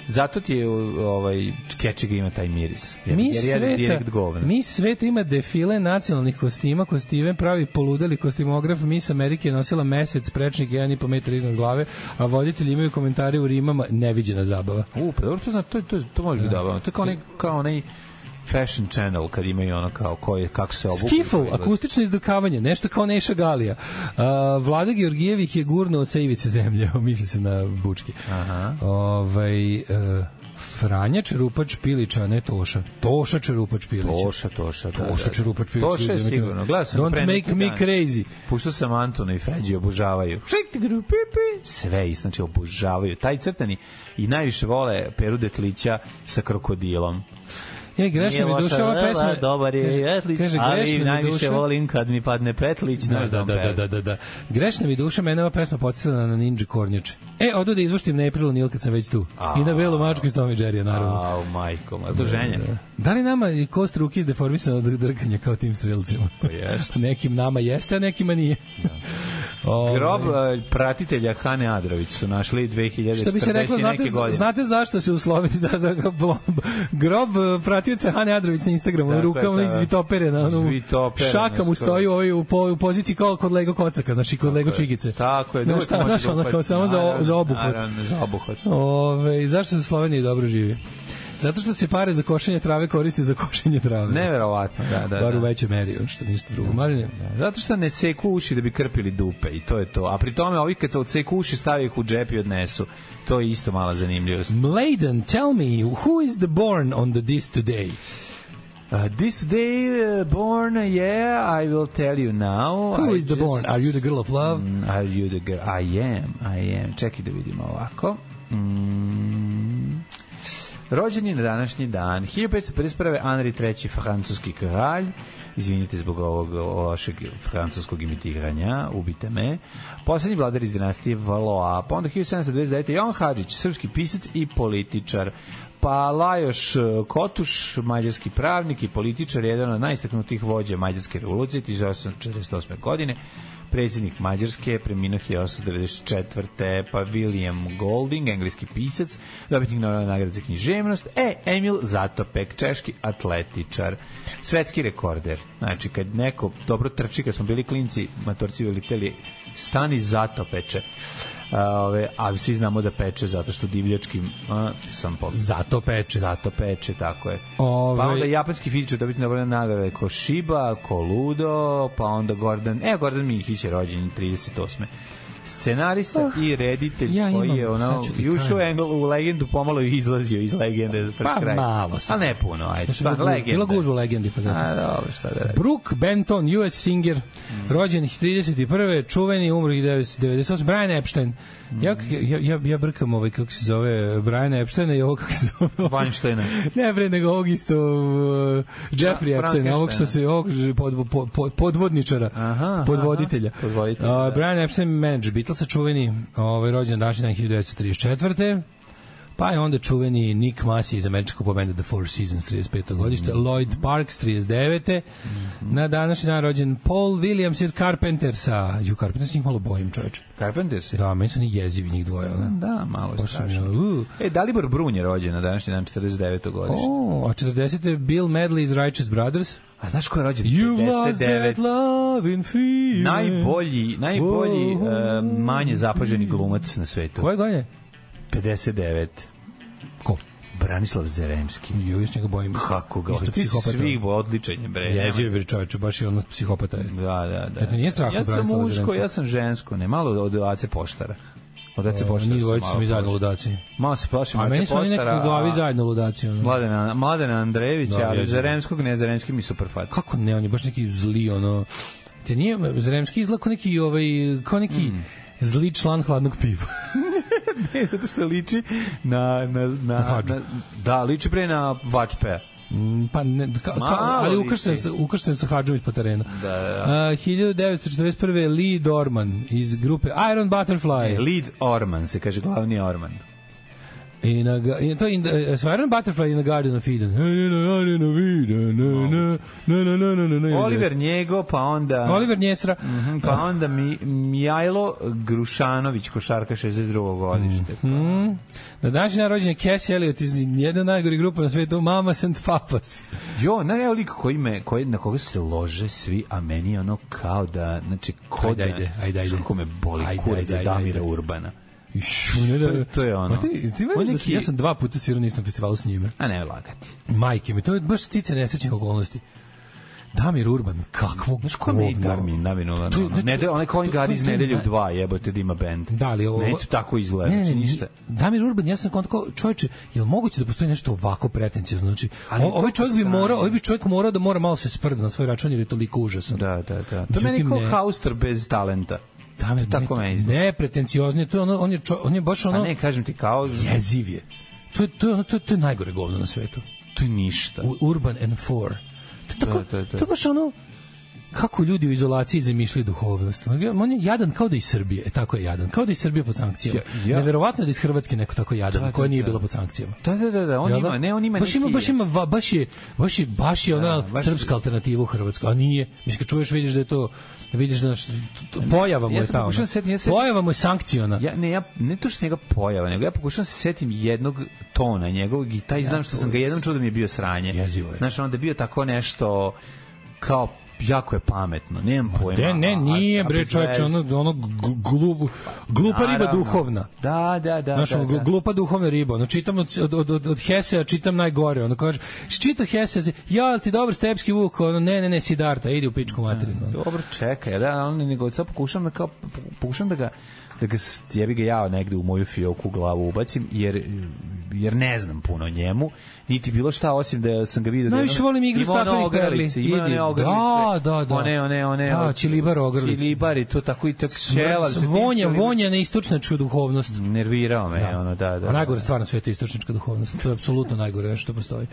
G: zato ti je o- ovaj kečig ima taj miris. Jer,
F: Mi
G: jer je
F: sveta,
G: direkt govno.
F: mi sveta ima defile nacionalnih kostima, kostime pravi poludeli kostimograf, mis Amerike je nosila mesec, prečnik 1,5 metra iznad glave, a voditelji imaju komentare u Rimama, neviđena zabava.
G: U, pa dobro, to zna, to, to, to
F: Da.
G: može biti dobro. To je kao onaj, kao onaj fashion channel kad imaju ono kao ko je, kako se obuku.
F: Skifl, akustično izdukavanje, nešto kao Neša Galija. A, Vlada Georgijevih je gurnuo sa ivice zemlje, <laughs> misli se na bučke.
G: Aha.
F: Ovaj, e, Franja Čerupač Pilića, a ne Toša. Toša Čerupač Pilića.
G: Toša, toša. da,
F: Toša
G: da, da.
F: Čerupač Pilić.
G: Toša je sigurno. Gledao sam
F: Don't
G: pre neki
F: make me
G: dan.
F: crazy. E,
G: Pošto sam Antona i Feđi obožavaju. Šik, tigru, pipi. Sve isto, znači obožavaju. Taj crtani i najviše vole Peru Detlića sa krokodilom.
F: Ja, grešna mi
G: Nije
F: duša, ova
G: loša,
F: pesma...
G: da, Dobar je
F: kaže-
G: Etlić,
F: kaže,
G: ali
F: grešna mi
G: najviše
F: duša-
G: volim kad mi padne Petlić.
F: Da, da, da, da, da, da, da. Grešna mi duša, mene ova pesma podsjetila na Ninja Kornjače. E, odu da izvuštim Neprilu Nil kad sam već tu. I na Belu mačku iz Tom i Jerry, naravno.
G: Au, majko, ma to ženje.
F: Da li nama je kost ruke izdeformisana od drganja kao tim strelcima?
G: Pa jeste. Da.
F: Nekim nama jeste, a nekima nije. <laughs> Ovaj,
G: Grob eh, pratitelja Hane Adrović su našli 2040
F: Što bi se reklo, znate,
G: neke godine.
F: znate zašto se u Sloveniji da, da ga blomb, grob eh, pratioca Hane Adrović na Instagramu,
G: Tako je,
F: ruka ono
G: da.
F: izvitopere na onu
G: Izvitopere,
F: šaka mu
G: skoro.
F: stoji ovaj u, po, u poziciji kao kod Lego kocaka, znači kod Lego čigice.
G: Tako je, da
F: Znaš
G: uvek
F: šta,
G: može
F: znaš
G: da
F: ono kao
G: uhvati.
F: samo za,
G: Naravno,
F: za obuhvat.
G: Naravno, za obuhvat.
F: Ove, i zašto se u Sloveniji dobro živi? Zato što se pare za košenje trave koristi za košenje trave.
G: Neverovatno, da, da.
F: bar u
G: da.
F: većoj meri, što ništa drugo. Marine,
G: Zato što ne seku uši da bi krpili dupe i to je to. A pri tome ovi kad se odseku uši stave ih u džep i odnesu. To je isto mala zanimljivost.
F: Mladen, tell me, who is the born on the this today?
G: Uh, this day uh, born, yeah, I will tell you now.
F: Who
G: I
F: is the born? Are you the girl of love?
G: Mm, Are you the girl? I am, I am. Čekaj da vidimo ovako. Mm. Rođen je na današnji dan. 1551. Anri III. francuski kralj. Izvinite zbog ovog lošeg francuskog imitiranja, ubite me. Poslednji vladar iz dinastije Valoa. Pa onda 1729. Jovan Hadžić, srpski pisac i političar. Pa Lajoš eh, Kotuš, mađarski pravnik i političar, jedan od najistaknutijih vođa mađarske revolucije 1848. godine predsjednik Mađarske, preminuo 1894. Pa William Golding, engleski pisac, dobitnik Nobelove nagrade za književnost. E, Emil Zatopek, češki atletičar, svetski rekorder. Znači, kad neko dobro trči, kad smo bili klinci, matorci veliteli, stani Zatopeče. A, ove, a svi znamo da peče zato što divljačkim a, sam pop.
F: Zato peče.
G: Zato peče, tako je.
F: Ove-
G: Pa onda japanski fizičar dobiti nobele nagrade ko Shiba, ko Ludo, pa onda Gordon, e, Gordon Mihić je rođen 38 scenarista i reditelj
F: Oh, ja
G: koji
F: imam,
G: je ono
F: sad ću ti
G: ušao u
F: kažem.
G: engl- u legendu pomalo i izlazio iz legende pred
F: Pa,
G: kraj.
F: malo sad.
G: Ali ne puno, ajde.
F: Znaš,
G: Šta,
F: bila gu-
G: Pa, legenda.
F: Bila gužva legendi, pa zato.
G: A, dobro, šta da
F: <laughs>
G: radi.
F: Brooke Benton, US singer,
G: Mm.
F: rođen 31. čuveni, umri 1998. Brian Epstein. Ja, ja, ja, ja brkam ovaj, kako se zove, Brian Epstein i ovo kako se zove.
G: Weinsteina.
F: ne bre, nego ovog isto uh, Jeffrey
G: Fra-
F: Epstein, ovog što se ovog pod, pod, pod, podvodničara,
G: Aha,
F: podvoditelja.
G: aha, podvoditelja,
F: Uh,
G: da.
F: Brian Epstein, menadžer Beatlesa, čuveni, ovaj, rođen današnji dan 1934. Pa je onda čuveni Nick Massey iz američkog pobenda The Four Seasons 35. godište,
G: Mm.
F: Lloyd Parks 39.
G: Mhm.
F: Na današnji dan rođen Paul Williams od Carpentersa. Ju, Carpenters se njih malo bojim, čoveče.
G: Carpenter se.
F: Da, meni su ni jezivi njih dvoje, ono.
G: Da, malo je
F: Baš sam ja,
G: strašno.
F: uh. pa,
G: E, Dalibor Brun je rođen na današnji dan 49. godište.
F: O, a 40. je Bill Medley iz Righteous Brothers.
G: A znaš ko je rođen?
F: You lost that
G: 59.
F: love in fear.
G: Najbolji, najbolji
F: Oh.
G: uh, manje zapaženi glumac na svetu.
F: Koje godine?
G: 59.
F: Ko?
G: Branislav Zeremski.
F: Jo, ja se njega bojim.
G: Kako ga?
F: Isto
G: Ti si
F: psihopata.
G: svih bo- odličan je, bre.
F: Je,
G: nemoj.
F: živi bre čoveče, baš je ono psihopata je.
G: Da, da, da.
F: Eto, nije strah
G: ja
F: od
G: sam
F: Branislava
G: muško,
F: Zrenskog.
G: ja sam žensko, ne, malo od Ace Poštara. Od Ace Poštara.
F: Ni E,
G: sam
F: dvojica
G: malo
F: su mi zajedno
G: plašio.
F: ludaci.
G: Malo se plašim
F: A
G: Ace
F: meni su oni neki
G: Poštara,
F: u glavi
G: a-
F: zajedno ludaci. Ono.
G: Mladena, Mladena Andrejevića,
F: Da,
G: ali
F: jezivo.
G: Zaremskog, ne, Zaremski mi super fat.
F: <laughs> Kako ne, on je baš neki zli, ono... Te nije, Zremski izgleda kao neki, ovaj, kao neki
G: Hmm.
F: zli član hladnog piva.
G: Ne, zato što liči na... na, na,
F: Vaču.
G: na da, liči pre na Vačpe.
F: Mm, Pa ne, ka, ka,
G: Malo
F: ali
G: liči.
F: ukršten sa, ukršten sa Hadžović po terenu.
G: Da, da.
F: A, 1941. Lee Dorman iz grupe Iron Butterfly.
G: Lead E, Orman, se kaže glavni Orman.
F: In a, ga- in, to je in, the- su Iron Butterfly in the Garden of Eden. In the Garden of Eden. na, na, na, na, na, na, na, na.
G: Oliver Njego, pa onda...
F: Oliver Njesra.
G: Mhm, Pa onda mi, Mijajlo Grušanović, košarka 62. godište.
F: Mm. Na današnji dan rođen je Cassie Elliot iz jedne od najgorih grupa na svetu, Mamas and Papas.
G: Jo, na evo lik koji me, koji, na koga se lože svi, a meni je ono kao da, znači, ko
F: Ajde, ajde, ajde, ajde.
G: Kako me boli
F: Ajde,
G: kurac
F: ajde,
G: za
F: ajde,
G: Damira
F: ajde.
G: Urbana.
F: Iš,
G: To je- to je ono.
F: Ma Ti, ti
G: On
F: meni
G: je
F: da si,
G: ki-
F: ja sam dva puta svirao na istom festivalu s njime.
G: A ne lagati.
F: Majke mi, to je baš stice nesrećnih okolnosti. Damir Urban, kakvog
G: Znaš ko mi
F: govna.
G: Darmin Navinova?
F: To- to-
G: Ne, da, onaj
F: to-
G: Colin
F: to-
G: Gard iz
F: to- to-
G: nedelje u dva jebote da ima bend.
F: Da li ovo...
G: Neću tako izgleda, znači ništa.
F: Damir Urban, ja sam kao tako, čovječe, je li moguće da postoji nešto ovako pretencijozno? Znači,
G: Ali
F: o, ovaj
G: kako
F: čovjek bi
G: sranje.
F: morao, ovaj bi čovjek morao da mora malo se sprda na svoj račun jer je toliko užasan.
G: Da, da, da. To
F: Međutim,
G: meni kao
F: ne.
G: Haustor bez talenta.
F: Damir,
G: tako meni izgleda.
F: Ne, pretenciozni, to je ono, on je, čo, on je baš
G: A
F: ono,
G: ne, kažem ti kao,
F: jeziv je. To je, to je, ono, to je, to je najgore govno na svetu.
G: to je ništa.
F: U- Urban and Four. To je tako,
G: Da, da, da.
F: to je baš ono, kako ljudi u izolaciji zamišljaju duhovnost. On je jadan kao da je iz Srbije, e, tako je jadan, kao da je iz Srbije pod sankcijama.
G: Ja- ja-
F: Neverovatno je da je iz Hrvatske neko tako jadan,
G: Da, da,
F: koja nije
G: da.
F: bila pod sankcijama.
G: Da, da, da, da, on
F: Jel
G: ima,
F: da?
G: ne, on ima
F: baš ima,
G: neki... Da,
F: baš ima, va- baš je, baš je, baš je ona
G: baš je-
F: srpska alternativa u Hrvatskoj, a nije. Mislim, kad čuješ, vidiš da je to, vidiš da naš, pojava mu
G: Ja
F: je
G: sam
F: ta,
G: pokušao
F: ona.
G: da setim, ja setim-
F: pojava mu je sankciona.
G: Ja, ne, ja, ne to što njega pojava, nego ja pokušavam da se setim jednog tona njegovog i taj znam što sam ga jednom čuo da mi je bio sranje.
F: Jezivo je.
G: Znaš, onda je bio tako nešto kao jako je pametno, nemam pojma.
F: Ne, ne,
G: a-
F: nije
G: a
F: bre
G: bez
F: čoveče,
G: veze.
F: ono, ono glu- glup, glupa riba
G: Naravno.
F: duhovna.
G: Da, da, da.
F: Znaš,
G: da,
F: ono,
G: da.
F: glu- glupa duhovna riba. Ono, čitam od, od, od, od, od Hesea, čitam najgore. Ono, kaže, čita Hesea, se, ja, jel ti dobar stepski vuk? Ono, ne, ne, ne, Sidarta, idi u pičku
G: Da.
F: materinu. Ono.
G: Dobro, čekaj, da, on nego sad pokušam da kao pokušam da ga da ga s- jebi ga ja negde u moju fioku glavu ubacim jer jer ne znam puno o njemu niti bilo šta osim da sam ga video da je
F: Najviše
G: ono-
F: volim igru
G: ima ono
F: staklenih
G: ogrlice,
F: perli.
G: ima
F: Idi.
G: one ogrlice
F: Da, da, da.
G: one one one
F: Da,
G: one-
F: čilibar ogrlice.
G: čilibar i to tako i tako ćelav sa tim
F: Vonja,
G: čilibar-
F: vonja na istočnačku duhovnost.
G: nervirao me ono da da
F: A najgore stvar na svetu je istočnička duhovnost. To je apsolutno najgore nešto što postoji.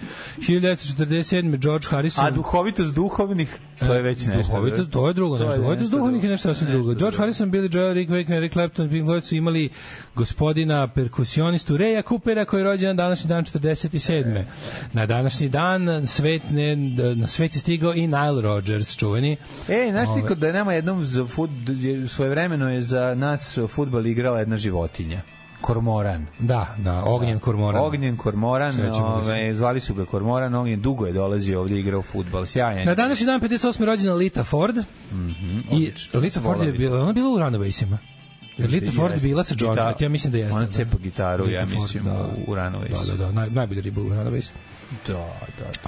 F: 1947. George Harrison.
G: a duhovitost duhovnih to je
F: E,
G: već nešto da.
F: Duhovito, to je drugo
G: To je
F: nešto. Duhovito s
G: nešto
F: duhovnik je nešto sasvim
G: drugo.
F: drugo.
G: Nešto
F: George
G: drugo.
F: Harrison, Billy Joel, Rick Wakeman, Eric Clapton, Pink Floyd su imali gospodina perkusionistu Reja Coopera koji je rođen na današnji dan 47. Na današnji dan svet ne, na svet je stigao i Nile Rodgers, čuveni.
G: E, znaš ti
F: Ove-
G: kod da je nama jednom za fut, svoje vremeno je za nas futbal igrala jedna životinja. Kormoran.
F: Da, da, Ognjen Kormoran.
G: Ognjen Kormoran,
F: Sećamo da se.
G: ove, zvali su ga Kormoran, Ognjen dugo je dolazio ovde i igrao futbal, sjajan.
F: Na današnji dan 58. rođena Lita Ford. Da, I Lita Ford je
G: Volim.
F: bila, ona je bila u Runawaysima. Je li Lita Ford
G: Jeste.
F: bila sa Džordžak? Ja mislim da jeste.
G: Ona
F: da.
G: cepa gitaru, ja
F: Lita Ford,
G: mislim, u- u Runaways.
F: Da, da, da, naj, najbolja riba u Runaways.
G: Da, da.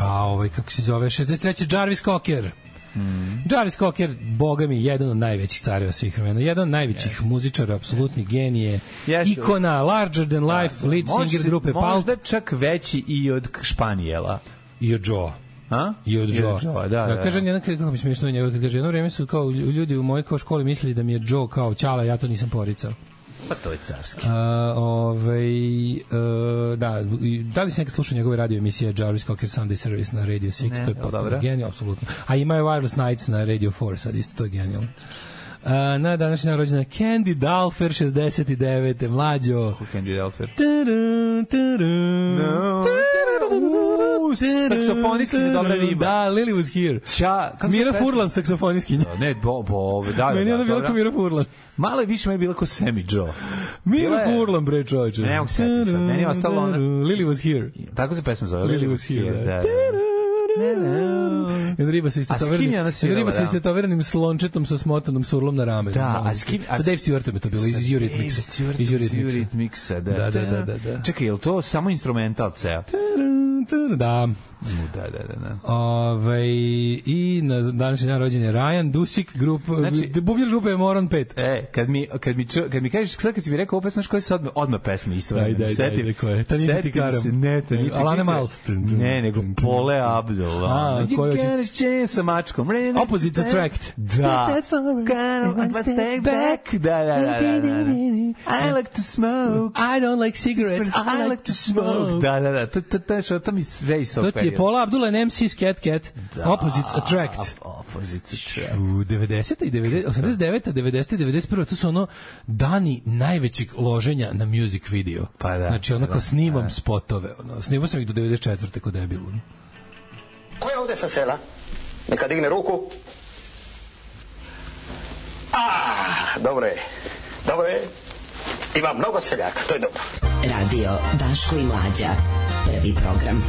F: A ovaj, kako se zove, 63. Jarvis Cocker. Mm. Jarvis Cocker, boga mi, jedan od najvećih careva svih vremena. Jedan od najvećih muzičara, apsolutni genije.
G: Jeste. Da,
F: Ikona, larger than life, lead
G: Može da-
F: singer
G: se-
F: grupe Pulp
G: Možda čak veći i od k- Španijela.
F: i od Joe.
G: A?
F: I od Joe.
G: Joe, da, da.
F: Kaže, jedan, kako mi smiješno njegov, kad kaže, jedno vreme su kao ljudi u mojoj kao školi mislili da mi je Joe kao ćala, ja to nisam poricao.
G: Pa to je carski.
F: A, ovaj, e, da, i- da li si nekad slušao njegove radio emisije Jarvis Cocker Sunday Service na Radio 6?
G: Ne,
F: to je
G: jel
F: potpuno
G: dobra?
F: genijalno, apsolutno. A imaju Wireless Nights na Radio 4 sad, isto to je genijalno. A, na današnji dan rođena Candy Dalfer 69. Mlađo.
G: Candy Delfer.
F: Tudum, tudum,
G: No.
F: tudum,
G: Uuu,
F: tudum,
G: saksofonistkinja dobra
F: tudum.
G: riba.
F: Da, Lily was here.
G: Ča, kako se
F: Mira
G: pesma?
F: Furlan, saksofonistkinja.
G: Ne, bo, bo, ove, da, da,
F: Meni je
G: da,
F: ona bila
G: dobra.
F: kao Mira Furlan.
G: Malo je više, meni je bila kao Sammy Joe. Bila
F: Mira
G: je-
F: Furlan, bre, čovječe.
G: Ne mogu se setiti sad, meni je ostalo ona-
F: Lily was here.
G: Tako se pesma zove.
F: Lily was here.
G: Da, da.
F: Jedan riba sa istetoverenim,
G: A s kim je ona svirala,
F: jedan riba sa
G: da?
F: istetoverenim slončetom sa smotanom surlom na ramenu.
G: Da,
F: Molim
G: a s kim-
F: te.
G: a
F: Sa
G: s-
F: Dave Stewartom je to bilo, iz
G: Sa Dave
F: Eurythmics.
G: Stewartom
F: Iz Eurythmics.
G: Eurythmicsa,
F: Da, da, da, da, da.
G: Čekaj, je li to samo instrumental ceo?
F: Da.
G: U, Da, da, da, da.
F: Ove, I na današnji dan rođen je Ryan Dusik, grup,
G: Znači-
F: znači, bubnjar grupe je Moron 5.
G: E, kad mi, kad mi, ču, kad mi kažeš, sad kad si mi rekao opet, znaš koja se odmah, odmah pesma isto
F: Ajde, ajde, ajde, koja je? Tanita ti karam.
G: Ne, Tanita
F: Alana
G: ti karam.
F: Miles.
G: Ne, nego Pole Abdul.
F: A,
G: ono,
F: koja
G: You
F: će-
G: get a chance sa mačkom.
F: Opposites attract.
G: Da.
F: Two steps forward
G: Kind of
F: and one
G: one
F: step
G: step back. Da, da, da, da, da, da. I like to smoke.
F: I don't like cigarettes,
G: I like to smoke. Da, da, da. To, to, to, to, to mi sve
F: To
G: iz tog
F: ti je
G: perioda.
F: Paula Abdul and MC's Cat Cat. Opposites attract.
G: Opposites attract.
F: U 90. i 90, 89. 90. 91. To su ono dani najvećeg loženja na music video.
G: Pa da,
F: Znači onako
G: da,
F: snimam spotove. Ono, snimao sam ih do 94. kod debilu.
J: Ko je ovde sa sela? Neka digne ruku. A, dobro je. Dobro je. Ima mnogo seljaka, to je dobro.
B: Radio Daško i Mlađa. Prvi program.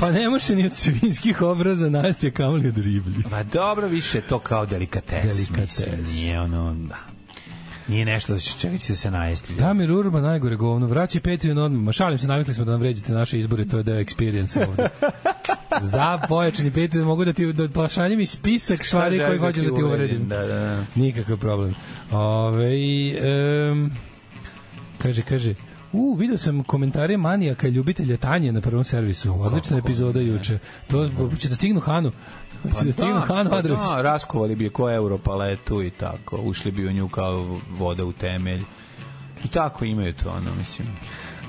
F: Pa ne može ni od svinskih obraza Nastja kamoli od riblji.
G: Ma Pa dobro, više je to kao delikates.
F: Delikates.
G: Mislim, nije ono, da. Nije nešto č- čega će da se najesti.
F: Damir Urban, najgore govno, vraćaj Patreon odmah. Ma šalim se, navikli smo da nam vređate naše izbore, to je deo experience
G: <laughs>
F: ovde. Za pojačani Patreon mogu da ti da pošaljem i spisak stvari koje
G: želiš da
F: hoćeš
G: ti
F: da ti uvredim.
G: uvredim, da, da, da.
F: Nikakav problem. Ove, i, em, kaže, kaže, U, video sam komentare manijaka i ljubitelja Tanje na prvom servisu. Odlična epizoda juče. To će da stignu Hanu. Pa će da stignu Hanu
G: pa
F: Adrović.
G: Da, raskovali bi je ko Europaletu i tako. Ušli bi u nju kao voda u temelj. I tako imaju to, ono, mislim.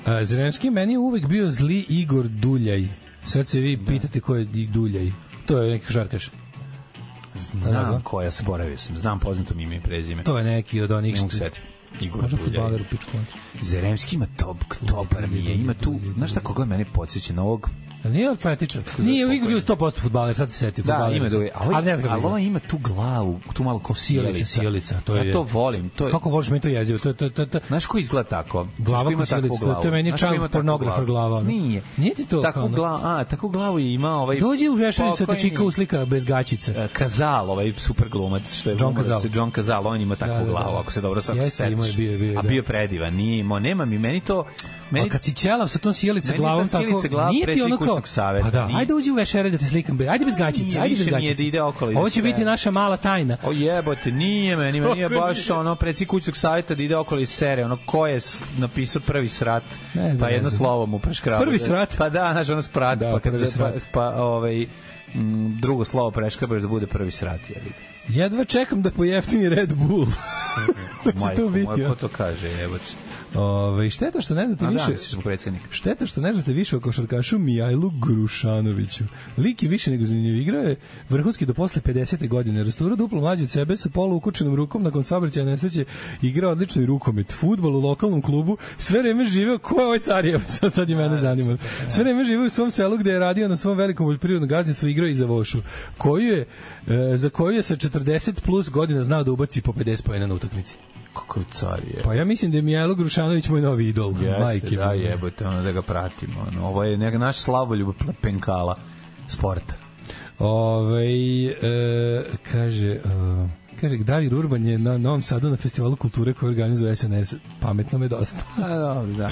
F: A, Zelenski meni je uvek bio zli Igor Duljaj. Sad se
G: Da.
F: vi pitate ko je i Duljaj. To je neki šarkaš.
G: Znam
F: da.
G: koja, zaboravio sam. Znam poznato mi ime i prezime.
F: To je neki od onih
G: ne mogu
F: što...
G: se setiti. Igor
F: Možda
G: Duljaj.
F: futbaler u pičku. mater.
G: Zeremski ima top, dobar mi je. Ima tu, znaš šta koga mene podsjeća na ovog
F: A Nije atletičar. Nije u igru 100% futbaler, sad se setio
G: Da,
F: futbaler.
G: ima da. Ali,
F: ali ne znam
G: ali
F: kako
G: ona
F: je.
G: ima tu glavu, tu malo kao
F: Sijalica,
G: sijalica.
F: sijalica. To je,
G: ja to volim. To je,
F: Kako voliš mi to jezivo? To, je- to, to, to,
G: Znaš ko izgleda tako?
F: Glava
G: Znaš ko ima
F: ko sijalica, to-
G: takvu
F: to je
G: glavu?
F: meni
G: Znaš ko
F: child
G: ima takvu
F: pornographer
G: glavu?
F: glava, ono.
G: Nije.
F: Nije ti to kao
G: Tako
F: ono?
G: glava, a, tako glavu je imao ovaj...
F: Dođi u vešalicu, da te
G: pokojni,
F: čika uslika bez gaćice.
G: e, Kazal, ovaj super glumac što je
F: John
G: John Kazal.
F: Cazal.
G: John Kazal, on ima takvu
F: Da, da, da.
G: glavu, ako se dobro sad
F: Jeste, imao je, bio je, bio je,
G: A
F: da.
G: bio je predivan, nije imao, nema mi, meni to...
F: A
G: Meni,
F: kad si ćelav sa tom sijalica
G: Meni je ta
F: glavom tako,
G: sijalica glava
F: nije ti ono
G: predsjednik
F: kao...
G: kućnog saveta,
F: Pa da,
G: nije.
F: ajde uđi u vešere da te slikam. be- Ajde bez gaćice,
G: Nije,
F: ajde bez
G: više mi je
F: gaćice.
G: da ide okolo i da
F: Ovo će
G: sve.
F: biti naša mala tajna.
G: O jebote, nije meni, meni je
F: Kako
G: baš
F: nije?
G: ono preci kućnog savjeta da ide okolo i sere, ono ko je s- napisao prvi srat,
F: Ne znam,
G: pa
F: ne
G: jedno
F: znam.
G: slovo mu preškrabao.
F: Prvi srat?
G: Pa da, znaš, ono sprat,
F: Da,
G: pa kad
F: prvi
G: se, pa,
F: srat.
G: pa ovaj, m, drugo slovo preškrabaš da bude prvi
F: <laughs>
G: srat, jebi. ga.
F: Jedva čekam da pojeftini Red
G: <laughs>
F: Bull. će
G: Majko
F: to
G: moja,
F: biti.
G: Ko to kaže, jebote?
F: Ove, šteta što ne znate
G: A da,
F: više.
G: misliš zbog predsednika.
F: Šteta što ne znate više o košarkašu Mijajlu Grušanoviću. Lik je više nego zanimljiv igrao je vrhunski do posle 50. godine. Rastura duplo mlađi od sebe sa polu ukučenom rukom nakon saobraćaja nesreće igrao odlično i rukomet, fudbal u lokalnom klubu. Sve vreme živeo ko je ovaj Carijev, sad, sad je mene zanima. Sve vreme živeo u svom selu gde je radio na svom velikom poljoprivrednom gazdinstvu i igrao i za vošu, koju je e, za koju je sa 40 plus godina znao da ubaci po 50 poena na utakmici.
G: Kako car je.
F: Pa ja mislim da je Mijajlo Grušanović moj novi idol.
G: Jeste,
F: majke
G: da,
F: mi.
G: jebote, ono da ga pratimo. Ono, ovo je neka naš slavoljub penkala sporta.
F: Ove, e, Ovaj, kaže... E, Kaže, Davir Urban je na Novom Sadu na festivalu kulture koji organizuje SNS. Pametno me dosta.
G: A, dobro, da.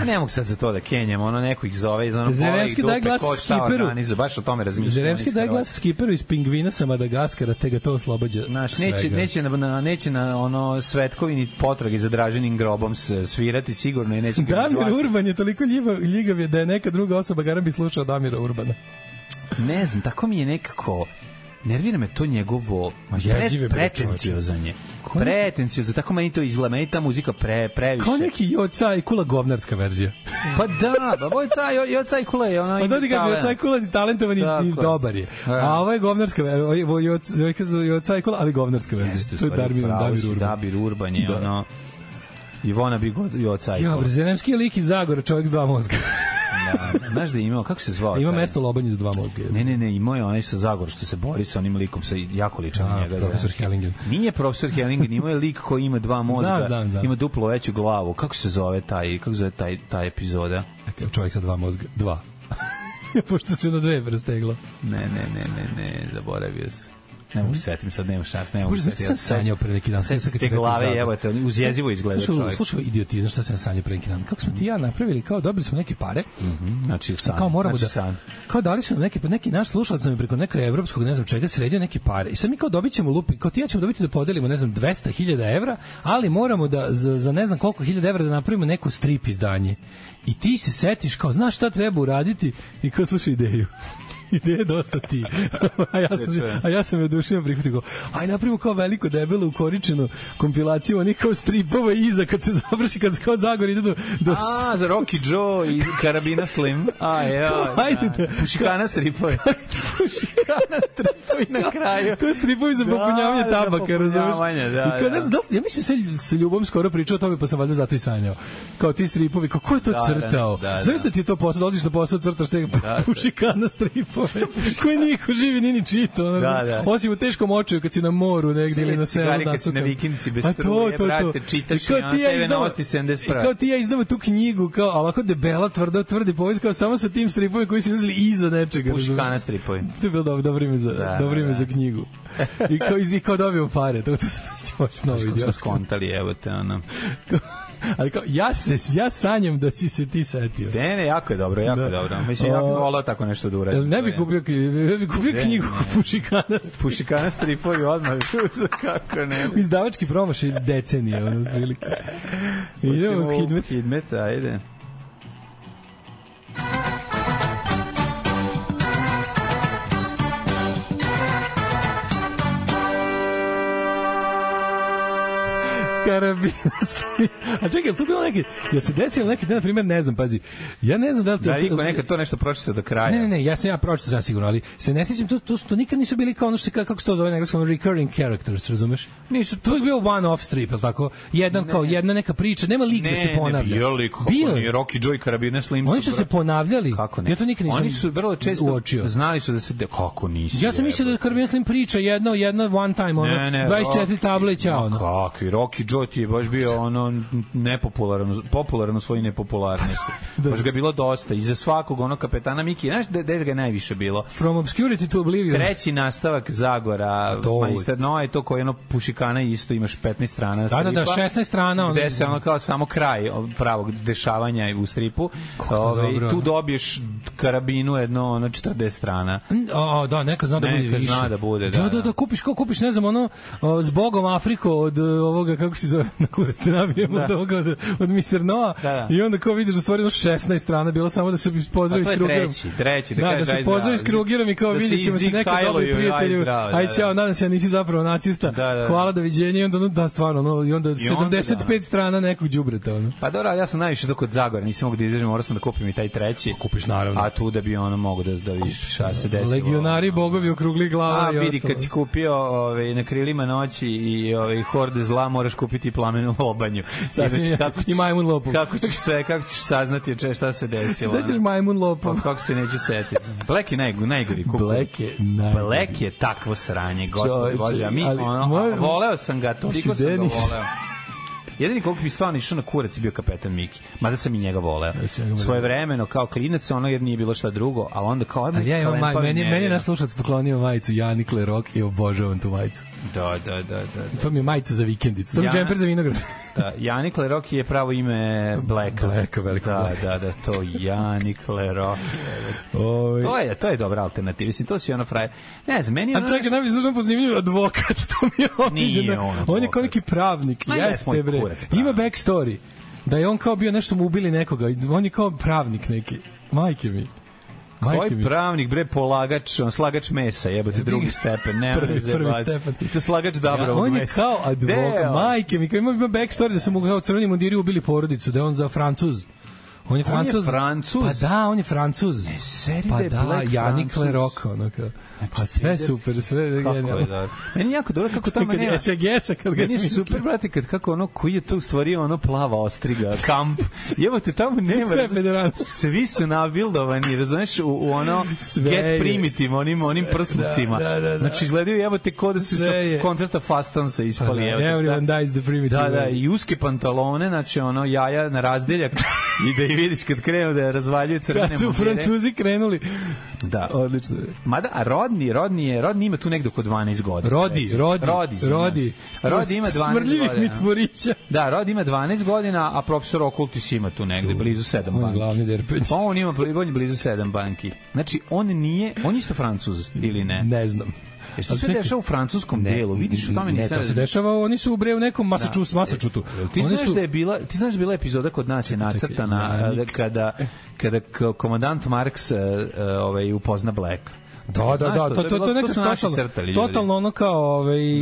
G: A ne mogu sad za to da kenjam, ono neko ih zove iz onog pola i
F: Zeremski daje da
G: dupe
F: glas
G: ko šta
F: Skiperu.
G: organizuje, baš o tome razmišljam.
F: Žeremski
G: iz
F: daje
G: Hrvatske.
F: glas skiperu iz pingvina sa Madagaskara, te ga to oslobađa
G: Znaš, neće,
F: svega.
G: neće, na, na, neće na ono svetkovi ni potrage za draženim grobom se svirati sigurno i neće ga ni
F: Damir
G: zvati.
F: Urban je toliko ljigav, ljigav je da je neka druga osoba garan bi slušao Damira Urbana.
G: Ne znam, tako mi je nekako nervira me to njegovo
F: Ma jezive bre,
G: pretenciozanje.
F: Ko neki-
G: Pretenciozanje, tako meni to izgleda, meni ta muzika pre, previše.
F: Kao neki Joca i Kula govnarska verzija.
G: Pa da, pa Vojca, jo, Joca i Kule je ona...
F: Pa dodi ga Joca i Kula je talentovan i,
G: Tako
F: i
G: je. E.
F: dobar je. A ovo je govnarska verzija, ovo je Joca- Joca i Kula, ali govnarska verzija. To je Darmin, Damir Urban.
G: Damir Urban je
F: Da.
G: ono... Ivona bi god Joca i
F: Ja,
G: Kule.
F: bre, Zenemski je lik iz Zagora, čovjek s dva mozga.
G: Da. Znaš da je imao, kako se zvao?
F: Ima
G: taj?
F: mesto lobanju s dva mozga.
G: Ne, ne, ne, imao je onaj sa Zagor što se bori sa onim likom, sa jako ličan
F: A,
G: na njega.
F: profesor
G: znaš.
F: Hellingen.
G: Nije profesor Hellingen, imao je lik koji ima dva mozga,
F: Znam, znam, znam.
G: ima duplo veću glavu. Kako se zove taj, kako se zove taj, taj epizoda?
F: Dakle, čovjek sa dva mozga. Dva. <laughs> Pošto se na dve presteglo.
G: Ne, ne, ne, ne, ne, zaboravio se. Ne mogu se setim, sad nemam šans, ne mogu
F: Bože,
G: se
F: znaš šta
G: setim.
F: sam sanjao pre neki dan?
G: Sećam se
F: Sad
G: te
F: kad si rekao
G: glave,
F: Zadar.
G: evo te, uz jezivo izgleda
F: slušaj,
G: čovjek.
F: Slušaj, idiotizam, šta sam ja sanjao pre neki dan. Kako smo ti i ja napravili, kao dobili smo neke pare,
G: Znači, san.
F: kao moramo
G: znači,
F: da
G: san.
F: kao dali su nam neki neki naš slušalac nam je preko nekog evropskog ne znam čega sredio neke pare i sad mi kao dobićemo lupi kao ti i ja ćemo dobiti da podelimo ne znam 200.000 evra ali moramo da za, za ne znam koliko hiljada evra da napravimo neko strip izdanje i ti se setiš kao znaš šta treba uraditi i kao slušaj ideju <laughs> ideje dosta ti. <laughs> a ja sam, se- a ja sam je oduševljeno prihvatio. kao, Aj napravimo kao veliko debelo ukoričenu kompilaciju onih kao stripova iza kad se završi, kad se kao Zagor ide do, do <laughs>
G: A, za Rocky Joe i Karabina Slim. Aj, aj,
F: Ajde
G: aj.
F: da-
G: Pušikana stripovi. Pušikana stripovi na kraju.
F: Kao stripovi za
G: Da,
F: popunjavanje
G: za
F: tabaka, razumeš?
G: popunjavanje, da,
F: I kao,
G: da.
F: ne znam, da li- ja mislim se lj- sa ljubom skoro pričao o tome, pa sam valjda zato i sanjao. Kao ti stripovi, kao ko je to
G: da,
F: crtao?
G: da, da.
F: Znaš da ti je to posao, dolaziš na posao, crtaš te pušikana
G: <laughs>
F: stripove, koje niko živi nije ni čito. ono,
G: Da, da.
F: Osim u teškom očaju kad si na moru negde ili na
G: Cigarete,
F: selu.
G: kad si
F: nasukan.
G: na vikendici bez
F: Pa to,
G: struje,
F: to, to.
G: brate, čitaš
F: I kao
G: i ono
F: ti ja
G: TV
F: izdam-
G: novosti 71.
F: i kao ti ja izdam tu knjigu, kao, a ovako debela, tvrdo, tvrdi povijest, kao samo sa tim stripovima koji su izlazili iza nečega.
G: Pušikana
F: razumeš?
G: stripovi.
F: <laughs> To je bilo dobro, dobro ime za,
G: Da,
F: dobro
G: da,
F: ime
G: da.
F: za knjigu. I kao, iz, i kao dobio pare, to, to sam već moj snovi
G: Kako smo
F: idiotski.
G: skontali, evo te, ono.
F: Ali <laughs> kao, ja, se, ja sanjam da si se ti setio.
G: Ne, ne, jako je dobro, jako je
F: Da.
G: dobro. Mislim, ja bih
F: O,
G: volao tako nešto da
F: Jel
G: uradim.
F: ne bi kupio, ne bi kupio
G: Ne,
F: knjigu
G: ne.
F: Pušikana
G: Pušikana stripovi odmah, <laughs> za kako ne.
F: izdavački promašaj decenije, ono, prilike. Idemo u
G: <laughs> Hoćemo
F: Hidmet.
G: Hidmet, ajde.
F: Karabina Slim. <laughs> A čekaj, jel tu bilo neki, jel se desilo neki, ne, na primjer, ne znam, pazi, ja ne znam da li to...
G: Da, niko neka to nešto pročita do kraja.
F: Ne, ne, ne, ja sam ja pročitao sam sigurno, ali se ne sjećam, to, to, to nikad nisu bili kao ono što se, ka- kako se to zove na engleskom, recurring characters, razumeš? Nisu, to je bio one-off strip, jel tako? Jedan kao, jedna neka priča, nema lik da se ponavlja.
G: Ne, bio lik, kako
F: Bio je.
G: nije, Rocky Joe i Karabina Slim.
F: Oni su se
G: brate,
F: ponavljali.
G: Kako ne?
F: Ja to nikad nisam
G: Oni su vrlo često
F: uočio.
G: znali su da se... De... Kako nisu?
F: Ja sam mislio da je
G: jebote.
F: Karabin Slim priča jedno, jedno one time, ono,
G: Ne, ne,
F: 24
G: Rocky,
F: table i ćao, ono.
G: Ma Kakvi, Rocky Joe ti je baš bio ono nepopularan, popularan u svojoj nepopularnosti.
F: Pa da.
G: Baš ga je bilo dosta. I za svakog ono kapetana Miki, znaš da da ga je najviše bilo?
F: From obscurity to oblivion.
G: Treći nastavak Zagora,
F: Pa To-
G: Majster Noa je to koje ono pušikana isto imaš 15 strana.
F: Da, da, da,
G: stripa,
F: 16 strana, ono-
G: Gde se ono kao samo kraj o, pravog dešavanja u stripu.
F: to
G: Ove,
F: dobro,
G: tu
F: ono.
G: dobiješ karabinu jedno ono 40 strana.
F: A, da, neka zna da bude
G: Neka
F: više.
G: zna da bude, da,
F: Da,
G: da.
F: da, da, kupiš, kao kupiš, ne znam, ono, o, s Bogom Afriko od e, ovoga, kako se zove, <laughs> na kurac te nabijem
G: Da.
F: od ovoga, od, od Mr. Noa,
G: Da, da.
F: i onda kao vidiš da stvoreno 16 strana, bilo samo da se pozdravi
G: A
F: s
G: to je
F: Krugerom.
G: treći, treći, da
F: da,
G: kaže,
F: da
G: aj
F: se
G: zdravo.
F: pozdravi s Krugerom i kao
G: Da se
F: vidjet ćemo se nekad dobri
G: izikajluju, aj
F: prijatelju.
G: zdravo,
F: Aj,
G: da,
F: ćao,
G: da.
F: nadam se da nisi zapravo nacista.
G: Da, da, da.
F: Hvala, doviđenja, i onda, ono, da, stvarno, ono, i onda
G: I onda,
F: 75 strana nekog đubreta, ono.
G: Pa dobro, ali ja sam najviše to kod Zagora, nisam mogu da izađem, morao sam da kupim i taj treći.
F: Pa Kupiš, naravno.
G: A tu da bi ono mogo da, da viš šta se desilo.
F: Legionari, bogovi, okrugli glava
G: A,
F: i
G: vidi, kad si
F: ostalo.
G: kupio ove, na krilima noći i ove, horde zla, moraš kupiti i plamenu
F: <laughs>
G: lobanju.
F: Sasvim
G: Inače,
F: je. I majmun lopov.
G: Kako ćeš sve, kako ćeš saznati če, šta se desilo.
F: <laughs> Sećaš
G: ono?
F: majmun
G: Pa
F: lopov?
G: kako se neću setiti. Black je naj, najgori kupu.
F: Black je najgori.
G: Black je takvo sranje, gospod
F: Čoveče,
G: Bože. A mi,
F: ali
G: ono,
F: moje-
G: voleo sam ga, toliko sam ga
F: Denis.
G: voleo. Jedini koliko bi stvarno išao na kurac je bio kapetan Miki. Mada sam i njega voleo. Svoje vremeno, kao klinac, ono jer nije bilo šta drugo, ali onda kao... ajmo,
F: Ali ja imam maj,
G: Kalempa mi
F: meni,
G: ne
F: meni je
G: vira.
F: naš slušalac poklonio majicu Jani Klerok i obožavam tu majicu.
G: Da, da, da, da. da.
F: To mi je majica za vikendicu. To mi je
G: Jana-
F: džemper za vinograd.
G: Da, Janik Leroki je pravo ime Blacka.
F: Blacka, velikog
G: da,
F: Blacka.
G: Da, da, to Janik Leroki.
F: <laughs> Oj.
G: To je, to je dobra alternativa. Mislim, to si ono frajer. Ne znam, meni je
F: Pa A
G: ono
F: čekaj, najbolje znaš on pozanimljiv advokat, <laughs> to mi je
G: Nije
F: omiljeno.
G: on
F: On je
G: advokat.
F: kao neki pravnik,
G: Ma jesmo,
F: jeste
G: on je
F: bre.
G: kurac pravnik.
F: Ima backstory, da je on kao bio nešto mu ubili nekoga, on je kao pravnik neki, majke mi. Majke
G: Koji
F: mi.
G: Ovaj pravnik, bre, polagač, on slagač mesa, jebote, drugi stepen, ne
F: Prvi-
G: može
F: prvi stepen.
G: I to slagač
F: Ja,
G: dabrovog
F: on je
G: mesa.
F: kao advokat,
G: Deo.
F: majke mi, kao ima, ima backstory da su mu kao crveni mundiri ubili porodicu, da je on za francuz. On je francuz.
G: Francuz?
F: Pa da, on je francuz. E,
G: seri
F: pa
G: da je
F: da,
G: Black
F: Janik
G: Francuz.
F: Lerok, ono kao. Pa sve super, sve je
G: Kako je
F: genijalno.
G: dobro. Meni je jako dobro kako tamo
F: Kad
G: nema...
F: je SGS-a, kad ga
G: Meni je
F: smisli.
G: super, brate, kad kako ono, koji je to u stvari ono plava ostriga, kamp. Jebote, tamo nema...
F: Sve je
G: razumeš,
F: federalno.
G: Svi su nabildovani, razumeš, u, u ono
F: Sve je.
G: get primitive, onim, onim prsnicima.
F: da, da, da.
G: Znači, izgledaju jebote ko da su
F: Sve
G: sa
F: je.
G: koncerta Fastonsa
F: Pa
G: ispali.
F: da,
G: jebote,
F: everyone
G: da.
F: dies the primitive
G: Da, da,
F: way.
G: i uske pantalone, znači ono jaja na razdeljak i da i vidiš kad krenu da je razvaljuju
F: <laughs>
G: crvene
F: Kad su
G: mundire.
F: Francuzi krenuli.
G: Da.
F: Odlično. je.
G: Mada, a rodni, rodni je, rodni ima tu negde oko 12 godina.
F: Rodi,
G: recimo.
F: rodi,
G: rodi,
F: rodi.
G: izvinjam
F: Rodi,
G: se. rodi ima 12
F: Smrdljivih
G: godina.
F: mitvorića.
G: Da, Rod ima 12 godina, a profesor Okultis ima tu negde, blizu 7
F: On je
G: banki.
F: glavni derpeć.
G: Pa on ima bli- on je blizu 7 banki. Znači, on nije, on je isto francuz, ili ne?
F: Ne znam.
G: Jesi to
F: Ali
G: sve
F: čekaj,
G: dešava u francuskom
F: ne,
G: delu, vidiš u
F: ne,
G: tome nisam
F: to se
G: razumio. Da. E,
F: dešava, oni su u bre u nekom Massachusetts, Massachusettsu.
G: Jel Ti
F: Oni
G: znaš
F: su-
G: da je bila, ti znaš da je bila epizoda kod nas je nacrtana
F: čekaj,
G: a, da kada kada k- komandant Marks e, e, ovaj upozna Black.
F: Da, da,
G: Znaš
F: da,
G: to?
F: to,
G: je
F: to,
G: bilo-
F: to je neka
G: su naši
F: totalno,
G: crtali ljudi. Da,
F: totalno ono kao ovaj,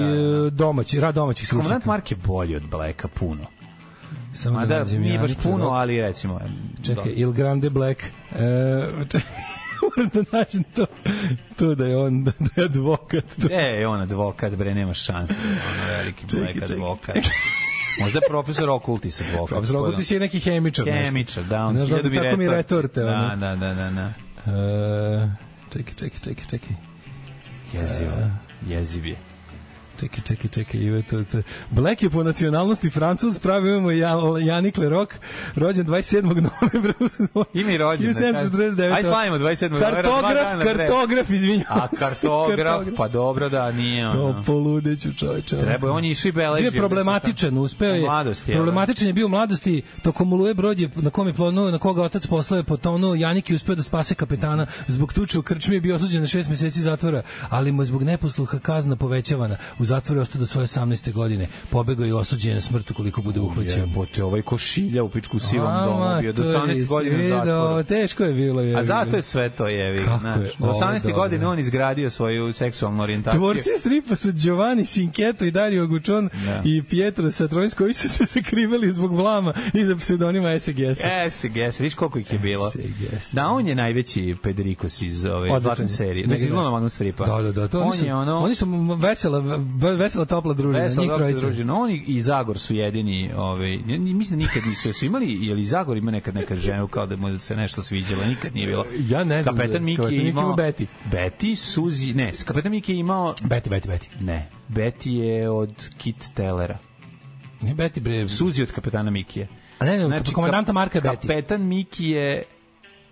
F: e, domaći, rad domaćih
G: Komandant
F: stručnjaka.
G: Mark je bolji od Blacka puno.
F: Samo
G: Ma da,
F: nađem
G: nije
F: ja
G: baš
F: neki
G: puno, Da.
F: rok.
G: ali recimo...
F: Čekaj, Il Grande Black. E, čekaj, <laughs> moram da nađem to, to da je on, da je advokat. To
G: da. E, on advokat, bre, nema šanse. da je On veliki Black advokat. Možda je profesor Okultis advokat.
F: Profesor Ogutis je da neki hemičar. nešto.
G: Kemičar, da, on
F: Znaš,
G: hiljadu
F: da, tako mi retorte.
G: Da,
F: ono.
G: da, da, da, da.
F: E, čekaj, čekaj, čekaj, čekaj.
G: Jeziv, jeziv je.
F: Čekaj, čekaj, čekaj, Ive, to, to. Black je po nacionalnosti Francuz, pravi imamo Jan, Janik Lerok, rođen 27. novembra.
G: I mi rođen, da kažem.
F: 1749.
G: Ajde, slavimo 27. novembra, dva
F: Kartograf,
G: dana
F: <laughs>
G: pre.
F: kartograf, izvinjavam
G: A
F: se,
G: kartograf, pa dobro da nije
F: O,
G: ono.
F: poludeću čoveče. ono.
G: Treba, je, on je išao i
F: Bio
G: beležio.
F: je problematičan, uspeo je.
G: U mladosti, jel da?
F: problematičan je bio u mladosti, tokom Oluje brod je na kom je plonuo, na koga otac poslao je potonuo, Janik je uspeo da spase kapetana, zbog tuče u krčmi je bio osuđen na šest meseci zatvora, ali mu je zbog neposluha kazna povećavana. U zatvoru je ostao do svoje 18. godine. Pobegao je i osuđen je na smrt ukoliko bude uhvaćen.
G: Jebote, ovaj košilja u pičku sivom
F: Ama,
G: domu bio do
F: to je,
G: 18
F: jesi
G: godina u
F: video,
G: zatvoru.
F: Teško je bilo. Je,
G: A zato je sve to jevi.
F: Kako
G: Znaš,
F: je
G: do
F: ovo
G: 18.
F: dobro.
G: godine on izgradio svoju seksualnu orijentaciju.
F: Tvorci stripa su Giovanni Sinketo i Dario Gučon
G: Da.
F: i Pietro Satronis koji su se sakrivali zbog vlama iza pseudonima SGS-a.
G: Yes, yes, viš koliko ih je bilo.
F: SGS.
G: Da, on je najveći Pedrikos iz ove
F: Odličan
G: zlatne
F: je.
G: serije.
F: Da,
G: Znači, iz
F: da.
G: Luna Magnus Stripa.
F: Da, da, da. To
G: on
F: oni, su,
G: je ono...
F: oni su m- vesela, v- vesela topla družina,
G: Vesel,
F: njih
G: Dr.
F: trojica.
G: Družina. da Oni i Zagor su jedini, ovaj, n- n- mislim da nikad nisu, jesu imali, je li Zagor ima nekad nekad ženu kao da mu se nešto sviđalo, nikad nije bilo.
F: Ja ne znam za-
G: Kapetan Miki
F: Kapetan
G: je
F: Miki
G: imao...
F: ima Beti.
G: Beti, Suzi, ne, s- Kapetan Miki je imao...
F: Beti, Beti, Beti.
G: Ne, Beti je od Kit Tellera.
F: Ne, Beti bre.
G: Suzi od kapetana Mikije.
F: A ne, ne,
G: znači,
F: komandanta Marka je Beti.
G: Kapetan Miki je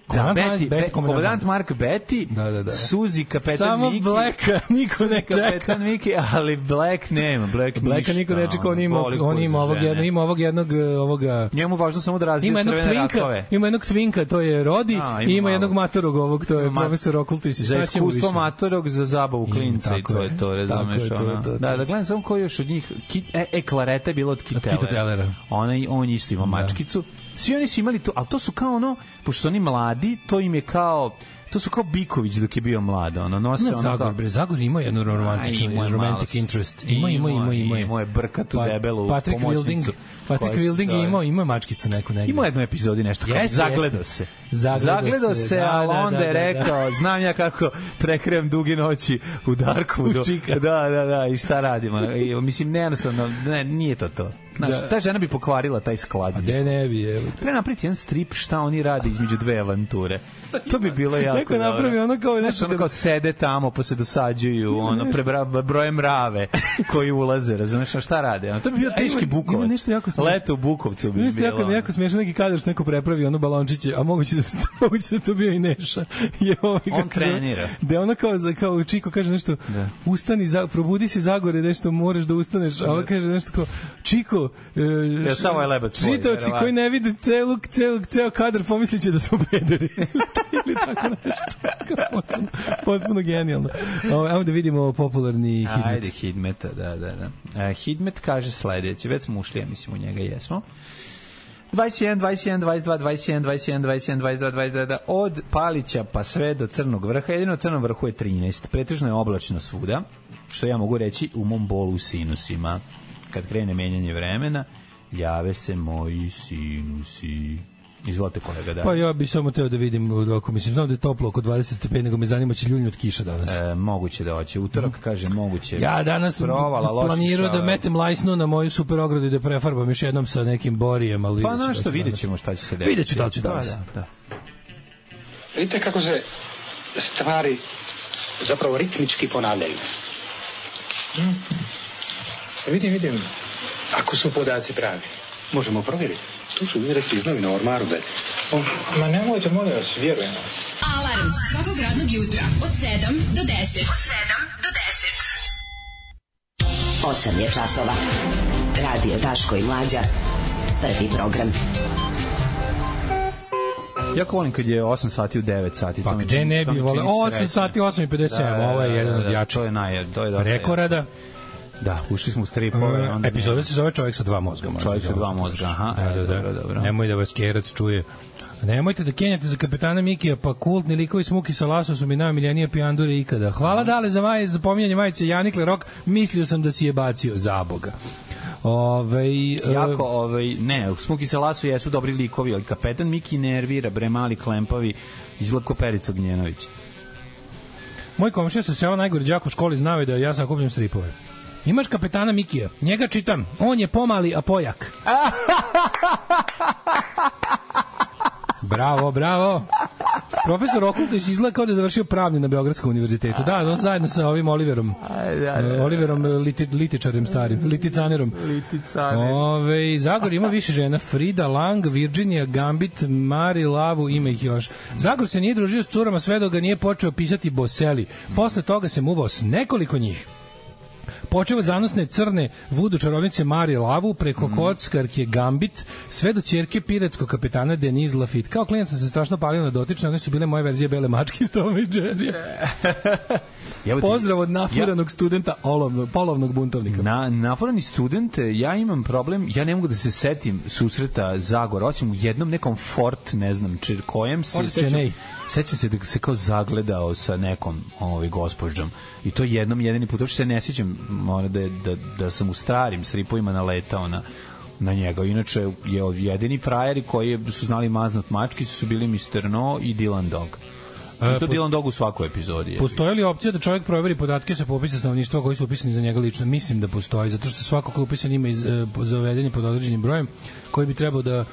G: Da,
F: Komandant
G: Beti,
F: Mark-
G: Beti,
F: Beti, komandant.
G: komandant Mark Beti,
F: Da, da, da.
G: Suzi, kapetan
F: Samo
G: Miki,
F: Blacka <laughs> niko ne čeka.
G: kapetan Miki, ali Black nema, Black
F: Blacka niko ne čeka, on ima, on ima ovog jednog, ima ovog jednog, eh, ovoga...
G: Njemu važno samo da razbije
F: Ima jednog
G: crvene
F: twinka,
G: rakove.
F: ima jednog twinka, to je Rodi,
G: A,
F: i
G: ima
F: ima
G: malo.
F: jednog matorog ovog, to je
G: Ima-
F: profesor Okultis.
G: Za
F: Šta ćemo više?
G: iskustvo matorog za zabavu
F: I,
G: klinca i
F: tako
G: to
F: je.
G: je to,
F: Tako
G: razumeš
F: je, to je
G: ona.
F: to, to.
G: Da, da gledam samo ko je još od njih, Kit- e, e Klareta je bila od Kitela.
F: Kita Tellera.
G: Ona i on isto
F: Da.
G: ima mačkicu. Svi oni su imali to, ali to su kao ono, pošto su oni mladi, to im je kao to su kao Biković dok je bio mlad, ono nose
F: Ne,
G: ono
F: Zagor,
G: kao-
F: bre, Zagor ima jednu romantičnu,
G: A, imao je
F: romantic
G: malo.
F: interest. Ima, ima, ima, ima.
G: Imao je brkatu debelu
F: Pa- Patrick Wilding,
G: pomoćnicu
F: Patrick
G: koja se
F: Wilding je
G: zove-
F: imao, ima mačkicu neku negde.
G: Ima jednu epizodu i nešto kao,
F: Jeste,
G: zagledao
F: jeste.
G: se.
F: Zagledao
G: Zagledao
F: se,
G: se,
F: da,
G: ali
F: da,
G: onda
F: da,
G: je
F: da, da.
G: rekao, znam ja kako prekrem duge noći u Darkwoodu. Da, da, da, i šta radimo. I, mislim, nejednostavno, ne, nije to to. Znaš, ta žena bi pokvarila taj sklad.
F: A da. gde ne bi, evo.
G: Treba napriti jedan strip šta oni rade između dve avanture. To bi bilo jako
F: Neko
G: dobro.
F: napravi ono kao nešto
G: Znaš, ono
F: da-
G: kao sede tamo pa se dosađuju, ono, prebra, broje mrave koji ulaze, razumeš, a šta rade? Ono, to bi bio
F: A Da, ima-
G: teški
F: ima
G: Bukovac.
F: nešto jako smešno.
G: Leto u Bukovcu bi
F: Nešto
G: bilo.
F: jako,
G: ono.
F: jako smiješan neki kadar što neko prepravi ono balončiće, a moguće da, moguće da to <laughs> bio i Neša. <laughs> Je ovaj,
G: On
F: kako se zove,
G: trenira.
F: Da ono kao, za- kao Čiko kaže nešto,
G: Da.
F: ustani, za, probudi se Zagore, nešto moraš da ustaneš, a on kaže nešto kao, Čiko, e,
G: Ja, samo je lebac tvoj,
F: čitaoci
G: verovatno.
F: koji ne vide celu, celu, ceo kadar pomisliće da smo pederi. <laughs> Ili tako nešto. Kao Potpuno, potpuno genijalno. Ovo, Ajmo da vidimo popularni hit.
G: Ajde, Hidmeta, da, da, da. E, Hidmet kaže sledeće, već smo ušli, ja mislim, u njega jesmo. 21, 21, 22, 21, 21, 21, 22, 22, da, od Palića pa sve do Crnog vrha, jedino u Crnom vrhu je 13, pretežno je oblačno svuda, što ja mogu reći u mom bolu u sinusima. Kad krene menjanje vremena, jave se moji sinusi. Izvolite kolega, da.
F: Pa ja bih samo teo da vidim, ako mislim, znam da je toplo oko 20 stepeni, nego me zanima će ljulj od kiša danas.
G: E, moguće da hoće. Utorak, kaže, moguće.
F: Mhm. Ja danas
G: Provala, loših
F: planirao da
G: šala.
F: metem lajsnu na moju super ogradu i da prefarbam još jednom sa nekim borijem, ali...
G: Pa
F: vidjet ću
G: na
F: da
G: što,
F: ću
G: vidjet
F: danas.
G: ćemo šta će se desiti.
F: Vidjet ću da li će
G: Pa
F: danas.
G: Da, da.
K: Vidite kako se stvari zapravo ritmički ponavljaju. Hm? E, Vidim, vidim. Ako su podaci pravi. Možemo provjeriti. Tu su izreci iz novina u ormaru da je. Ma nemojte, molim vas, vjerujem.
B: Alarm svakog radnog jutra od 7 do 10. Od 7 do 10. 8 je časova. Radio Daško i Mlađa. Prvi program.
G: Jako volim kad je 8 sati u 9 sati.
F: Pa
G: to mi-
F: gde ne
G: to
F: bi
G: mi
F: voleo?
G: čini Da,
F: 8
G: srećnim.
F: sati, 8 i 57, ovo je jedan od jačih
G: To je naj, to je dosta.
F: rekorada.
G: Da, ušli smo u stripove.
F: Uh,
G: onda
F: epizoda se zove Čovjek sa dva mozga. možda
G: Čovjek sa
F: da
G: dva
F: ovo
G: mozga, aha,
F: slušaš. Da,
G: e,
F: da, da.
G: dobro, dobro.
F: Nemoj da vas kerac čuje. Nemojte da kenjate za kapetana Mikija, pa kultni likovi s Muki sa lasosom i najomiljenije pijandure ikada. Hvala dale za, maj, za pominjanje majice Janikle Rok, mislio sam da si je bacio za Boga. Ove, e,
G: Jako, ovaj, ne, Smuki se lasu jesu dobri likovi, ali kapetan Miki nervira, bre, mali klempavi, izlako Perica Gnjenović.
F: Moj komšija sa sela najgori đak u školi znao je da ja sakupljam stripove. Imaš kapetana Mikija. Njega čitam. On je pomali, a
G: <laughs>
F: pojak. Bravo, bravo. Profesor Okultić izgleda kao da je završio pravni na Beogradskom univerzitetu. Da, on zajedno sa ovim Oliverom.
G: da,
F: Oliverom eh, liti, litičarem starim, liticanerom.
G: Litica,
F: Ove, Zagor ima više žena, Frida Lang, Virginia Gambit, Mari Lavu, ima ih još. Zagor se nije družio s curama sve dok ga nije počeo pisati Boseli. Posle toga se muvao s nekoliko njih. Počeo od zanosne crne vudu čarovnice Mari Lavu preko kockarke Gambit sve do ćerke piratskog kapetana Denise Lafitte. Kao klinac sam se strašno palio na dotične, one su bile moje verzije bele mačke iz Toma i Jerry. Pozdrav od nafuranog studenta olovnog, polovnog buntovnika.
G: Na, naforani student, ja imam problem, ja ne mogu da se setim susreta Zagora, osim u jednom nekom fort, ne znam, čir, kojem se...
F: Fort
G: sećam-
F: Čenej.
G: Sećam se da se kao zagledao sa nekom ovaj, gospođom. I to jednom, jedini put. Uopšte se ne sjećam mora da, je- da, da sam u starim stripovima naletao na na njega. Inače je od- jedini frajeri koji su znali maznut mačkicu su bili Mr. No i Dylan Dog. I
F: E,
G: to
F: pos-
G: Dylan Dog u svakoj epizodi. je.
F: Postoji li opcija da čovjek proveri podatke sa popisa stanovništva koji su upisani za njega lično? Mislim da postoji, zato što svako ko je upisan ima iz, e, zavedenje pod određenim brojem koji bi trebao da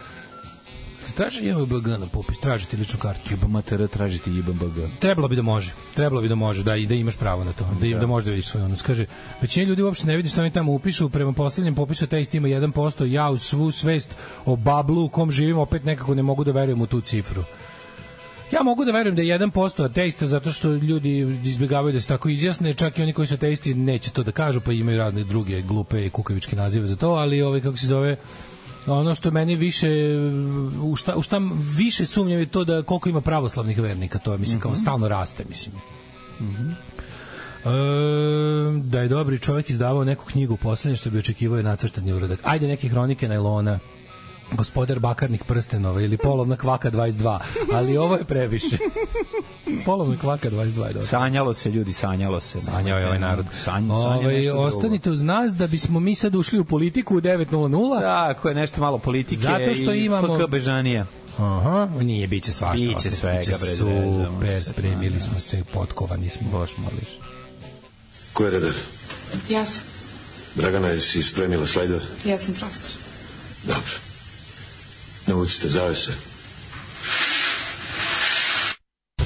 F: traži JMBG na popis, tražiti ličnu kartu.
G: JBMTR tražite JBMBG.
F: Trebalo bi da može. Trebalo bi da može, da i da imaš pravo na to, da da može da vidiš svoj odnos. Kaže, većina ljudi uopšte ne vidi šta oni tamo upišu, prema poslednjem popisu test ima 1%, ja u svu svest o bablu u kom živim opet nekako ne mogu da verujem u tu cifru. Ja mogu da verujem da je 1% ateista zato što ljudi izbjegavaju da se tako izjasne, čak i oni koji su ateisti neće to da kažu, pa imaju razne druge glupe i kukavičke nazive za to, ali ovaj kako se zove ono što meni više u šta, u šta više sumnjam je to da koliko ima pravoslavnih vernika, to je mislim kao stalno raste, mislim. E, da je dobri čovjek izdavao neku knjigu poslednje što bi očekivao je nacrtani uradak. Ajde neke hronike najlona gospodar bakarnih prstenova ili polovna kvaka 22, ali ovo je <laughs> previše. polovna kvaka 22 je dobro.
G: Sanjalo se, ljudi, sanjalo se.
F: Sanjao je ovaj narod.
G: Sanj, sanj
F: Ovaj, ostanite uz nas da bismo mi sad ušli u politiku u 9.00.
G: Tako je nešto malo politike
F: Zato što
G: i
F: imamo-
G: FK Bežanija.
F: Aha, nije, biće svašta.
G: Biće
F: opet,
G: svega,
F: biće
G: bre, zezamo
F: Super,
G: se.
F: spremili smo se, potkovani smo.
G: Boš moliš.
A: Ko je redar?
B: Ja sam.
L: Dragana, jesi spremila slajdove?
M: Ja sam profesor.
L: Dobro. Navucite zavese.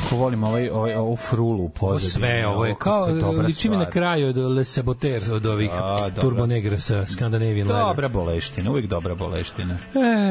G: Kako volim ovaj, ovaj, ovu frulu u
F: Ovo
G: pozadini.
F: Pa sve, ovo je
G: kako
F: kao,
G: dobra
F: liči mi na
G: stvar.
F: kraju od Le Saboteur, od ovih
G: A, dobro.
F: Turbo Negra sa Scandinavian Leather.
G: Dobra boleština, uvijek dobra boleština.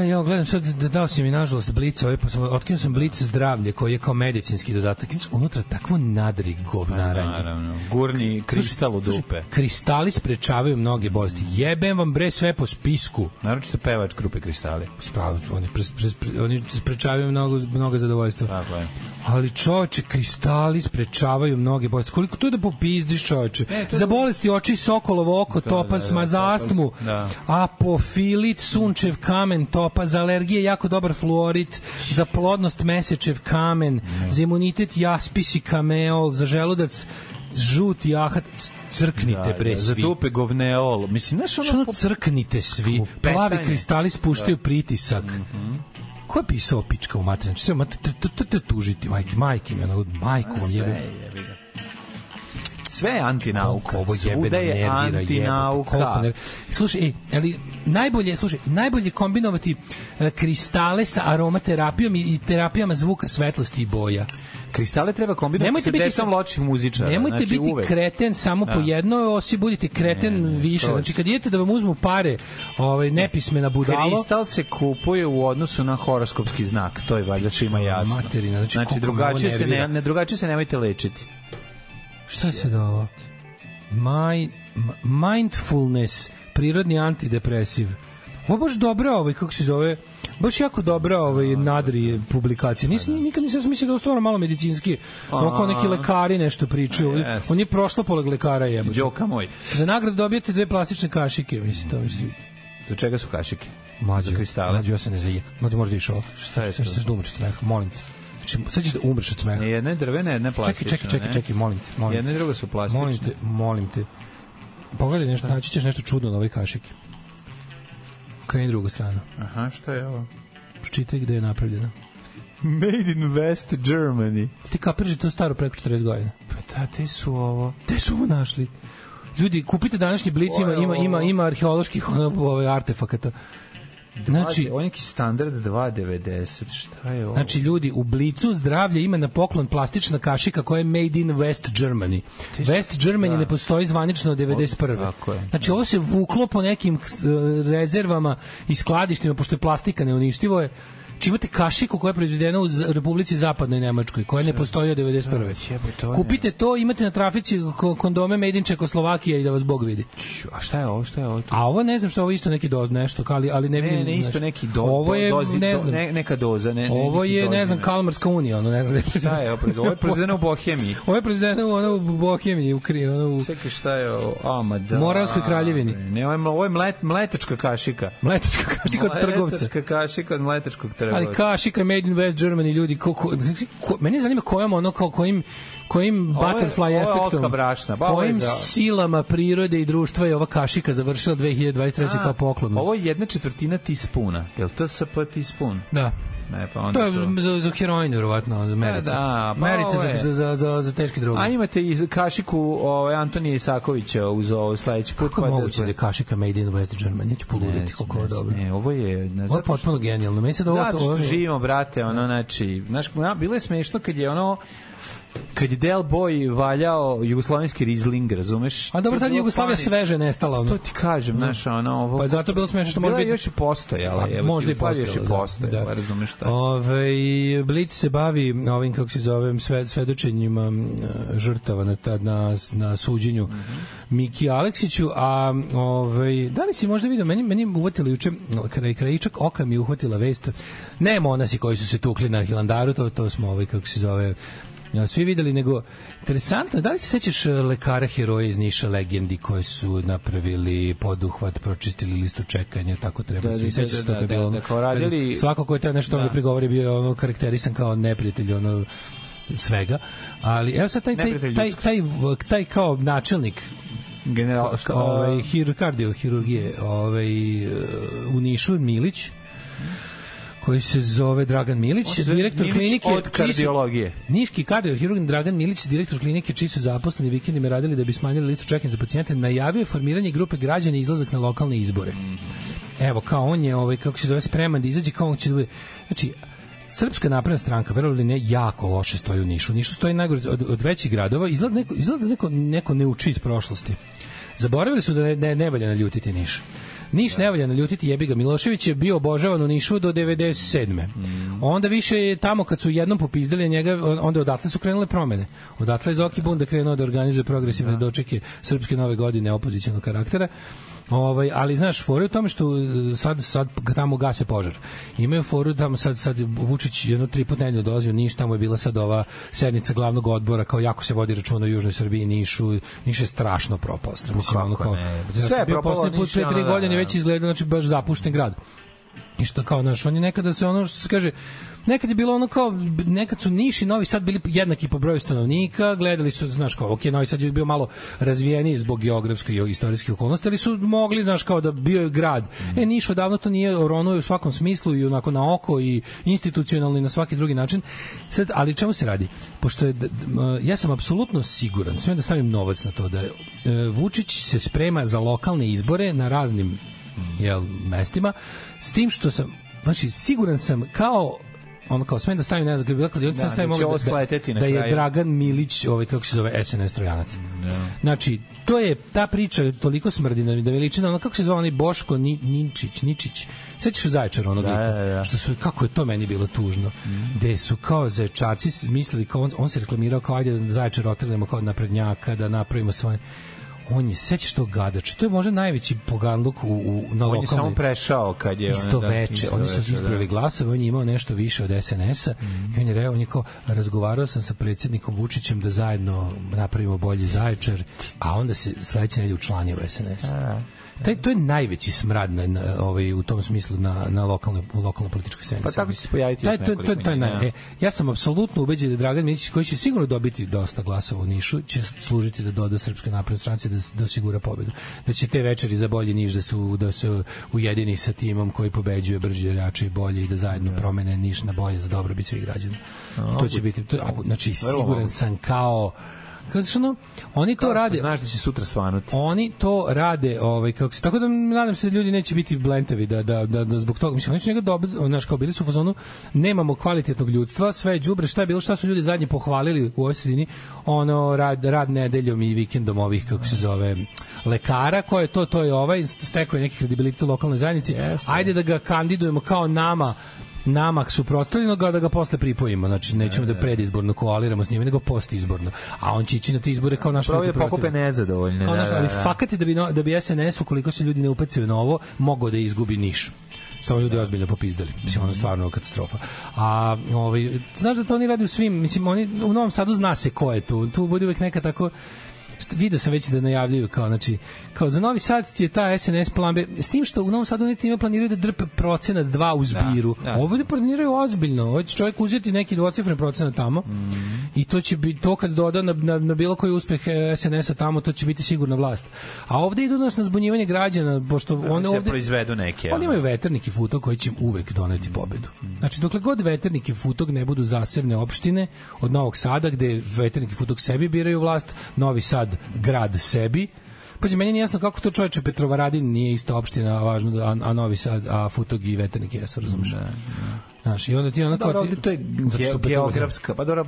F: E, ja gledam sad da dao si mi nažalost blic, ovaj, pa sam, otkinuo sam blic zdravlje koji je kao medicinski dodatak. Znači, unutra takvo nadri govnaranje.
G: Pa Naravno. Gurni kristal u dupe.
F: Kristali sprečavaju mnoge bolesti. Jebem vam bre sve po spisku.
G: Naročito pevač grupe kristali.
F: Spravo, oni, pre, pre, pre, oni sprečavaju mnogo, mnogo zadovoljstva.
G: Tako je.
F: Ali čoveče, kristali sprečavaju mnoge bolesti. Koliko to je da popizdiš čoveče?
G: E,
F: Za bolesti oči, sokolovo oko, topaz, ma za astmu,
G: da.
F: apofilit, sunčev kamen, topaz, za alergije, jako dobar fluorit, za plodnost mesečev kamen, za imunitet jaspis i kameol, za želudac žuti jahat, c- crknite bre
G: Da, Za
F: svi.
G: dupe govneol. Mislim, znaš ono... Da.
F: Što ono crknite svi?
G: Lupetanje.
F: Plavi kristali spuštaju pritisak.
G: Mhm.
F: Ko je pisao pička u materinu? Znači, sve, ma, te- te- te- te tužiti, majke, majke mi, ono, majku vam
G: Sve
F: jebem.
G: je, jebi ga. Sve je antinauka.
F: Koliko ovo
G: Svuda
F: jebeno
G: je
F: nervira, jebote, koliko
G: antinauka.
F: nervira. Slušaj, ej, ali najbolje, slušaj, najbolje kombinovati e, kristale sa aromaterapijom i, i terapijama zvuka, svetlosti i boja.
G: Kristale treba kombinovati
F: Nemojte
G: sa
F: biti-
G: decom ločih muzičara.
F: Nemojte
G: znači,
F: biti
G: uvek.
F: kreten samo po
G: Da.
F: jedno, osi budite kreten
G: Ne, ne,
F: više.
G: skroz.
F: Znači, kad idete da vam uzmu pare ovaj, nepismena budalo,
G: Kristal se kupuje u odnosu na horoskopski znak, to je valjda svima jasno.
F: Pa, Materina, znači,
G: znači
F: koliko
G: drugačije
F: me ovo
G: se ne,
F: nervira.
G: ne drugačije se nemojte lečiti.
F: Šta se dalo? My, m- mindfulness, prirodni antidepresiv. Ovo baš dobra, ovaj, kako se zove, baš jako dobra ovaj, nadri je publikacija. Nisam, nikad nisam mislio da je stvarno malo medicinski. Ono kao neki lekari nešto pričaju.
G: A, jes.
F: On je prošlo poleg lekara jeba.
G: Đoka moj.
F: Za nagradu dobijete dve plastične kašike, mislim, to mislim.
G: Do čega su kašike?
F: Mlađo,
G: Za kristale.
F: Mlađo, ja se ne zaje. Mlađo, možda išao.
G: Šta je
F: Sad
G: to?
F: ćeš da umreš od smeha, molim te. Znači, sad ćeš da umreš od smeha.
G: Ne jedna je drvena, jedna je
F: Čekaj,
G: plastična.
F: čekaj, čekaj,
G: ne?
F: čekaj, molim te, molim te.
G: Jedna i druga su plastične.
F: Molim te, molim te. Pogledaj nešto, naći ćeš nešto čudno na ovoj kašiki. Kreni drugu stranu.
G: Aha, šta je ovo?
F: Pročitaj gde je napravljena.
G: Made in West Germany.
F: Ti kapiraš da je to staro preko 40 godina.
G: Pa da, te su ovo.
F: Gde su ovo našli? Ljudi, kupite današnji blic, ima, ima, ima, ima arheoloških ono, ovaj, artefakata. Znači,
G: Znači, on je neki standard 2.90, šta je ovo?
F: Znači, ljudi, u blicu zdravlje ima na poklon plastična kašika koja je made in West Germany. West Germany ne postoji zvanično od 91.
G: Da. Tako je.
F: Znači, ovo se vuklo po nekim eh, rezervama i skladištima, pošto je plastika neuništivo je. Znači, imate kašiku koja je proizvedena u Z- Republici Zapadnoj Nemačkoj, koja ne postoji od 91.
G: Da, jebote, ovo je-
F: Kupite to, imate na trafici ko- kondome made in Čekoslovakija i da vas Bog vidi.
G: Ću, a šta je ovo, šta je ovo?
F: A ovo ne znam što ovo je isto neki doz nešto, ali, ali ne vidim.
G: Ne, ne, isto
F: znaš.
G: neki do,
F: ovo je,
G: do, dozi,
F: ne
G: do,
F: znam,
G: ne, neka doza. Ne, ne,
F: Ovo
G: neki
F: je, ne
G: dozi,
F: znam, Kalmarska unija, ono, ne znam.
G: Šta je, ovo,
F: <laughs>
G: ovo je proizvedeno u Bohemiji.
F: Ovo je proizvedeno u, ono, u Bohemiji, u Kriju, ono, u
G: Čekaj, šta je ovo? Ama da.
F: Moravskoj kraljevini.
G: Ne, ovo je, mle- ovo je mlet, mletačka kašika.
F: Mletačka kašika od trgovca.
G: Mletačka kašika od mletačkog trgovca.
F: Ali kašika je made in West Germany, ljudi, ko, ko, ko, mene zanima kojom, ono, kao, kojim, kojim
G: Ovo je-
F: butterfly
G: ovo je
F: efektom,
G: otka brašna, ba, ovo je
F: kojim
G: za-
F: silama prirode i društva je ova kašika završila 2023. kao poklon.
G: Ovo je jedna četvrtina tispuna. Je li to SP tispun?
F: Da.
G: Ne, pa onda
F: To
G: to...
F: je za, za heroin, verovatno, za merice.
G: da, pa
F: merice
G: ovo je-
F: za, za, za, za teške droge.
G: A imate i kašiku ovaj, Antonija Isakovića uz ovo sledeći put. pa
F: Kako je moguće da je kašika made in West Germany? Ja ću poluditi
G: Jes,
F: koliko je ovo
G: jes,
F: dobro.
G: Ne, ovo je... Ne,
F: Ovo je
G: zato što-
F: potpuno genijalno. Meni se da ovo...
G: Zato
F: ovo-
G: što živimo, brate,
F: Da.
G: ono, znači, znaš, na, bilo je smešno kad je ono, kad je Del Boy valjao jugoslovenski Riesling, razumeš?
F: A dobro, tad je Jugoslavija sveže nestala. Ono.
G: To ti kažem, znaš, ono, ovo...
F: Pa je zato bilo smešno što
G: Bila
F: može
G: je
F: biti-
G: još i postojala, je.
F: možda i postojala.
G: Još i postojala, da. razumeš šta.
F: Ove, Blic se bavi ovim, kako se zove, sve, svedočenjima m, žrtava na, ta, na, na suđenju
G: Mhm.
F: Miki Aleksiću, a ove, da li si možda vidio, meni, meni je uhvatila juče, kraj, krajičak oka mi je uhvatila vest, ne monasi koji su se tukli na Hilandaru, to, to smo, ovaj, kako se zove, Ja, svi videli, nego interesantno, je, da li se sećaš e, lekara heroja iz Niša legendi koji su napravili poduhvat, pročistili listu čekanja, tako treba
G: Da,
F: se
G: da,
F: i sećaš
G: da,
F: se toga
G: da,
F: je bilo.
G: da, kao radili-
F: kad Svako ko je teo nešto da. mi prigovori bio je ono karakterisan kao neprijatelj, ono svega. Ali evo sad taj taj taj
G: Neprijatelj
F: taj,
G: ljudskosti.
F: taj, taj kao načelnik
G: General, Pa, šta, da.
F: ovaj hir kardiohirurgije, ovaj e, u Nišu Milić koji se zove Dragan Milić,
G: On se
F: direktor
G: Milić
F: klinike
G: od
F: čiji su-
G: kardiologije.
F: Niški kardiohirurg Dragan Milić, direktor klinike čiji su zaposleni vikendima radili da bi smanjili listu čekanja za pacijente, najavio je formiranje grupe građana i izlazak na lokalne izbore. Evo, kao on je, ovaj, kako se zove, spreman da izađe, kao on će da bude... Znači, Srpska napredna stranka, verovali ili ne, jako loše stoji u Nišu. U Nišu stoji najgore od, od većih gradova. Izgleda neko, izgleda da neko, neko ne uči iz prošlosti. Zaboravili su da ne, ne, ne valja naljutiti Niš. Niš ne valja naljutiti, jebi ga. Milošević je bio obožavan u Nišu do 97. Onda više je tamo kad su jednom popizdali njega, on- onda odatle su krenule promene. Odatle je Zoki Bunda krenuo da organizuje progresivne dočeke Srpske nove godine opozicionog karaktera. Ovaj, ali znaš, fora je u tome što e, sad, sad ga tamo gase požar. Imaju foru tamo sad, sad Vučić jedno tri puta nedeljno dolazi u Niš, tamo je bila sad ova sednica glavnog odbora, kao jako se vodi računa o Južnoj Srbiji i Nišu, Niš je strašno propao. Mislim, ono kao,
G: ne?
F: ja
G: Sve
F: sam
G: je
F: bio
G: propalo,
F: poslednji put
G: Niš,
F: pre
G: ono,
F: tri
G: da,
F: godine
G: da.
F: već izgledao, znači baš zapušten grad. I što kao, znaš, on je nekada se ono što se kaže, nekad je bilo ono kao, nekad su Niš i Novi Sad bili jednaki po broju stanovnika, gledali su, znaš, kao, ok, Novi Sad je bio malo razvijeniji zbog geografske i istorijske okolnosti, ali su mogli, znaš, kao da bio je grad. E, Niš odavno to nije oronuje u svakom smislu i onako na oko i institucionalno i na svaki drugi način. Sad, ali čemu se radi? Pošto je, d- m, ja sam apsolutno siguran, sve da stavim novac na to, da je, e, Vučić se sprema za lokalne izbore na raznim jel, mestima, s tim što sam, znači, siguran sam kao ono kao smem da stavim ne znam kako bi bila kladionica
G: Da,
F: da, stavim
G: da će
F: ovo
G: ovo sleteti na
F: da je
G: kraju. Da.
F: Dragan Milić ovaj kako se zove SNS Trojanac znači to je ta priča toliko smrdi da mi da mi liči na ono kako se zove onaj Boško Ni, Ničić Ničić sećaš se Zaječara onog
G: Da,
F: lika?
G: da, da.
F: što su kako je to meni bilo tužno mm. gde su kao zaječarci s- mislili kao on, on se reklamirao kao ajde da zaječar otrgnemo kao naprednjaka da napravimo svoje on je sećaš to gadač to je možda najveći poganluk u, u na
G: On je samo
F: lokalnoj-
G: prešao kad je...
F: isto
G: ono, da, Mhm.
F: veče,
G: isto
F: oni su
G: veče,
F: ispravili glasove, on je imao nešto više od SNS-a i on je rekao, on je kao, razgovarao sam sa predsjednikom Vučićem da zajedno napravimo bolji zaječar, a onda se sledeće nedelje učlanio u SNS. Taj, to je najveći smrad na, na, ovaj, u tom smislu na, na lokalnoj, u lokalnoj političkoj sceni.
G: Pa tako će se pojaviti
F: Taj,
G: još
F: to, to,
G: nekoliko
F: to, je
G: njih,
F: naj-
G: da.
F: e, ja sam apsolutno ubeđen da Dragan Milić, koji će sigurno dobiti dosta glasova u Nišu, će služiti da doda Srpskoj naprednoj stranci da, da osigura pobedu. Da će te večeri za bolji Niš da, su, da se ujedini sa timom koji pobeđuje brže, jače i bolje i da zajedno promene Niš na bolje za dobrobit svih građana. To će biti, to, a, znači siguran
G: moguće.
F: sam kao kao znaš, ono, oni to
G: Kao što
F: rade
G: Znaš da će sutra svanuti.
F: oni to rade ovaj kako se tako da nadam se da ljudi neće biti blentavi da da da, da zbog toga mislim oni su njega dobili on, znaš kao bili su u fazonu nemamo kvalitetnog ljudstva sve je đubre šta je bilo šta su ljudi zadnje pohvalili u ovoj sredini ono rad rad nedeljom i vikendom ovih kako se zove lekara ko je to to je ovaj stekao je neki kredibilitet u lokalnoj zajednici ajde da ga kandidujemo kao nama nama suprotstavljeno ga da ga posle pripojimo znači nećemo da predizborno koaliramo s njima nego postizborno a on će ići na te izbore kao naš
G: Probao je
F: veliki protivnik.
G: da pokupe nezadovoljne.
F: Kao,
G: Da,
F: znaš,
G: da,
F: ali
G: da.
F: fakat je da bi, no- da bi SNS, ukoliko se ljudi ne upecaju na ovo, mogao da izgubi niš. Samo ljudi ozbiljno popizdali. Mislim, ono stvarno katastrofa. A, ovaj, znaš da to oni rade u svim, mislim, oni u Novom Sadu zna se ko je tu. Tu bude uvek neka tako šta- video sam već da najavljuju kao znači kao za Novi Sad ti je ta SNS plan B s tim što u Novom Sadu oni time planiraju da drpe procenat 2 u zbiru
G: Da,
F: da,
G: da.
F: da. Ovo da planiraju ozbiljno. Ovo će čovjek uzeti neki dvocifren procenat tamo
G: Mhm.
F: i to će biti to kad doda na, na, na bilo koji uspeh eh, SNS-a tamo, to će biti sigurna vlast. A ovde idu nas na zbunjivanje građana, pošto
G: Da, Oni
F: one
G: se
F: ovde...
G: proizvedu neke.
F: Oni
G: ono. Mm.
F: imaju veternik i futog koji će im uvek doneti pobedu. Znači, dokle god veternik i futog ne budu zasebne opštine od Novog Sada, gde veternik i futog sebi biraju vlast, Novi Sad grad sebi, Pazi, meni nije jasno kako to čoveče Petrovaradin nije ista opština, a, važno, da- a, a Novi Sad, a Futog i Veternik jesu, razumiješ? Da, Znaš, i onda ti ono... kao
G: Dobro,
F: ti-
G: ovde to je
F: Zato što
G: ge-
F: Petrovaradin-
G: geografska, pa dobro,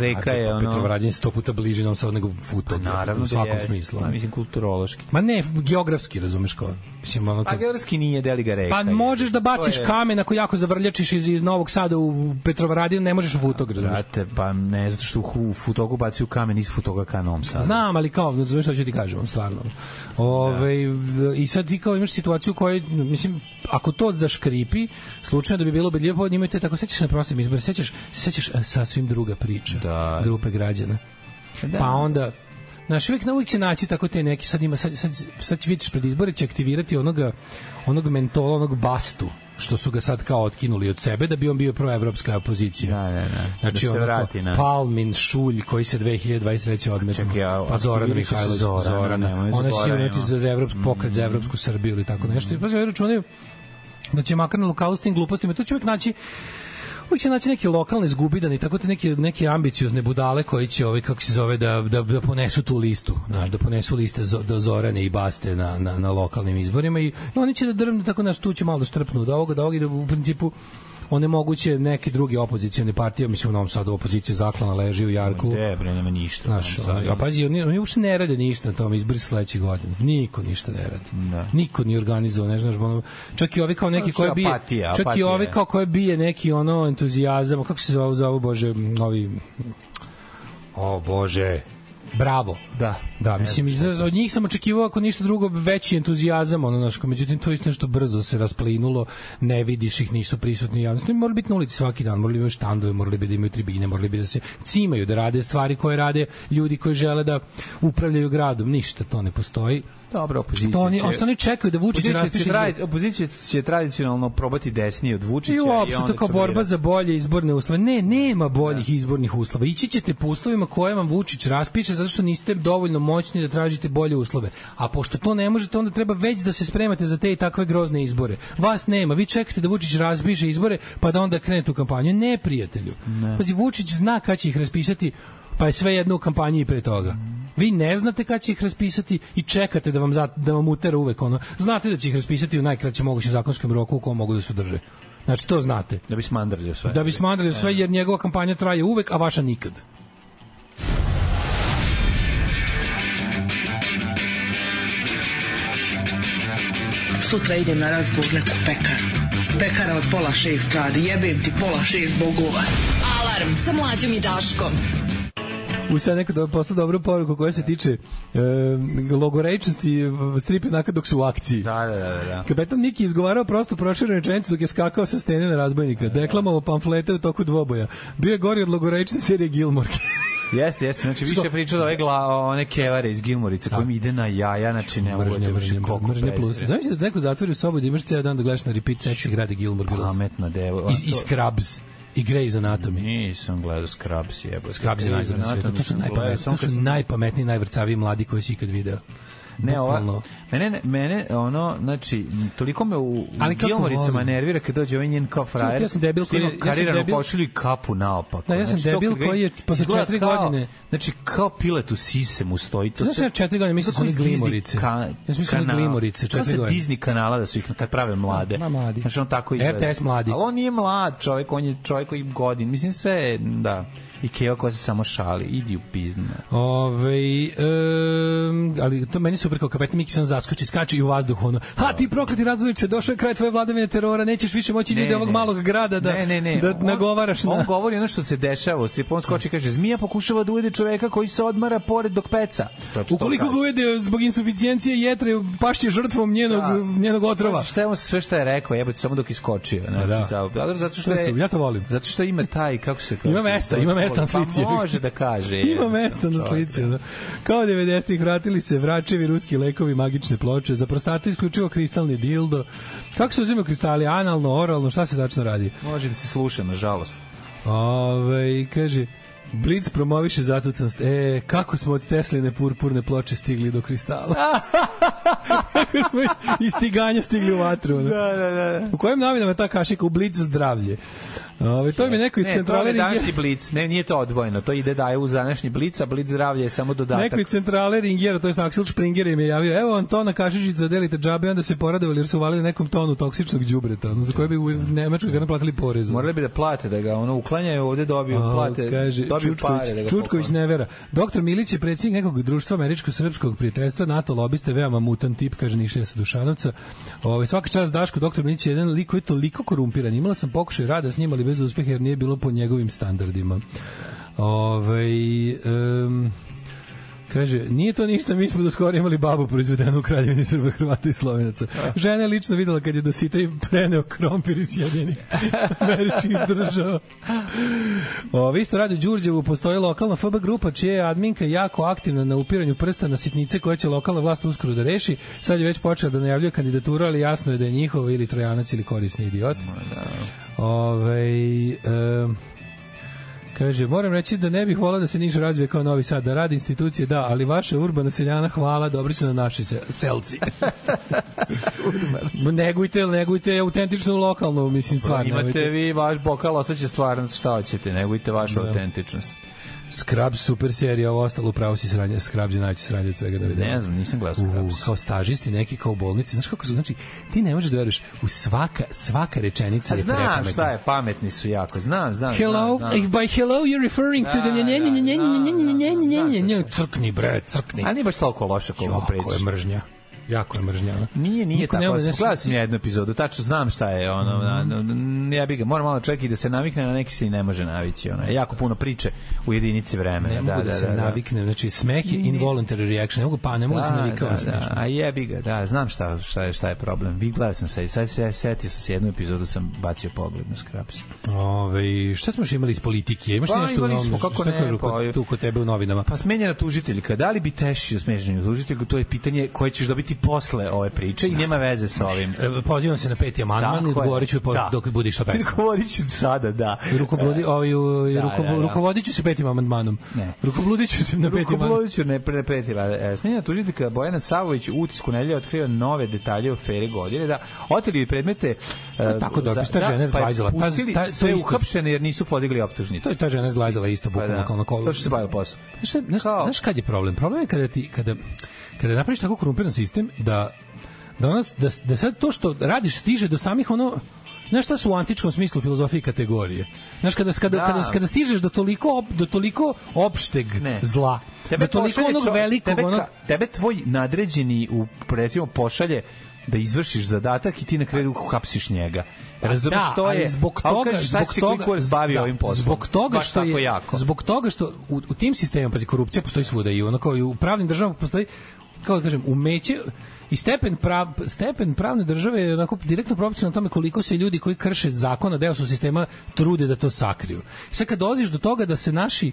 G: reka
F: A, pa
G: je ono...
F: Petrovaradin je sto puta bliži nam sad nego Futog,
G: Naravno
F: u
G: da
F: svakom
G: je.
F: smislu.
G: Mislim, kulturološki.
F: Ma ne, geografski, razumeš kao. Mislim, ono,
G: A
F: kao-
G: Pa geografski nije deliga reka.
F: Pa
G: je.
F: možeš da baciš
G: To je-
F: kamen ako jako zavrljačiš iz, iz Novog Sada u Petrovaradinu, ne možeš u Futog, razumiješ?
G: Brate, pa ne, zato što u futogu baci u kamen iz futoga ka Novom Sadu.
F: Znam, ali kao, razumiješ šta ću ti kažem, stvarno. Ove, I sad ti kao imaš situaciju koja, mislim, ako to zaškripi, slučajno da bi bilo bedljivo, njima te tako sećaš na prostim izbor, sećaš, sećaš e, sasvim druga priča
G: Da.
F: grupe građana.
G: Da.
F: Pa onda, Znaš, uvijek na uvijek će naći tako te neki, sad ima, sad, sad, sad će vidiš pred izbore će aktivirati onoga, onog mentola, onog bastu, što su ga sad kao otkinuli od sebe da bi on bio proevropska opozicija.
G: Da, da, da.
F: Znači,
G: Da se
F: onako,
G: vrati na-
F: Palmin, Šulj, koji se 2023. odmetno.
G: Čekaj, a-
F: pa Zoran
G: aktivirali su
F: Mihajlović,
G: Zorana,
F: Zorana.
G: nemoj
F: Ona će
G: zaboravimo.
F: sigurno imati za, za Evrop, pokret za evropsku Srbiju ili tako nešto. I pa se računaju da će makar na lokalu s tim glupostima, to će uvijek naći uvijek se naći neki lokalni zgubidani, tako te neke, neke ambiciozne budale koji će, ovaj, kako se zove, da, da, da ponesu tu listu, znaš, da ponesu liste zo, do Zorane i Baste na, na, na lokalnim izborima i, i oni će da drvnu, tako naš tu će malo da štrpnu od ovoga, da ovoga i da u principu onemoguće neke druge opozicione partije, mislim u Novom Sadu opozicija zaklana leži u Jarku.
G: Ne, bre, nema ništa.
F: Znaš,
G: Novom Sadu.
F: ono, a pazi, oni, oni uopšte ne rade ništa na tom izbori sledeće godine. Niko ništa ne radi. Da. Niko ni organizovao, ne znaš, ono, čak i ovi kao neki
G: Znači,
F: koji bije,
G: apatija,
F: čak i
G: apatija
F: ovi
G: je.
F: kao koji bije neki ono entuzijazam, kako se zove, zove, bože, ovi, o bože, bravo.
G: Da.
F: Da, mislim, iz, od njih sam očekivao ako ništa drugo veći entuzijazam, ono naš, međutim to je isto nešto brzo se raspalinulo, ne vidiš ih, nisu prisutni u javnosti. Morali biti na ulici svaki dan, morali bi da imaju štandove, morali bi da imaju tribine, morali bi da se cimaju, da rade stvari koje rade ljudi koji žele da upravljaju gradom. Ništa to ne postoji.
G: Dobro, opozicija.
F: To oni,
G: će-
F: on, oni čekaju da Vučić
G: Opozicija će,
F: raspiše izbore.
G: tradi, opozicija će tradicionalno probati desnije od Vučića.
F: I uopšte
G: onda
F: to kao
G: će
F: borba
G: birati.
F: za bolje izborne uslove. Ne, nema boljih izbornih uslova. Ići ćete po uslovima koje vam Vučić raspiše zato što niste dovoljno moćni da tražite bolje uslove. A pošto to ne možete, onda treba već da se spremate za te i takve grozne izbore. Vas nema. Vi čekate da Vučić raspiše izbore pa da onda krenete u kampanju. Ne, prijatelju. Pazi, Vučić zna kad će ih raspisati pa je sve jedno u kampanji i pre toga. Vi ne znate kad će ih raspisati i čekate da vam, za, da vam utera uvek ono. Znate da će ih raspisati u najkraćem mogućem zakonskom roku u kom mogu da se drže. Znači, to znate.
G: Da bi smandrali sve.
F: Da bi smadrali sve, jer njegova kampanja traje uvek, a vaša nikad.
M: Sutra idem na razgovor u neku pekaru. Pekara od pola šest radi, jebem ti pola šest bogova.
B: Alarm sa mlađom i Daškom.
F: U sad neko da posla dobru poruku koja se tiče e, logorečnosti e, strip jednaka dok su u akciji.
G: Da, da, da, da.
F: Kapetan Niki je izgovarao prosto proširenu rečenicu dok je skakao sa stene na razbojnika. Deklamovao pamflete u toku dvoboja. Bio je gori od logorečne serije Gilmorke.
G: Jeste, jeste, znači više
F: Što?
G: je pričao da ove, gla, one kevare iz Gilmorice koje mi ide na jaja, znači ne mogu da
F: mržnja,
G: vrši
F: mržnja,
G: koliko
F: mržnja plus.
G: prezire.
F: Zamisli da neko zatvori u sobu da imaš cijel dan da gledaš na repeat seksi grade Gilmore Girls.
G: Pametna devo.
F: I, I Scrubs. I Grey's Anatomy.
G: Nisam gledao Scrubs jebote.
F: Scrubs je najgore na svetu. To su, najpametniji, to su najpametniji, najvrcaviji mladi koji si ikad video.
G: Ne,
F: Bukvalno.
G: ova, mene, ne- mene, ono, znači, m, toliko me u,
F: Ali
G: Ali
F: kako
G: Gilmoricama
F: volim.
G: nervira kad dođe ovaj njen kao frajer.
F: ja sam debil koji- ja
G: je...
F: sam
G: Kariranu
F: debil-
G: košulju i kapu naopako.
F: Da, ja sam
G: to
F: debil
G: kad ga
F: koji je posle
G: izgleda
F: četiri
G: kao-
F: godine-
G: Znači, kao pilet u sise mu stoji. To
F: Znaš,
G: se-
F: ja četiri godine mislim da su
G: Kako
F: one
G: iz Disney
F: glimorice.
G: ka-
F: Ja sam mislio da
G: kanala.
F: glimorice,
G: Kao
F: četiri
G: sa
F: godine.
G: Disney kanala da su ih kad prave mlade.
F: Ma, mladi.
G: Znači, on tako izgleda.
F: RTS mladi.
G: Ali on nije mlad čovjek, on je čovjek koji godin. Mislim, sve, je, da. I Keo koja se samo šali. Idi u piznu.
F: Ove, um, ali to meni super kao kapetan Miki sam zaskoči, skače i u vazduhu ono. Ha, ti prokleti razvojče, došao je kraj tvoje vladavine terora, nećeš više moći ljude ovog malog grada da,
G: ne, ne, ne.
F: da
G: On-
F: nagovaraš na...
G: On govori ono što se dešava. U stripu on skoči i kaže, zmija pokušava da ujede čoveka koji se odmara pored dok peca. Točno
F: Ukoliko
G: to
F: ga ujede zbog insuficijencije jetre, pašće žrtvom njenog,
G: Da.
F: njenog otrova.
G: kaže. Šta je on sve šta je rekao, jebote, samo dok iskočio. Znači,
F: da.
G: da. zato, zato što
F: To su-
G: je,
F: ja to volim.
G: Zato što ima taj, kako se kaže?
F: Ima mesta, ima mesta na slici.
G: Pa može da kaže.
F: <laughs> Ima mesta na
G: čovjek.
F: slici. Da. Kao 90-ih vratili se vračevi, ruski lekovi, magične ploče, za prostatu isključivo kristalni dildo. Kako se uzimaju kristali? Analno, oralno, šta se tačno radi?
G: Može da se sluša, nažalost.
F: Ove, kaže, Blitz promoviše zatucnost. E, kako smo od Tesline purpurne ploče stigli do
G: <laughs>
F: kristala? kako smo iz tiganja stigli u vatru. ono.
G: da, da.
F: U kojem novinama je ta kašika? U Blitz zdravlje. Ove, to mi je neko iz
G: Ne, to
F: centrale
G: je
F: Ringera-
G: današnji blic, ne, nije to odvojeno, to ide daje uz današnji blic, a blic zdravlje je samo dodatak.
F: Neko iz centrale Ringera, to je Axel Springer im je javio, evo Antona Kašičica, delite džabe, onda se poradovali jer su uvalili nekom tonu toksičnog đubreta, ono, za koje bi u Nemačkoj ga naplatili porez.
G: Morali bi da plate da ga ono uklanjaju, ovde dobiju
F: A,
G: da plate,
F: kaže,
G: dobiju
F: Čučković,
G: pare da ga
F: Čučković
G: poklone.
F: ne vera. Doktor Milić je predsjednik nekog društva američko-srpskog prijateljstva, NATO lobiste, veoma mutan tip, kaže Nišlija sa Dušanovca. Ove, svaka čast Daško, doktor Milić je jedan lik koji je toliko korumpiran. Imala sam pokušaj rada s njim, ali bez uspeha jer nije bilo po njegovim standardima. Ove, um, Kaže, nije to ništa, mi smo do skoro imali babu proizvedenu u Kraljevini Srba, Hrvata i Slovenaca. Žena je lično videla kad je do sita i preneo krompir iz jedinih američkih država. O, vi ste radi u Đurđevu, postoji lokalna FB grupa čija je adminka jako aktivna na upiranju prsta na sitnice koje će lokalna vlast uskoro da reši. Sad je već počela da najavljuje kandidaturu, ali jasno je da je njihov ili trojanac ili korisni idiot. Ove, Kaže, moram reći da ne bih volao da se Niš razvije kao Novi Sad, da radi institucije, da, ali vaša urbana seljana, hvala, dobri su na naši se, selci.
G: <laughs>
F: negujte, negujte autentičnu lokalnu, mislim, stvar.
G: Pa Imate
F: nemojte.
G: vi vaš bokal, osjeća stvarno šta hoćete, negujte vašu
F: Da.
G: autentičnost.
F: Scrub super serija, ovo ostalo upravo si sranje, Scrub je najći sranje od svega da vidim.
G: Ne znam, nisam gledao Scrubs.
F: kao stažisti neki kao u bolnici, znaš kako su, znači ti ne možeš da veruješ, u svaka svaka rečenica
G: A
F: je
G: Pa znam
F: prepametna.
G: šta je, pametni su jako, znam, znam.
F: Hello,
G: znam,
F: if
G: znam.
F: by hello you're referring to the
G: Da,
F: nje nje nje nje nje nje nje nje nje nje crkni bre, crkni.
G: A nije baš toliko loše koliko pričaš.
F: Jako je mržnja. Jako je mržnja. da. ono.
G: Nije, nije
F: Niko
G: tako.
F: ne
G: Ne
F: voli,
G: sam
F: znaš, Mhm.
G: gledao sam ja jednu epizodu, tačno znam šta je ono, na, na, na, ja bih ga, mora malo čovjek i da se navikne, na neki se i ne može navići. Ono. Jako puno priče u jedinici vremena.
F: ne
G: da,
F: mogu da,
G: da,
F: se
G: da, da.
F: naviknem, znači smeh je involuntary reaction, ne mogu pa, ne mogu da, se navikavam
G: da, da,
F: smešno.
G: a jebi ga, da, znam šta, šta, je, šta je problem. Vi gledao sam sad, sad se ja setio sam se jednu epizodu, sam bacio pogled na Scraps.
F: Ove, šta smo još imali iz politike? Imaš
G: Pa,
F: pa, nešto u
G: imali
F: novinama?
G: smo, kako
F: Šta
G: ne,
F: kažu
G: pa,
F: kod, tu kod tebe u novinama?
G: Pa smenjena tužiteljka, da li bi tešio smenjenu tužiteljku, to je pitanje koje ćeš dobiti posle ove priče
F: Da.
G: i nema veze sa ovim.
F: E, Pozivam se na peti amandman i
G: Tako je.
F: odgovorit ću po,
G: Da.
F: dok bude što
G: <laughs>
F: pesma.
G: Govorit ću sada, da.
F: Rukobludi, ovaj, u-
G: Da,
F: ruko,
G: da, da.
F: Rukovodit ću se petim amandmanom.
G: Ne.
F: Rukobludit ću se na petim amandmanom.
G: Rukoplodiću ne pre pretila. E, Smenjena tužiteljka Bojana Savović u utisku nedelje otkriva nove detalje o aferi godine da oteli bi predmete e,
F: tako
G: za-
F: dopis, ta žena je zglazila. Ta-
G: Pa pustili
F: ta- to
G: sve
F: isto-
G: uhapšene jer nisu podigli optužnicu.
F: To je ta žena zglazala isto
G: Pa
F: bukvalno
G: da.
F: kao na kolu.
G: To što se bavio posao.
F: Znaš, šta- znaš,
G: Kao-
F: znaš kad je problem? Problem je kada ti kada kada napraviš tako korumpiran sistem da da, ono, da, da sad to što radiš stiže do samih ono Znaš šta su u antičkom smislu filozofije kategorije? Znaš, kada, kada,
G: Da.
F: kada, kada stižeš do toliko, op, do toliko opšteg
G: Ne.
F: zla, do toliko
G: pošalje
F: onog
G: čo-
F: velikog,
G: tebe, ka-
F: onog,
G: tebe tvoj nadređeni u recimo pošalje da izvršiš zadatak i ti na kraju hapsiš njega. Razumeš
F: da,
G: što
F: ali
G: je?
F: Zbog
G: A on
F: toga,
G: kaže, šta
F: zbog
G: si
F: toga,
G: koliko zbavio
F: da,
G: ovim poslom?
F: Zbog toga
G: Baš
F: što
G: tako
F: je
G: jako.
F: zbog toga što u, u tim sistemima pazi korupcija postoji svuda i onako i u pravnim državama postoji kako da kažem umeće i stepen, prav, stepen pravne države je onako direktno proporcionalan tome koliko se ljudi koji krše zakona, deo su sistema, trude da to sakriju. Sad kad dolaziš do toga da se naši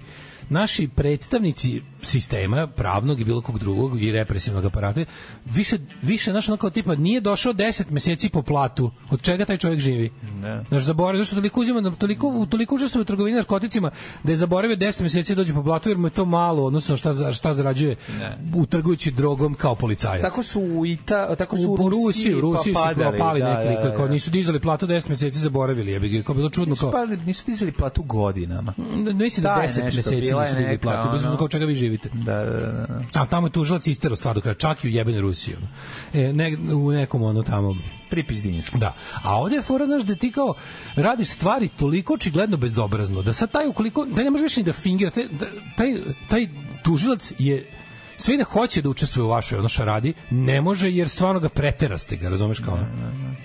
F: naši predstavnici sistema pravnog i bilo kog drugog i represivnog aparata više više naš onako tipa nije došao 10 meseci po platu od čega taj čovjek živi
G: Ne.
F: Znaš, zaboravio, zašto toliko uzima, da- toliko, toliko učestvuje u trgovini narkoticima, da je zaboravio 10 meseci da dođe po blatu, jer mu je to malo, odnosno šta, za- šta zarađuje
G: Ne.
F: u trgujući drogom kao policajac.
G: Tako su u Ita, tako su
F: u, u Rusiji, u Rusiji
G: pa
F: su
G: padali,
F: propali
G: da,
F: neki
G: da,
F: likovi,
G: da,
F: kao
G: da.
F: nisu dizali platu 10 meseci, zaboravili, jebi ga, kao bilo čudno,
G: Nisu
F: kao,
G: padali, nisu dizali platu godinama.
F: ne mislim da
G: Da,
F: 10
G: nešto,
F: meseci nisu
G: bila je
F: dobili
G: neka,
F: platu, bez
G: ono-
F: obzira kao čega vi živite.
G: Da, da, da. da.
F: A tamo je tužilac istero stvar do kraja, čak i u jebene Rusiji. ono. E, ne, u nekom ono tamo
G: Pripis Dinsku.
F: Da. A ovde je fora, znaš, da ti kao radiš stvari toliko očigledno bezobrazno, da sad taj ukoliko, da ne možeš više ni da fingira, taj, da- taj, taj tužilac je sve i da hoće da učestvuje u vašoj ono šaradi, ne može jer stvarno ga preteraste ga, razumeš kao ono.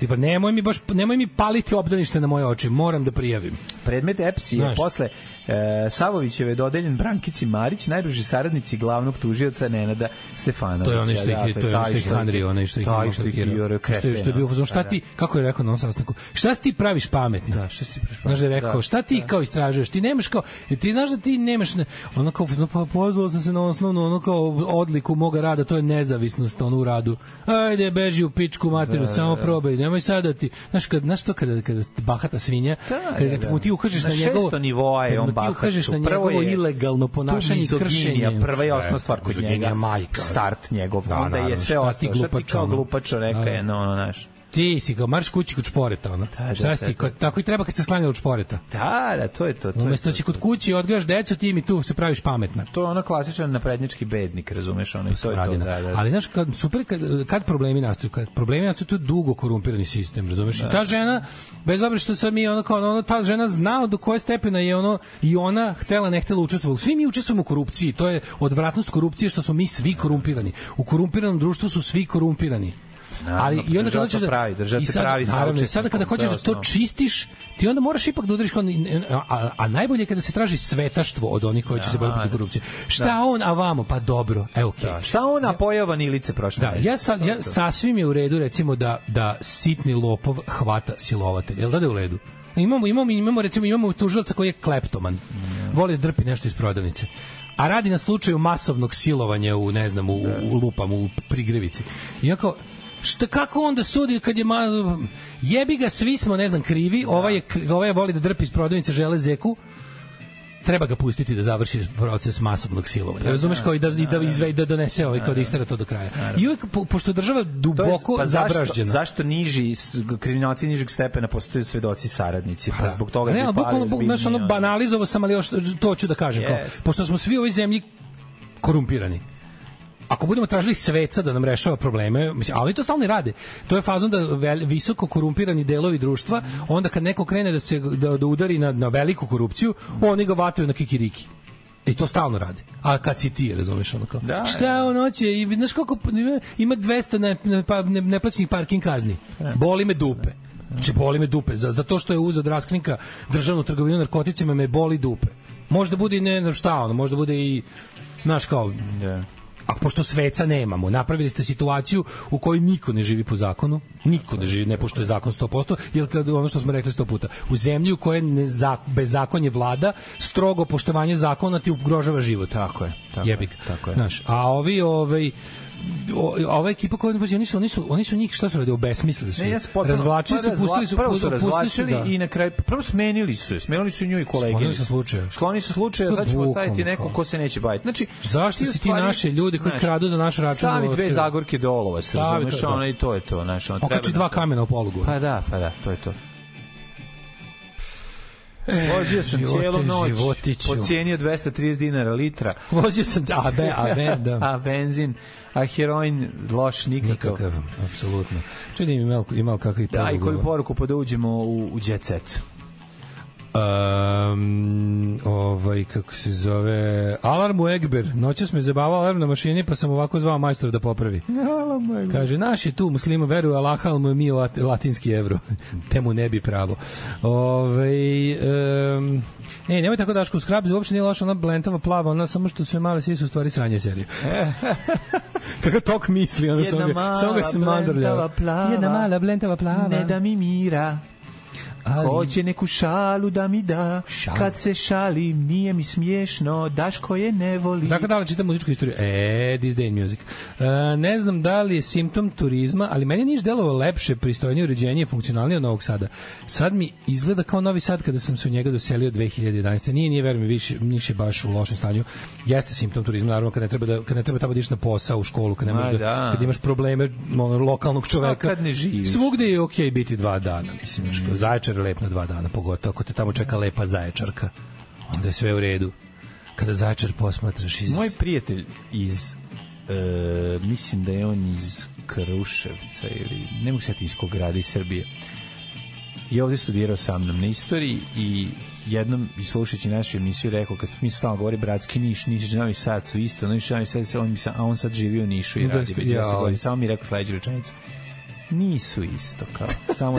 F: Tipa, nemoj mi baš, nemoj mi paliti obdanište na moje oči, moram da prijavim.
G: Predmet EPSI je
F: Znaš.
G: posle e, Savovićeve dodeljen Brankici Marić, najbliži saradnici glavnog tužioca Nenada Stefanovića.
F: To je onaj što ih je,
G: Dakle,
F: to je
G: taj
F: onaj što ih
G: što-
F: Henry, onaj što ih
G: taj
F: je
G: što ih
F: maltretirao.
G: jure
F: Što je, što je
G: kretena.
F: bio fazon, šta
G: Da,
F: ti, kako je rekao na onom sastanku, šta si ti praviš pametni?
G: Da, šta si ti prešao?
F: Znaš da je rekao,
G: Da.
F: šta ti kao istražuješ? Ti nemaš kao, ti znaš da ti nemaš, ne, ono kao, no, pa pozvao sam se na osnovnu, ono kao odliku moga rada, to je nezavisnost, ono u radu. Ajde, beži u pičku
G: Da,
F: materinu, samo probaj, nemoj sad da ti, znaš, kad, znaš to kada, kada te bahata svinja,
G: Da,
F: kada
G: da,
F: kad
G: da.
F: mu ti ukažeš na,
G: Na
F: njegovo,
G: šesto nivoa je
F: kad mu
G: on
F: ti
G: bahat
F: ukažeš
G: tu.
F: na
G: Prvo
F: njegovo
G: je
F: ilegalno ponašanje i kršenje.
G: mizoginija, prva i
F: Sve,
G: osnovna stvar kod
F: mizoginija
G: njega,
F: majka.
G: start njegov,
F: Da,
G: onda je
F: naravno,
G: sve
F: šta ti
G: ostalo, šta ti
F: glupačo,
G: kao
F: ono?
G: glupačo neka
F: Da.
G: je, no, ono, znaš.
F: Ti si kao marš kući kod šporeta, ono.
G: Da, da,
F: Šta si
G: da,
F: ti,
G: da,
F: kod-
G: da.
F: tako i treba kad se sklanja od šporeta.
G: Da, da, to je to. to je
F: Umesto
G: to.
F: da si kod kuće i odgajaš decu, ti mi tu se praviš pametna.
G: To je ono klasičan naprednjački bednik, razumeš, ono, i to je to,
F: Radina.
G: da, da.
F: Ali znaš kad super kad, kad problemi nastaju, kad problemi nastaju to je dugo korumpirani sistem, razumeš?
G: Da.
F: I ta žena bez obzira što sam mi ona kao ono ta žena zna do koje stepena je ono i ona htela ne htela učestvovala. Svi mi učestvujemo u korupciji, to je odvratnost korupcije što smo mi svi korumpirani. U korumpiranom društvu su svi korumpirani.
G: Naravno,
F: ali i onda
G: država
F: kada hoćeš
G: to
F: da
G: pravi, država
F: i
G: te
F: sad,
G: pravi
F: naravno, i
G: saučesnikom,
F: sada kada hoćeš da
G: to je
F: to
G: osnov.
F: čistiš, ti onda moraš ipak da udariš kao, a, a najbolje je kada se traži svetaštvo od onih
G: Da,
F: koji će se boriti protiv korupcije. Šta on, a vamo? Pa dobro, evo okej.
G: Da, Šta ona pojeo vanilice prošle?
F: Da,
G: nedelje?
F: ja, sa, ja sasvim je u redu recimo da da sitni lopov hvata silovatelj. Jel da da je u redu? Imamo imamo imamo recimo imamo tužilaca koji je kleptoman. Voli da drpi nešto iz prodavnice. A radi na slučaju masovnog silovanja u ne znam u, u lupam u prigrevici. Iako šta kako onda sudi kad je ma, jebi ga svi smo ne znam krivi, ovaj je kri- ovaj je voli da drpi iz prodavnice žele zeku treba ga pustiti da završi proces masovnog silovanja. Razumeš kao i da i da izve da donese ovaj kao da istera to do kraja. I uvek po, pošto je država
G: To je-
F: duboko
G: pa zašto-
F: zabražđena.
G: Zašto niži s- kriminalci nižeg stepena postaju svedoci saradnici? Pa zbog toga
F: Da. ne,
G: bi
F: ali
G: pali
F: bukvalno, bukvalno, znaš, ono,
G: ozbiljnije, ono.
F: banalizovao sam, ali još to hoću da kažem. Kao,
G: Jest.
F: pošto smo svi u ovoj zemlji korumpirani. Ako budemo tražili sveca da nam rešava probleme, mislim, ali to stalno i rade. To je fazon da vel- visoko korumpirani delovi društva, onda kad neko krene da se da, da udari na, na veliku korupciju, oni ga vataju na kikiriki. I to stalno rade. A kad si ti, razumeš, ono kao, da, šta on hoće, i, znaš koliko, ima 200 ne, ne, pa- ne, neplaćenih parking kazni. Boli me dupe. Znači, boli me dupe. Za, za to što je uzeo od raskrinka državnu trgovinu narkoticima, me boli dupe. Možda bude i ne znam šta ono, možda bude i, znaš kao, a pošto sveca nemamo, napravili ste situaciju u kojoj niko ne živi po zakonu, niko ne živi, ne poštuje zakon 100%, jer kad, ono što smo rekli 100 puta, u zemlji u kojoj ne, za, bezakonje vlada, strogo poštovanje zakona ti ugrožava život. Tako je. Tako Jebik. Je, tako je. Znaš, a ovi, ovaj, o- ova ekipa koja pazi, oni su oni su oni su njih šta su radili obesmislili su
G: Ne,
F: je.
G: ja sam potpuno-
F: razvlačili
G: pa
F: su
G: razvla-
F: pustili su
G: prvo
F: pustili su,
G: razvlačili
F: da.
G: i na kraju prvo smenili su je, smenili su nju i kolege.
F: Sklonili su slučaja.
G: Skloni su slučaja,
F: To je
G: sad ćemo
F: bukvalno
G: staviti neko
F: kao.
G: ko se neće baviti. Znači,
F: Zašto si ti
G: stvari-
F: naše ljude koji
G: znaš,
F: kradu za naš račun
G: Stavi
F: u-
G: dve zagorke dolova, se
F: Stavi
G: razumeš,
F: to, da.
G: ono i to je to, znaš, ono treba.
F: Okači
G: da-
F: dva kamena u polugu.
G: Pa da, pa da, to je to.
F: E,
G: Vozio sam
F: živote,
G: cijelu noć,
F: životiću.
G: po cijeni od 230 dinara litra.
F: Vozio sam, a, be, a,
G: <laughs>
F: be, da.
G: a benzin, a heroin loš nikakav.
F: Nikakav, apsolutno. Čini mi malo, imao kakav i
G: Da, i koju
F: porugu.
G: poruku pa da uđemo u, u jet set.
F: Um, ovaj, kako se zove... Alarm u Egber. Noćas me zabavao alarm na mašini, pa sam ovako zvao majstora da popravi. Kaže, naši tu muslima veruju Allah, ali mu je mi lat- latinski evro. <laughs> Temu ne bi pravo. Ove, um, e, nemoj tako Daško, u Skrabzu uopšte nije loša ona blentava plava, ona samo što sve male svi su u stvari sranje
G: <laughs>
F: serije. Kako tok misli, ona samo ga, samo ga se mandrljava. Jedna mala blentava plava.
G: Ne da mi mira.
F: Ali-
G: Hoće neku šalu da mi da.
F: Šalu.
G: Kad se šalim, nije mi smiješno. Daško je ne voli.
F: Tako da li čitam muzičku istoriju? E, this day in music. E, ne znam da li je simptom turizma, ali meni je niš delovao lepše, pristojnije uređenje i funkcionalnije od Novog Sada. Sad mi izgleda kao Novi Sad kada sam se u njega doselio 2011. Nije, nije, verujem, više, više baš u lošem stanju. Jeste simptom turizma, naravno, kad ne treba, da, kad ne treba tamo da ideš na posao, u školu, kad, ne
G: Ma
F: možeš da,
G: da.
F: kad imaš probleme ono, lokalnog čoveka.
G: kad ne živiš.
F: Svugde je okej biti dva dana, mislim, znaš, kao zaječar je lep na dva dana, pogotovo ako te tamo čeka lepa zaječarka, onda je sve u redu. Kada zaječar posmatraš iz...
G: Moj prijatelj iz e, mislim da je on iz Kruševca ili ne mogu se setiti iz kog grada iz Srbije je ovde studirao sa mnom na istoriji i jednom i slušajući našu emisiju je rekao kad mi stalno govori bratski Niš, Niš i Novi Sad su isto, Novi Sad, Novi Sad on, mi sa- a on sad živi u Nišu i
F: Da,
G: radi već 10
F: jao.
G: godina. Samo mi je rekao sledeću rečenicu. Nisu isto kao. Samo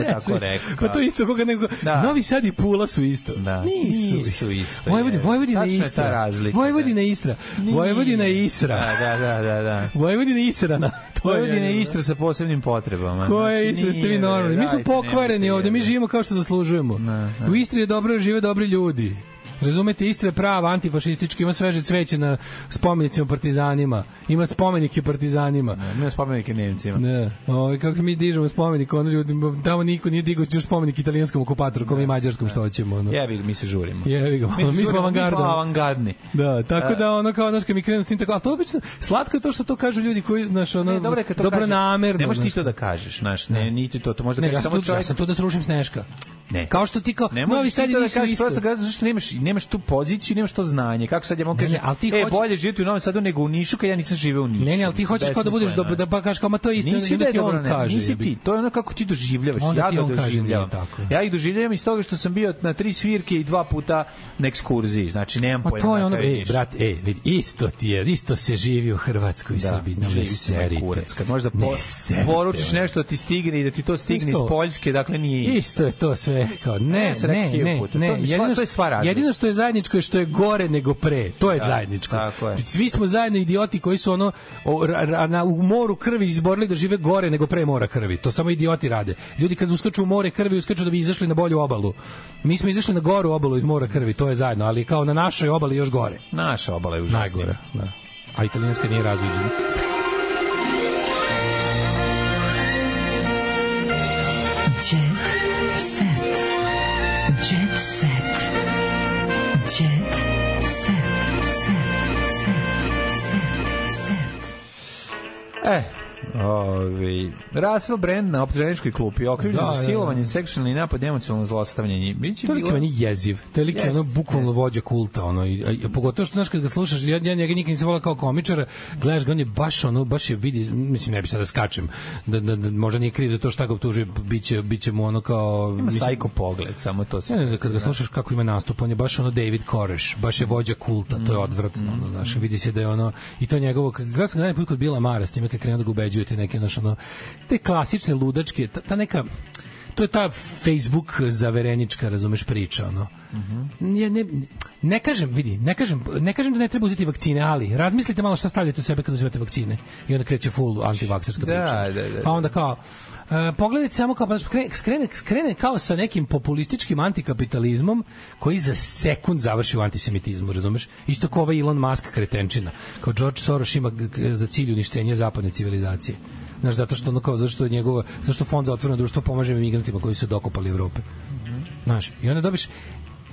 F: <laughs> Ne, su
G: tako
F: isto.
G: rekao.
F: Pa to je isto koga nego
G: Da.
F: Novi Sad i Pula su isto.
G: Da.
F: Nisu,
G: Nisu isto,
F: Vojvodina,
G: je.
F: Vojvodina je
G: Tačna je ta
F: Istra.
G: razlika, da.
F: Vojvodina je Istra.
G: Nije.
F: Vojvodina je Isra.
G: Da, da, da, da. da.
F: Vojvodina je Israna. <laughs> To je-
G: Vojvodina je Istra sa posebnim potrebama.
F: Ko je
G: Znači,
F: Istra? Ste vi
G: nije,
F: normalni? Mi smo
G: radite,
F: pokvareni
G: nemojte,
F: ovde, mi
G: jebe.
F: živimo kao što zaslužujemo. U Istri je dobro, žive dobri ljudi. Razumete, Istra je prava, antifašistička, ima sveže cveće na spomenicima partizanima, ima spomenike partizanima.
G: Ima spomenike Nemcima.
F: Ne, ovaj kako mi dižemo spomenik ono ljudima, tamo niko nije digao još spomenik italijanskom okupatoru, kom i mađarskom što hoćemo ono.
G: Jebi ga, mi se žurimo.
F: Jevi ga,
G: se
F: mi smo
G: žurimo,
F: avangarda.
G: Mi smo avangardni.
F: Da, tako
G: E.
F: da ono kao znaš kad mi krenu s tim tako, ali to je obično slatko je to što to kažu ljudi koji znaš ono
G: Ne, E, dobro je kad to
F: dobro
G: kažeš.
F: namerno.
G: Ne možeš ti to da kažeš, znaš, ne, niti to, to možda
F: ne,
G: kažeš
F: ja
G: samo
F: sam, tu, ja
G: čovjek.
F: sam tu da srušim sneška.
G: Ne.
F: Kao što ti kao,
G: Ne
F: novi
G: možeš
F: sad
G: ti
F: i
G: to da
F: nisu
G: kažeš
F: isto.
G: prosto razlog što nemaš, nemaš tu poziciju, nemaš to znanje. Kako sad ja mogu
F: Ne, ne,
G: kažem,
F: ali ti
G: e,
F: hoćeš-
G: bolje živjeti u Novom Sadu nego u Nišu kad ja nisam živeo u Nišu.
F: Ne, ne, ali ti
G: Mislim,
F: hoćeš kao da budeš, da,
G: besmisleno je.
F: da pa kažeš kao, ma to je isto,
G: nisi
F: onda
G: da je
F: ti
G: dobro,
F: on
G: ne,
F: kaže.
G: nisi
F: jebi
G: ti,
F: ga.
G: to je ono kako ti doživljavaš,
F: Onda
G: ja
F: ti
G: ga
F: on kaže,
G: doživljavam.
F: nije tako.
G: Ja ih doživljavam iz toga što sam bio na tri svirke i dva puta na ekskurziji, znači nemam
F: Ma
G: pojma.
F: to je
G: na
F: ono, e,
G: kraju
F: ej,
G: ništa.
F: brat, ej, vidi, isto ti je, isto se živi u Hrvatskoj i Srbiji, no, ne
G: Da, živi se na
F: serite.
G: kurac. Kad možda po,
F: Ne serite,
G: poručiš
F: ono.
G: nešto da ti stigne i da ti to stigne iz
F: Isto.
G: Poljske, dakle nije isto.
F: Isto je to sve kao ne,
G: Ja sam
F: ne,
G: rekao hiljadu
F: ne,
G: puta, to
F: ne.
G: mi sva-
F: Jedino,
G: to je sva
F: što,
G: razlika. Da,
F: jedino što je zajedničko je što je gore nego pre. To je zajedničko.
G: tako je.
F: Svi smo zajedno idioti koji su ono o, ra, ra, na, u moru krvi izborili da žive gore nego pre mora krvi. To samo idioti rade. Ljudi kad uskaču u more krvi, uskaču da bi izašli na bolju obalu. Mi smo izašli na goru obalu iz mora krvi, to je zajedno, ali kao na našoj obali još gore.
G: Naša obala je užasnija.
F: Najgore, da. A italijanska nije razviđena.
B: Jet set. Jet set. Jet
G: E, Ovi, Russell Brand na optuženičkoj klupi okrivljen
F: Da,
G: za
F: da,
G: silovanje, seksualni napad, emocionalno zlostavljanje. Biće
F: Toliki
G: bilo-
F: meni jeziv. Toliki
G: Jest,
F: ono bukvalno vođa kulta ono i, a, i- pogotovo što znaš kad ga slušaš ja, ja njega nikad nisam volao kao komičara, gledaš ga on je baš ono baš je vidi mislim ne bi sad da skačem da, da, da možda nije kriv za to šta ga optužuje biće biće mu ono kao
G: Ima sajko pogled, samo to se.
F: Ne, ne, ne, da kad ga slušaš kako ima nastup, on je baš ono David Koreš, baš je vođa kulta, to je odvratno, ono, znaš, vidi se da je ono, i to njegovo, kad gledam sam ga najput kod Bila Mara, s time kad krenu da ga ubeđuje te neke, znaš, ono, te klasične ludačke, ta, ta neka, to je ta Facebook zaverenička, razumeš, priča, ono. Ja ne, ne kažem, vidi, ne kažem, ne kažem da ne treba uzeti vakcine, ali razmislite malo šta stavljate u sebe kad uzimate vakcine. I onda kreće full antivakserska
G: Da,
F: priča.
G: da, da.
F: Pa onda kao, e, pogledajte samo kao, skrene, skrene, skrene kao sa nekim populističkim antikapitalizmom koji za sekund završi u antisemitizmu, razumeš? Isto kao ovaj Elon Musk kretenčina. Kao George Soros ima g- g- za cilj uništenje zapadne civilizacije. Znaš, zato što ono kao, zašto je njegovo, zašto fond za otvoreno društvo pomaže migrantima koji su dokopali Evrope. Znaš, i onda dobiš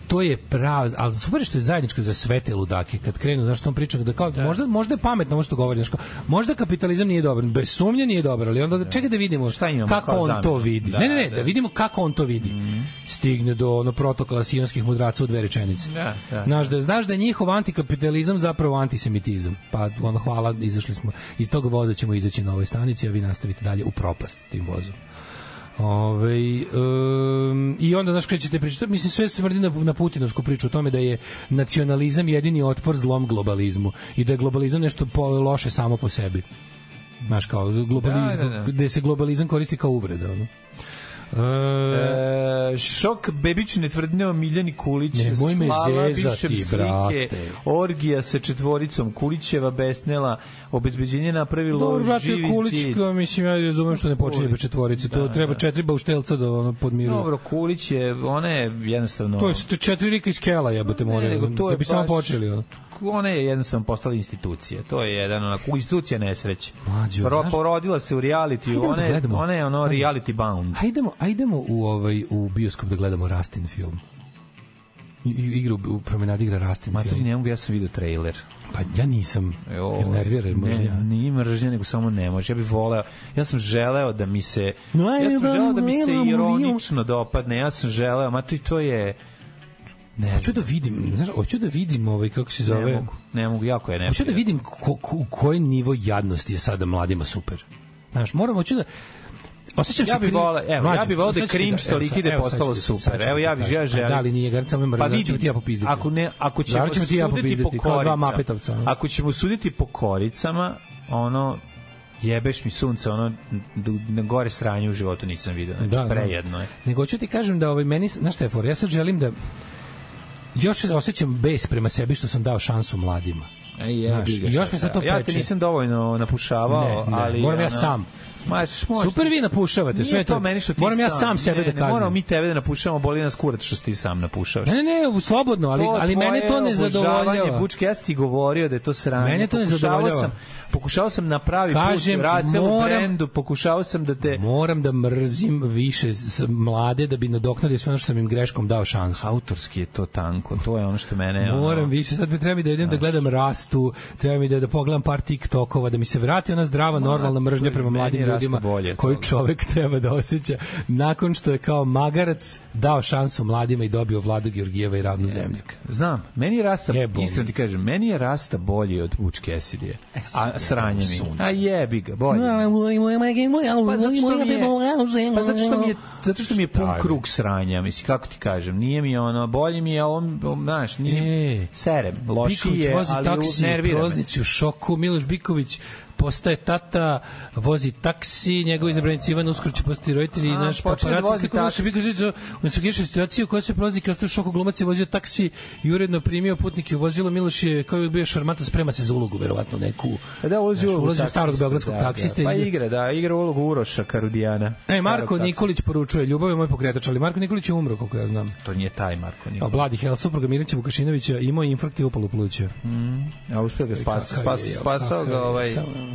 F: to je prav, ali super je što je zajedničko za sve te ludake, kad krenu, znaš, tom pričam, da kao, možda, možda je pametno ovo što govori, znaš, kao, možda kapitalizam nije dobar, bez sumnje nije dobar, ali onda čekaj da vidimo Šta
G: imamo
F: kako
G: kao
F: on
G: zamenu?
F: to vidi.
G: Da,
F: ne, ne, ne,
G: da. Mhm.
F: da, vidimo kako on to vidi. Stigne do ono protokola sionskih mudraca u dve rečenice.
G: Da, da.
F: Znaš da, znaš da je njihov antikapitalizam zapravo antisemitizam. Pa ono, hvala, izašli smo. Iz tog voza ćemo izaći na ovoj stanici, a vi nastavite dalje u propast tim vozom. Ove, um, I onda, znaš, krećete pričati, mislim, sve se vrdi na, na putinovsku priču o tome da je nacionalizam jedini otpor zlom globalizmu i da je globalizam nešto po, loše samo po sebi. Znaš, kao, globalizam,
G: Da, da, da.
F: gde se globalizam koristi kao uvreda. Ono.
G: E, šok bebične tvrdnje o Miljani Kulić
F: Nemoj me
G: slava
F: zezati,
G: bivšem slike,
F: brate.
G: orgija sa četvoricom Kulićeva besnela obezbeđenje napravilo
F: Dobro, E, brate,
G: živi
F: Kulić,
G: zid
F: kao, mislim, ja razumem što ne počinje
G: Kulić,
F: bez četvorice. To
G: da,
F: treba
G: da.
F: četiri bauštelca da ono podmiru.
G: Dobro, Kulić je, ona je jednostavno...
F: To je to je četiri lika iz Kela, jebote, moraju.
G: nego to je
F: Da bi samo
G: baš-
F: počeli. Ono.
G: ona je jednostavno postala institucija. To je jedan onako institucija nesreće.
F: Mlađo,
G: Ro,
F: znaš-
G: porodila se u reality,
F: Hajdemo da
G: ona je,
F: gledamo.
G: ona je ono
F: Ajde.
G: reality bound.
F: Hajdemo, ajdemo u, ovaj, u bioskop da gledamo Rastin film. I, i igra u, u promenadi igra Rastin
G: Maturi,
F: film.
G: ne mogu, ja sam vidio trailer.
F: Pa ja nisam. Jel nervira je mržnja?
G: E, Ne, nije mržnja, nego samo ne može. Ja bih voleo, ja sam želeo da mi se,
F: No,
G: ja sam
F: ajde,
G: želeo da mi se
F: ajde, ajde.
G: ironično dopadne, ja sam želeo, Maturi, to je, ne
F: Hoću
G: znam,
F: da vidim, znaš, hoću da vidim ovaj, kako se
G: ne
F: zove.
G: mogu, ne mogu, jako je ne.
F: Hoću da vidim ko, ko, u koji nivo jadnosti je sada mladima super. Znaš, moram, hoću da... Osjećam
G: Ja
F: se
G: bih
F: kri-
G: voleo- evo,
F: Mlađe,
G: ja bih voleo da je
F: sad ću ti
G: cringe
F: evo,
G: toliki
F: sad-
G: da je
F: evo, sad ću
G: postalo
F: ti- sad ću
G: super.
F: ti
G: Evo, ja bih-
F: kažem.
G: ja
F: A
G: želim.
F: Da li nije, gar, samo me mrzim,
G: Pa
F: da ćemo
G: vidim,
F: ti ja popizditi.
G: ako ne, ako ćemo
F: Završit ćemo ti ja
G: suditi
F: popizditi,
G: po
F: kao dva
G: koricama,
F: Mapetovca, ono.
G: ako ćemo suditi po koricama, ono, jebeš mi sunce, ono, d- na gore sranje u životu nisam vidio, znači,
F: Da, znam.
G: prejedno je.
F: Nego hoću ti kažem da ovaj meni, znaš šta je for, ja sad želim da još se osjećam bes prema sebi što sam dao šansu mladima.
G: E, jebi
F: Znaš,
G: ga,
F: i još
G: šta
F: me sad
G: sad.
F: to
G: Ja te
F: peče.
G: nisam dovoljno napušavao,
F: Ne, ne,
G: ali...
F: moram ja
G: ono,
F: sam.
G: Ma, š- možeš
F: Super
G: ti-
F: vi napušavate,
G: Nije
F: sve je
G: to
F: to.
G: meni što ti
F: Moram ja sam sebe
G: ne,
F: da
G: Ne,
F: kaznim.
G: moramo mi tebe da napušavamo, boli nas kurac što si ti sam napušavaš.
F: Ne, ne, ne, u- slobodno, ali, ali mene to
G: tvoje
F: ne
G: obožavanje
F: zadovoljava.
G: Bučke, ja sam ti govorio da je to sranje.
F: Mene to ne
G: Pokušavao
F: zadovoljava.
G: Sam, pokušao sam na pravi
F: Kažem,
G: put, Russell
F: moram-
G: Brandu, pokušao sam da te...
F: Moram da mrzim više s- mlade da bi nadoknadio sve ono što sam im greškom dao šansu.
G: Autorski je to tanko, to je ono što mene...
F: Moram
G: ono,
F: više, sad mi treba mi da idem da gledam rastu, treba mi da, da pogledam par TikTokova, da mi se vrati ona zdrava, normalna mržnja prema
G: meni
F: mladim
G: Rasta
F: ljudima
G: bolje od
F: koju
G: toga.
F: čovek treba da osjeća nakon što je kao magarac dao šansu mladima i dobio vladu Georgijeva i ravnu zemlju.
G: Znam, meni je Rasta,
F: Jebom.
G: iskreno ti kažem, meni je Rasta bolji od Bučke Esidije.
F: E,
G: A sranje mi.
F: sunce.
G: A jebi ga, bolji. Pa zato što mi je, pa zato što mi je, zato što mi je pun
F: Šta je?
G: krug sranja, mislim, kako ti kažem, nije mi ono, bolje mi je, on, on, znaš, nije,
F: E.
G: serem, loši
F: Biković
G: je,
F: vozi
G: ali
F: taksi,
G: nervira me.
F: Proznić u šoku, Miloš Biković postaje tata, vozi taksi, njegov izabranici Ivan uskoro će postati roditelji i
G: A,
F: naš
G: počinje da
F: paparac.
G: vozi
F: slikom Miloša
G: taksi.
F: Bikovića, on se griješio situaciju koja se prolazi kao što je u šoku glumac je vozio taksi i uredno primio putnike u vozilo. Miloš je kao je bio šarmanta, sprema se za ulogu, verovatno neku.
G: Pa Da, ulazi
F: Znaš,
G: ulogu
F: ulazi u starog
G: taksista,
F: beogradskog
G: da,
F: taksiste.
G: Da, pa
F: i-
G: igra, da, igra ulogu Uroša Karudijana.
F: E, Marko
G: starog taksista.
F: Nikolić poručuje, ljubav je moj pokretač, ali Marko Nikolić je umro, koliko ja znam.
G: To nije taj
F: A
G: Marko Nikolić.
F: Vladi Hel, supruga Mirnića Vukašinovića, imao je infarkt i upalu pluća.
G: A uspio ga spasao,
F: E, Kakav
G: spas,
F: je,
G: spasao
F: kakav je,
G: ga ovaj...
F: samo-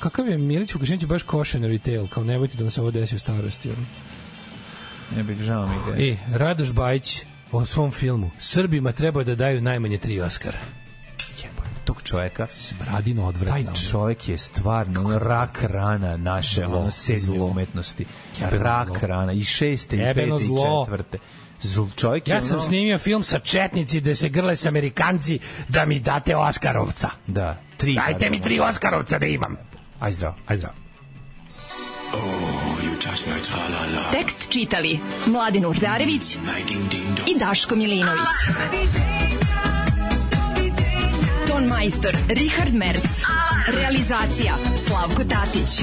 F: Kakav je Milić Vukašinović baš košen retail, kao nemojte da vam se ovo desi u starosti. ono.
G: Ne bih žao mi ga. je.
F: E, Radoš Bajić o svom filmu Srbima treba da daju najmanje da tri Oscara.
G: Jebote, tog čoveka.
F: Bradino odvratno.
G: Taj čovek je stvarno ono, rak rana naše
F: Zlo,
G: ono, sedme
F: zlo.
G: umetnosti.
F: Jebeno
G: rak
F: zlo.
G: rana i šeste, i pete,
F: Jebeno
G: i
F: zlo.
G: četvrte. Zl, čovjek je
F: Ja sam
G: ono-
F: snimio film sa četnici gde se grle s Amerikanci da mi date Oskarovca.
G: Da, tri.
F: Dajte mi tri Oskarovca da imam.
G: Aj zdravo.
F: Aj zdravo.
B: Tekst čitali Mladin Urdarević i Daško Milinović. Ton majstor Richard Merc. Realizacija Slavko Tatić.